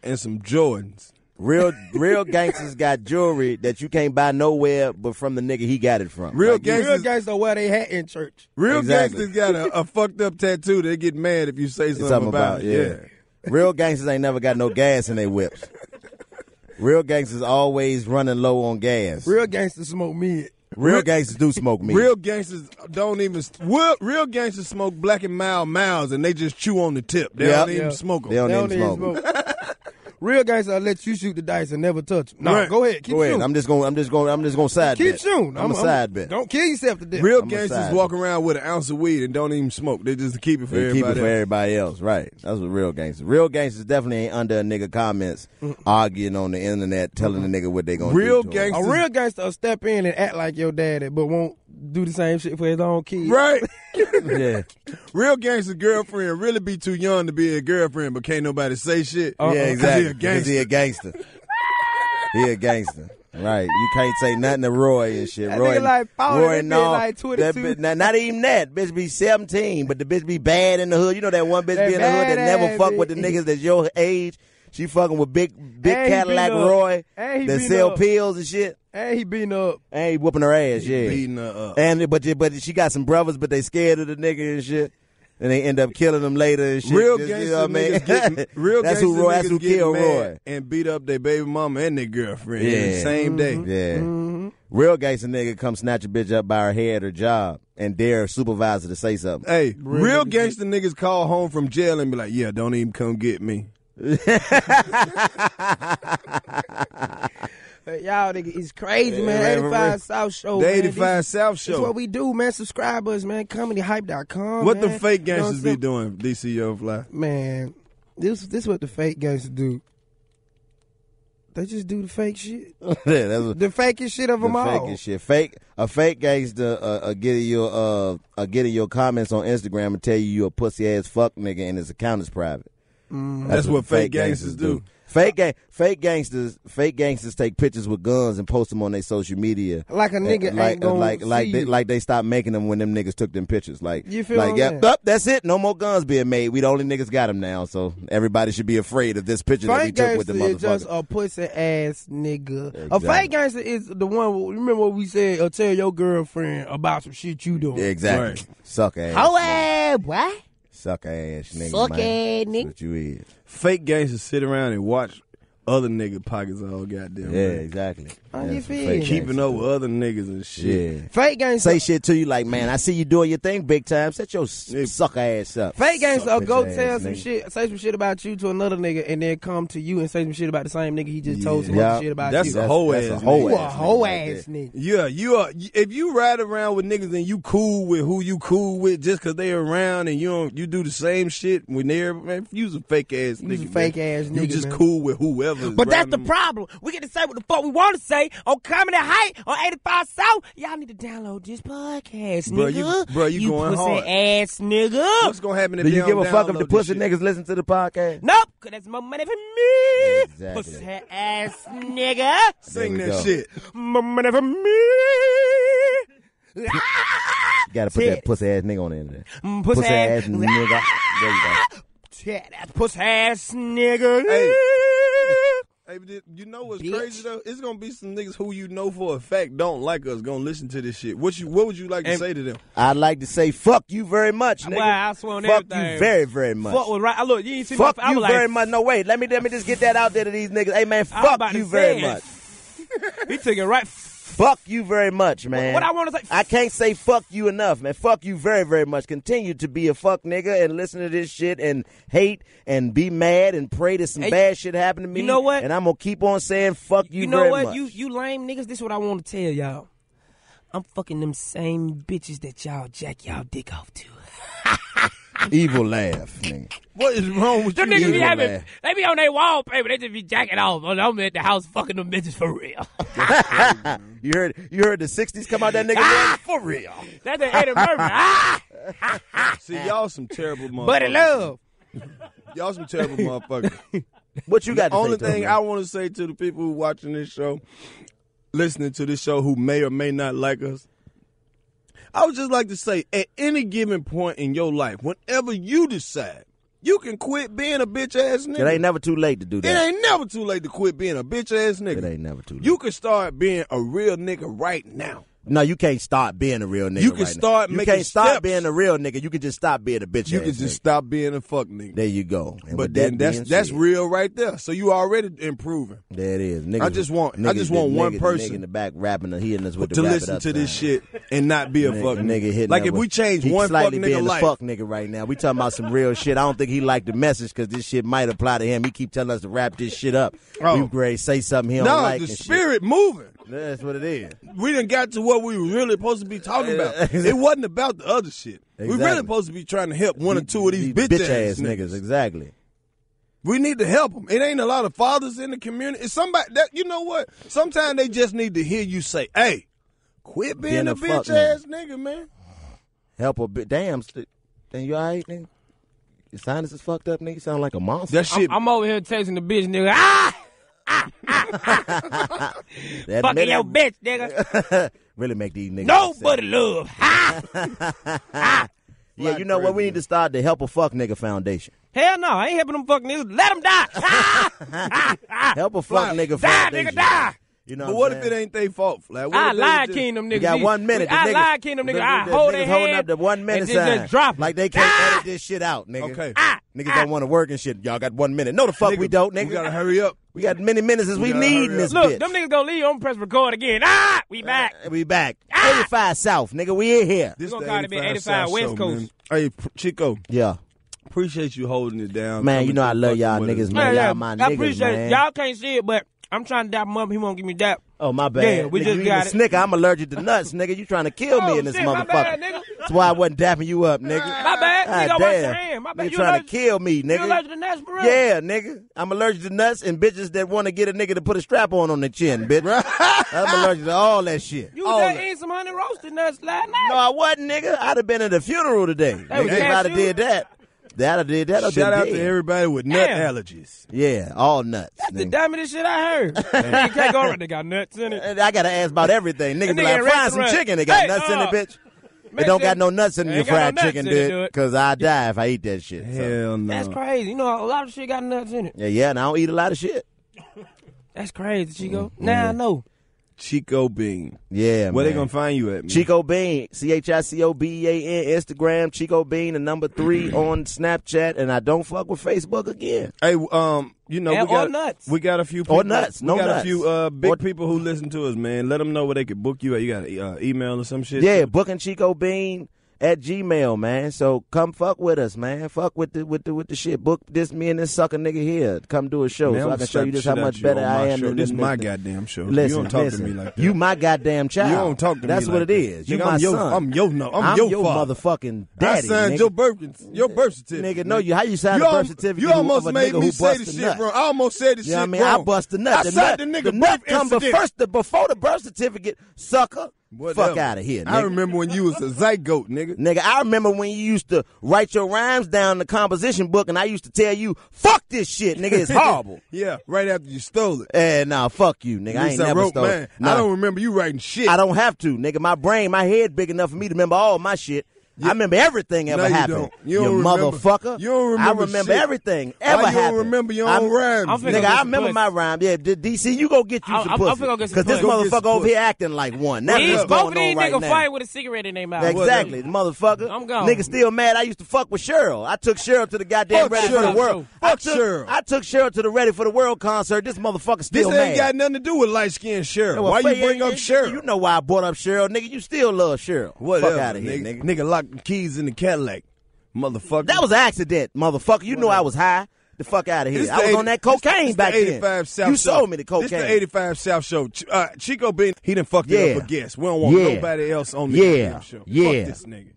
Speaker 1: and some Jordans.
Speaker 4: Real real gangsters got jewelry that you can't buy nowhere but from the nigga he got it from.
Speaker 1: Real
Speaker 4: Like,
Speaker 1: gangsters.
Speaker 3: Real gangsters wear they hat in church.
Speaker 1: Real
Speaker 4: Exactly.
Speaker 1: gangsters got a, a fucked up tattoo. They get mad if you say
Speaker 4: you-
Speaker 1: something,
Speaker 4: something about yeah. Real gangsters ain't never got no gas in their whips. Real gangsters always running low on gas. Real,
Speaker 3: Real gangsters smoke mid.
Speaker 4: gangsters do smoke meat.
Speaker 1: Real gangsters don't even. Real, real gangsters smoke black and mild miles, and they just chew on the tip. They
Speaker 4: Yep.
Speaker 1: don't even
Speaker 4: Yeah.
Speaker 1: smoke them.
Speaker 4: They don't,
Speaker 3: They
Speaker 4: even smoke.
Speaker 3: Real gangsters will let you shoot the dice and never touch them. No,
Speaker 1: Right.
Speaker 3: go ahead. Keep
Speaker 4: Go ahead.
Speaker 3: shooting.
Speaker 4: I'm just going. I'm just going. I'm just going side.
Speaker 3: Keep
Speaker 4: bet.
Speaker 3: shooting.
Speaker 4: I'm, a side bet.
Speaker 3: Don't kill yourself to death.
Speaker 1: Real
Speaker 4: I'm
Speaker 1: gangsters
Speaker 4: excited.
Speaker 1: walk around with an ounce of weed and don't even smoke. They just keep it for
Speaker 4: They keep it
Speaker 1: everybody.
Speaker 4: for everybody else, right? That's what real gangsters. Real gangsters definitely ain't under a nigga comments, arguing on the internet, telling the nigga what they gonna
Speaker 1: Real
Speaker 4: do. to 'em.
Speaker 1: gangsters.
Speaker 3: A real gangster will step in and act like your daddy, but won't do the same shit for his own kid.
Speaker 1: Right.
Speaker 4: Yeah.
Speaker 1: Real gangster girlfriend really be too young to be a girlfriend, but can't nobody say shit.
Speaker 4: Yeah,
Speaker 3: Uh-uh.
Speaker 1: 'Cause
Speaker 4: exactly.
Speaker 1: a gangster.
Speaker 4: he a gangster. he a gangster. Right. You can't say nothing to Roy and shit.
Speaker 3: That
Speaker 4: Roy,
Speaker 3: nigga like four, that
Speaker 4: Roy,
Speaker 3: bitch
Speaker 4: no,
Speaker 3: like 22.
Speaker 4: That bitch, not, not even that. Bitch be seventeen, but the bitch be bad in the hood. You know that one bitch be in the hood that
Speaker 3: bad
Speaker 4: never
Speaker 3: ass
Speaker 4: fuck with the
Speaker 3: bitch.
Speaker 4: niggas that's your age. She fucking with big, big
Speaker 3: And he
Speaker 4: Cadillac
Speaker 3: beating up-
Speaker 4: Roy
Speaker 3: and he
Speaker 4: that
Speaker 3: beating
Speaker 4: sell
Speaker 3: up-
Speaker 4: pills and shit.
Speaker 3: And he beating up.
Speaker 4: And he whooping her ass. yeah,
Speaker 1: beating her up.
Speaker 4: And but but she got some brothers, but they scared of the nigga and shit. And they end up killing them later and shit.
Speaker 1: Real
Speaker 4: Just,
Speaker 1: gangster
Speaker 4: you know what I mean?
Speaker 1: niggas get real
Speaker 4: that's who
Speaker 1: gangster
Speaker 4: Roy. That's
Speaker 1: niggas
Speaker 4: who
Speaker 1: get
Speaker 4: killed
Speaker 1: mad
Speaker 4: Roy.
Speaker 1: and beat up their baby mama and their girlfriend in the same day.
Speaker 4: Mm-hmm.
Speaker 1: Mm-hmm.
Speaker 4: Yeah. Real gangster nigga come snatch a bitch up by her head or job and dare her supervisor to say something.
Speaker 1: Hey, real, gangster niggas call home from jail and be like, "Yeah, don't even come get me."
Speaker 3: Hey, y'all nigga is crazy,
Speaker 1: Yeah,
Speaker 3: man.
Speaker 1: man, for
Speaker 3: 85
Speaker 1: real.
Speaker 3: South Show.
Speaker 1: The
Speaker 3: Oh, man.
Speaker 1: 85
Speaker 3: This-
Speaker 1: South
Speaker 3: This
Speaker 1: Show.
Speaker 3: what we do, man. Subscribe us, man. ComedyHype.com.
Speaker 1: what the
Speaker 3: man.
Speaker 1: fake
Speaker 3: You know what
Speaker 1: gangsters
Speaker 3: I'm
Speaker 1: be doing? DCO fly.
Speaker 3: man, this this what the fake gangsters do. They just do the fake shit.
Speaker 4: Yeah, that's what-
Speaker 3: the fakest shit of
Speaker 4: the
Speaker 3: them all.
Speaker 4: fakest shit. Fake a fake gangster uh, uh, getting your uh, uh getting your comments on Instagram and tell you you a pussy ass fuck nigga and his account is private.
Speaker 3: Mm.
Speaker 1: That's, what fake gangsters, do.
Speaker 4: Fake gang, fake gangsters, fake gangsters take pictures with guns and post them on their social media.
Speaker 3: Like a nigga
Speaker 4: like
Speaker 3: ain't gonna
Speaker 4: like like
Speaker 3: see
Speaker 4: they,
Speaker 3: you.
Speaker 4: like they stopped making them when them niggas took them pictures. Like
Speaker 3: You feel
Speaker 4: like
Speaker 3: what
Speaker 4: yeah,
Speaker 3: I'm saying?
Speaker 4: up, that's it. No more guns being made. We the only niggas got them now, so everybody should be afraid of this picture that we
Speaker 3: Fake
Speaker 4: took with the
Speaker 3: gangster is
Speaker 4: motherfucker.
Speaker 3: just a pussy ass nigga. A
Speaker 4: Exactly.
Speaker 3: fake gangster is the one. who- Remember what we said? Uh, tell your girlfriend about some shit you doing. Oh, eh,
Speaker 4: exactly, suck ass,
Speaker 3: How ass, boy?
Speaker 4: suck ass, nigga,
Speaker 3: Suck
Speaker 4: man.
Speaker 3: ass,
Speaker 4: That's
Speaker 3: nigga.
Speaker 4: what you is.
Speaker 1: Fake gangsters sit around and watch other nigga pockets all goddamn.
Speaker 4: Yeah,
Speaker 1: day.
Speaker 4: exactly.
Speaker 3: How you
Speaker 4: That's what
Speaker 3: feel?
Speaker 4: fake
Speaker 1: Keeping
Speaker 4: gangsters
Speaker 1: up with other niggas and shit.
Speaker 4: Yeah.
Speaker 3: Fake gangster.
Speaker 4: Say shit to you like, man, I see you doing your thing big time. Set your s- sucker ass up.
Speaker 3: Fake gangster will
Speaker 4: Suck
Speaker 3: go
Speaker 4: bitch ass,
Speaker 3: tell some
Speaker 4: nigga.
Speaker 3: shit, say some shit about you to another nigga, and then come to you and say some shit about the same nigga he just told some
Speaker 4: Yeah.
Speaker 3: other shit about
Speaker 1: That's
Speaker 3: you.
Speaker 1: a hoe ass.
Speaker 4: that's a hoe
Speaker 1: nigga.
Speaker 3: You a hoe ass nigga.
Speaker 1: Yeah, you are. If you ride around with niggas and you cool with who you cool with just because they around and you don't, you do the same shit when they're man. You's a fake ass nigga.
Speaker 3: You's a
Speaker 1: man.
Speaker 3: fake-ass
Speaker 1: You
Speaker 3: nigga,
Speaker 1: just
Speaker 3: man.
Speaker 1: cool with whoever.
Speaker 8: But that's the problem. We get to say what the fuck we want to say on Comedy Height on 85 South. Y'all need to download this podcast,
Speaker 1: Bro, you-
Speaker 8: nigga.
Speaker 1: bro, you going
Speaker 8: pussy
Speaker 1: hard.
Speaker 8: ass nigga.
Speaker 1: What's gonna happen if
Speaker 4: Do
Speaker 1: they
Speaker 4: you give
Speaker 1: don't
Speaker 4: a fuck if
Speaker 1: download
Speaker 4: the
Speaker 1: this
Speaker 4: pussy
Speaker 1: shit?
Speaker 4: niggas listen to the podcast?
Speaker 8: Nope, because that's more money for me.
Speaker 4: Exactly.
Speaker 8: Pussy ass nigga.
Speaker 1: Sing
Speaker 4: we
Speaker 1: that
Speaker 4: go.
Speaker 1: shit.
Speaker 8: More money for me.
Speaker 4: You gotta put that pussy ass nigga on the end of that.
Speaker 8: Mm, pussy
Speaker 4: ass
Speaker 8: ass-
Speaker 4: nigga. There you go.
Speaker 8: Yeah, that pussy ass nigga.
Speaker 1: Hey. Hey, but you know what's crazy though? It's gonna be some niggas who you know for a fact don't like us gonna listen to this shit. What you? What would you like to say to them?
Speaker 4: I'd like to say fuck you very much, nigga.
Speaker 8: Well, I swear on
Speaker 4: fuck
Speaker 8: everything.
Speaker 4: you very, very much.
Speaker 8: Fuck was right. I look, you ain't seen
Speaker 4: Fuck
Speaker 8: my. I
Speaker 4: you
Speaker 8: was like,
Speaker 4: very much. No, wait. Let me let me just get that out there to these niggas. Hey man, fuck
Speaker 8: about
Speaker 4: you
Speaker 8: to
Speaker 4: very
Speaker 8: say it.
Speaker 4: much.
Speaker 8: he took it right.
Speaker 4: Fuck you very much, man.
Speaker 8: What I want to say.
Speaker 4: I can't say fuck you enough, man. Fuck you very, very much. Continue to be a fuck nigga and listen to this shit and hate and be mad and pray that some
Speaker 8: Hey,
Speaker 4: bad shit happen to me.
Speaker 8: you know what?
Speaker 4: And I'm gonna keep on saying fuck you,
Speaker 8: You know
Speaker 4: very
Speaker 8: what?
Speaker 4: much.
Speaker 8: You you lame niggas. This is what I want to tell y'all. I'm fucking them same bitches that y'all jack y'all dick off to.
Speaker 4: Evil laugh, nigga.
Speaker 1: What is wrong with
Speaker 8: Them
Speaker 1: you?
Speaker 8: niggas be
Speaker 1: evil
Speaker 8: having,
Speaker 1: man?
Speaker 8: they be on their wallpaper. They just be jacking off. But I'm at the house fucking them bitches for real.
Speaker 4: you heard you heard the '60s come out that nigga ah! for real.
Speaker 8: That's the Eddie Murphy. Ah!
Speaker 1: See, y'all some terrible motherfuckers.
Speaker 8: Buddy Love.
Speaker 1: Y'all some terrible motherfuckers.
Speaker 4: What you got?
Speaker 1: The only
Speaker 4: to say
Speaker 1: thing I want to say to the people who watching this show, listening to this show, who may or may not like us, I would just like to say, at any given point in your life, whenever you decide, you can quit being a bitch ass nigga.
Speaker 4: it ain't never too late to do
Speaker 1: It
Speaker 4: that.
Speaker 1: ain't never too late to quit being a bitch ass nigga.
Speaker 4: It ain't never too late.
Speaker 1: You can start being a real nigga right now.
Speaker 4: No, you can't start being a real nigga.
Speaker 1: You can
Speaker 4: right now.
Speaker 1: start
Speaker 4: You
Speaker 1: making
Speaker 4: can't stop
Speaker 1: steps.
Speaker 4: being a real nigga. You can just stop being a bitch.
Speaker 1: You
Speaker 4: ass
Speaker 1: can
Speaker 4: nigga.
Speaker 1: just stop being a fuck nigga.
Speaker 4: There you go. And
Speaker 1: but
Speaker 4: with that
Speaker 1: then that's
Speaker 4: being
Speaker 1: that's
Speaker 4: said,
Speaker 1: real right there. So you already improving.
Speaker 4: There it is. Niggas,
Speaker 1: I just want- I
Speaker 4: niggas
Speaker 1: just
Speaker 4: that-
Speaker 1: want one
Speaker 4: niggas- the
Speaker 1: person
Speaker 4: nigga in the back rapping and hitting us with
Speaker 1: to
Speaker 4: the wrap it
Speaker 1: listen
Speaker 4: up
Speaker 1: to
Speaker 4: sound.
Speaker 1: this shit and not be a
Speaker 4: Nigga-
Speaker 1: fuck
Speaker 4: nigga hitting
Speaker 1: Like
Speaker 4: us
Speaker 1: if we
Speaker 4: with-
Speaker 1: change
Speaker 4: he
Speaker 1: one fuck
Speaker 4: slightly
Speaker 1: nigga
Speaker 4: being
Speaker 1: life,
Speaker 4: a fuck nigga right now. We talking about some real shit. I don't think he liked the message because this shit might apply to him. He keep telling us to wrap this shit up.
Speaker 1: Oh.
Speaker 4: We great say something he don't
Speaker 1: no,
Speaker 4: like.
Speaker 1: the
Speaker 4: and shit.
Speaker 1: spirit moving.
Speaker 4: That's what it is.
Speaker 1: We didn't got to what we were really supposed to be talking about.
Speaker 4: Exactly.
Speaker 1: It wasn't about the other shit. We really
Speaker 4: Exactly.
Speaker 1: supposed to be trying to help one or two of these,
Speaker 4: bitch,
Speaker 1: bitch
Speaker 4: ass niggas. Exactly.
Speaker 1: We need to help them. It ain't a lot of fathers in the community. It's somebody that you know what? Sometimes they just need to hear you say, "Hey, quit being,
Speaker 4: Being
Speaker 1: a,
Speaker 4: a fuck
Speaker 1: bitch ass nigga, man."
Speaker 4: Help a bit. Damn. st- Then you all right, nigga? Your sinus is fucked up, nigga. You sound like a monster.
Speaker 3: That shit. I'm, I'm over here texting the bitch, nigga. Ah!
Speaker 4: That
Speaker 3: Fucking
Speaker 4: really-
Speaker 3: your bitch, nigga.
Speaker 4: really make these niggas.
Speaker 3: Nobody love.
Speaker 4: Yeah, you know what? We need to start the Help a Fuck Nigga Foundation.
Speaker 3: Hell no, I ain't helping them fucking niggas. Let them die. Ah,
Speaker 4: Help a Fuck Nigga
Speaker 3: die,
Speaker 4: Foundation.
Speaker 3: nigga, die.
Speaker 4: You know
Speaker 1: but
Speaker 4: what
Speaker 1: what
Speaker 4: I'm
Speaker 1: if it ain't they fault? Like, what
Speaker 3: I
Speaker 1: if they
Speaker 3: lied,
Speaker 1: just-
Speaker 3: king them niggas.
Speaker 4: You got
Speaker 3: We-
Speaker 4: one minute. The
Speaker 3: I
Speaker 4: niggas-
Speaker 3: lied, king them
Speaker 4: the-
Speaker 3: niggas.
Speaker 4: the-
Speaker 3: I
Speaker 4: the niggas
Speaker 3: hold their
Speaker 4: holding
Speaker 3: hand
Speaker 4: up the one minute
Speaker 3: and just-
Speaker 4: sign.
Speaker 3: just drop it. Ah!
Speaker 4: Like they can't edit this shit out, nigga. Okay. Niggas don't want to work and shit. Y'all got one minute. No, the fuck we don't, nigga. We gotta hurry up. We got many minutes as we, need in this
Speaker 3: Look,
Speaker 4: bitch. Uh,
Speaker 3: them niggas gonna leave. I'm gonna press record again. Ah, we back.
Speaker 4: And we back. 85 South, nigga. We in here.
Speaker 3: Ah! This
Speaker 1: the
Speaker 3: gonna call it 85
Speaker 1: South
Speaker 3: West
Speaker 1: Show,
Speaker 3: Coast.
Speaker 1: man. Hey, P- Chico.
Speaker 4: Yeah.
Speaker 1: Appreciate you holding it down.
Speaker 4: Man,
Speaker 1: coming
Speaker 4: you know I
Speaker 1: through
Speaker 4: love
Speaker 1: fucking
Speaker 4: y'all
Speaker 1: with
Speaker 4: niggas,
Speaker 1: us.
Speaker 4: man. Y'all my
Speaker 3: I
Speaker 4: niggas,
Speaker 3: appreciate
Speaker 4: man.
Speaker 3: it. Y'all can't see it, but I'm trying to dap him up. He won't give me dap.
Speaker 4: Oh my bad.
Speaker 3: Yeah, we
Speaker 4: Nigga,
Speaker 3: just
Speaker 4: you
Speaker 3: got
Speaker 4: even
Speaker 3: it.
Speaker 4: Snicker, I'm allergic to nuts, nigga. You trying to kill me
Speaker 3: Oh,
Speaker 4: in this
Speaker 3: shit, my
Speaker 4: motherfucker?
Speaker 3: bad, nigga.
Speaker 4: That's why I wasn't dapping you up, nigga.
Speaker 3: My bad. Nigga, I
Speaker 4: God
Speaker 3: wasn't
Speaker 4: damn.
Speaker 3: trying. My bad.
Speaker 4: Nigga
Speaker 3: You
Speaker 4: trying
Speaker 3: allergic-
Speaker 4: to kill me, nigga.
Speaker 3: You allergic to nuts, for real?
Speaker 4: Yeah, nigga. I'm allergic to nuts and bitches that want to get a nigga to put a strap on on their chin, bitch. I'm allergic to all that shit.
Speaker 3: You
Speaker 4: all
Speaker 3: was
Speaker 4: that.
Speaker 3: there eating some honey roasted nuts last night.
Speaker 4: No, I wasn't, nigga. I'd have been at a funeral today.
Speaker 3: was
Speaker 4: Nigga, if I'd have
Speaker 3: cashews?
Speaker 4: did that, that I did that. I'd
Speaker 1: Shout
Speaker 4: been
Speaker 1: out
Speaker 4: dead.
Speaker 1: to everybody with nut
Speaker 3: Damn.
Speaker 1: allergies.
Speaker 4: Yeah, all nuts.
Speaker 3: The
Speaker 4: nigga.
Speaker 3: damnedest shit I heard. Nigga can't go around. They got nuts in it.
Speaker 4: I gotta ask about everything. Nigga
Speaker 3: That
Speaker 4: be
Speaker 3: nigga
Speaker 4: like,
Speaker 3: at
Speaker 4: frying some
Speaker 3: restaurant.
Speaker 4: chicken. They got
Speaker 3: Hey,
Speaker 4: nuts in
Speaker 3: uh,
Speaker 4: it, bitch. It
Speaker 3: make
Speaker 4: don't
Speaker 3: sure-
Speaker 4: got no nuts in your
Speaker 3: Ain't got no
Speaker 4: fried
Speaker 3: nuts
Speaker 4: chicken,
Speaker 3: in it, do
Speaker 4: dude.
Speaker 3: it.
Speaker 4: Cause I die if I eat that shit. so.
Speaker 1: Hell no.
Speaker 3: That's crazy. You know, a lot of shit got nuts in it.
Speaker 4: Yeah, yeah, and I don't eat a lot of shit.
Speaker 3: That's crazy, Chico.
Speaker 4: Mm-hmm.
Speaker 3: Now I know.
Speaker 1: Chico Bean.
Speaker 4: Yeah,
Speaker 1: Where they
Speaker 4: man.
Speaker 1: gonna find you at, man?
Speaker 4: Chico Bean, C H I C O B E A N, Instagram, Chico Bean, the number three on Snapchat, and I don't fuck with Facebook again.
Speaker 1: Hey, um, you know,
Speaker 4: Yeah,
Speaker 1: we got
Speaker 4: or nuts.
Speaker 1: we got a few people,
Speaker 4: Or nuts. No
Speaker 1: we got
Speaker 4: nuts.
Speaker 1: a few uh, big
Speaker 4: Or-
Speaker 1: people who listen to us, man. Let them know where they could book you at. You got an uh, email or some shit.
Speaker 4: Yeah, booking Chico Bean at Gmail, man. So come fuck with us, man. Fuck with the with the with the shit. Book this me and this sucker nigga here. Come do a show
Speaker 1: Man,
Speaker 4: so
Speaker 1: I'ma
Speaker 4: I can show
Speaker 1: slap
Speaker 4: you just
Speaker 1: the
Speaker 4: how
Speaker 1: shit out
Speaker 4: much
Speaker 1: you
Speaker 4: better
Speaker 1: on
Speaker 4: I
Speaker 1: my
Speaker 4: am.
Speaker 1: show.
Speaker 4: Than
Speaker 1: This
Speaker 4: than-
Speaker 1: my
Speaker 4: than-
Speaker 1: goddamn show. You
Speaker 4: Listen,
Speaker 1: don't talk to
Speaker 4: listen.
Speaker 1: me like that.
Speaker 4: You my goddamn child.
Speaker 1: You don't talk to
Speaker 4: That's
Speaker 1: me
Speaker 4: what
Speaker 1: like
Speaker 4: it
Speaker 1: that.
Speaker 4: is. You
Speaker 1: Nigga,
Speaker 4: my
Speaker 1: I'm your-
Speaker 4: son.
Speaker 1: I'm your- no, I'm your father.
Speaker 4: motherfucking
Speaker 1: I
Speaker 4: daddy.
Speaker 1: signed
Speaker 4: nigga.
Speaker 1: your birth your birth
Speaker 4: Nigga,
Speaker 1: certificate.
Speaker 4: no, you how you signed
Speaker 1: You
Speaker 4: a birth
Speaker 1: alm-
Speaker 4: certificate?
Speaker 1: you
Speaker 4: who-
Speaker 1: almost
Speaker 4: of a
Speaker 1: made
Speaker 4: nigga
Speaker 1: me
Speaker 4: who
Speaker 1: say
Speaker 4: bust
Speaker 1: the
Speaker 4: the
Speaker 1: shit
Speaker 4: nut.
Speaker 1: wrong. I almost said the
Speaker 4: You know what I
Speaker 1: shit
Speaker 4: mean?
Speaker 1: wrong.
Speaker 4: I bust the
Speaker 1: I
Speaker 4: nut. The
Speaker 1: signed
Speaker 4: nut,
Speaker 1: the nigga
Speaker 4: the nut
Speaker 1: birth
Speaker 4: come
Speaker 1: incident.
Speaker 4: first. The before the birth certificate, sucker.
Speaker 1: Whatever.
Speaker 4: Fuck out of here, nigga.
Speaker 1: I remember when you was a zygote, nigga.
Speaker 4: Nigga, I remember when you used to write your rhymes down in the composition book, and I used to tell you, "Fuck this shit, nigga. It's horrible."
Speaker 1: yeah, right after you stole it.
Speaker 4: Eh, nah, fuck you, nigga.
Speaker 1: At
Speaker 4: I
Speaker 1: least
Speaker 4: ain't
Speaker 1: I
Speaker 4: never
Speaker 1: wrote
Speaker 4: stole it.
Speaker 1: mine. I
Speaker 4: Nah.
Speaker 1: don't remember you writing shit.
Speaker 4: I don't have to, nigga. My brain, my head, big enough for me to remember all my shit. I remember everything ever
Speaker 1: No, you
Speaker 4: happened.
Speaker 1: don't. You don't remember-
Speaker 4: motherfucker.
Speaker 1: you don't remember
Speaker 4: I remember
Speaker 1: shit.
Speaker 4: everything
Speaker 1: Why
Speaker 4: ever
Speaker 1: you don't
Speaker 4: happened.
Speaker 1: remember your
Speaker 4: I'm-
Speaker 1: own rhymes,
Speaker 3: I'm finna
Speaker 4: nigga,
Speaker 3: go
Speaker 4: I
Speaker 3: get
Speaker 4: remember
Speaker 3: some
Speaker 4: my rhyme. Yeah, D- DC, you go get you
Speaker 3: I'm-
Speaker 4: some
Speaker 3: I'm- I'm
Speaker 4: pussy.
Speaker 3: finna go get some
Speaker 4: this
Speaker 3: pussy. Go get some
Speaker 4: motherfucker over
Speaker 3: pussy.
Speaker 4: here acting like one. That's
Speaker 3: These-
Speaker 4: what's
Speaker 3: both
Speaker 4: going
Speaker 3: of these
Speaker 4: on right
Speaker 3: niggas
Speaker 4: now.
Speaker 3: fighting with a cigarette in their mouth.
Speaker 4: Exactly, the motherfucker.
Speaker 3: I'm gone.
Speaker 4: Nigga still mad. I used to fuck with Cheryl. I took Cheryl to the goddamn
Speaker 3: Fuck
Speaker 4: Ready for the
Speaker 3: Cheryl.
Speaker 4: World. I
Speaker 1: Fuck
Speaker 4: took,
Speaker 1: Cheryl.
Speaker 4: I took Cheryl to the Ready for the World concert. This motherfucker
Speaker 1: This
Speaker 4: still mad.
Speaker 1: ain't got nothing to do with light skinned Cheryl.
Speaker 4: Yeah, well,
Speaker 1: Why
Speaker 4: fuck,
Speaker 1: you bring
Speaker 4: yeah,
Speaker 1: up
Speaker 4: yeah,
Speaker 1: Cheryl?
Speaker 4: You know why I brought up Cheryl, nigga. You still love Cheryl.
Speaker 1: Whatever,
Speaker 4: Fuck out of here,
Speaker 1: nigga.
Speaker 4: nigga.
Speaker 1: Nigga locked the keys in the Cadillac, motherfucker.
Speaker 4: That was an accident, motherfucker. You knew I was high. The fuck out of here.
Speaker 1: This
Speaker 4: I was
Speaker 1: the
Speaker 4: on
Speaker 1: 80
Speaker 4: that cocaine
Speaker 1: this
Speaker 4: back
Speaker 1: the 85
Speaker 4: then.
Speaker 1: South
Speaker 4: you
Speaker 1: Show.
Speaker 4: sold me the cocaine.
Speaker 1: This the 85 South Show. Ch- Uh, Chico Bean, he done fucked it
Speaker 4: Yeah.
Speaker 1: up for guests. We don't want
Speaker 4: Yeah.
Speaker 1: nobody else on the
Speaker 4: Yeah.
Speaker 1: goddamn show.
Speaker 4: Yeah.
Speaker 1: Fuck this nigga.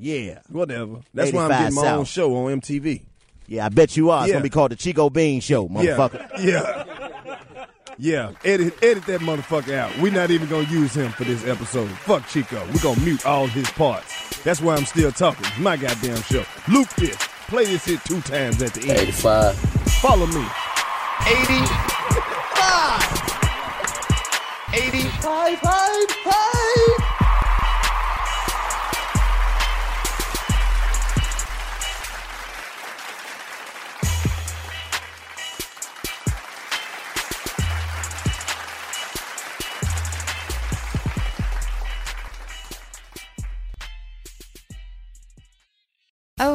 Speaker 4: Yeah.
Speaker 1: Whatever. That's why I'm
Speaker 4: 85
Speaker 1: getting my own
Speaker 4: South.
Speaker 1: show on MTV.
Speaker 4: Yeah, I bet you are. It's
Speaker 1: Yeah.
Speaker 4: gonna be called the Chico Bean Show,
Speaker 1: Yeah.
Speaker 4: motherfucker.
Speaker 1: Yeah. Yeah. Edit, edit that motherfucker out. We're not even going to use him for this episode. Fuck Chico. We're going to mute all his parts. That's why I'm still talking. It's My goddamn show. Loop this. Play this hit two times at the end. 85. Follow me.
Speaker 6: 85. 85, 5, 5.
Speaker 9: Oh,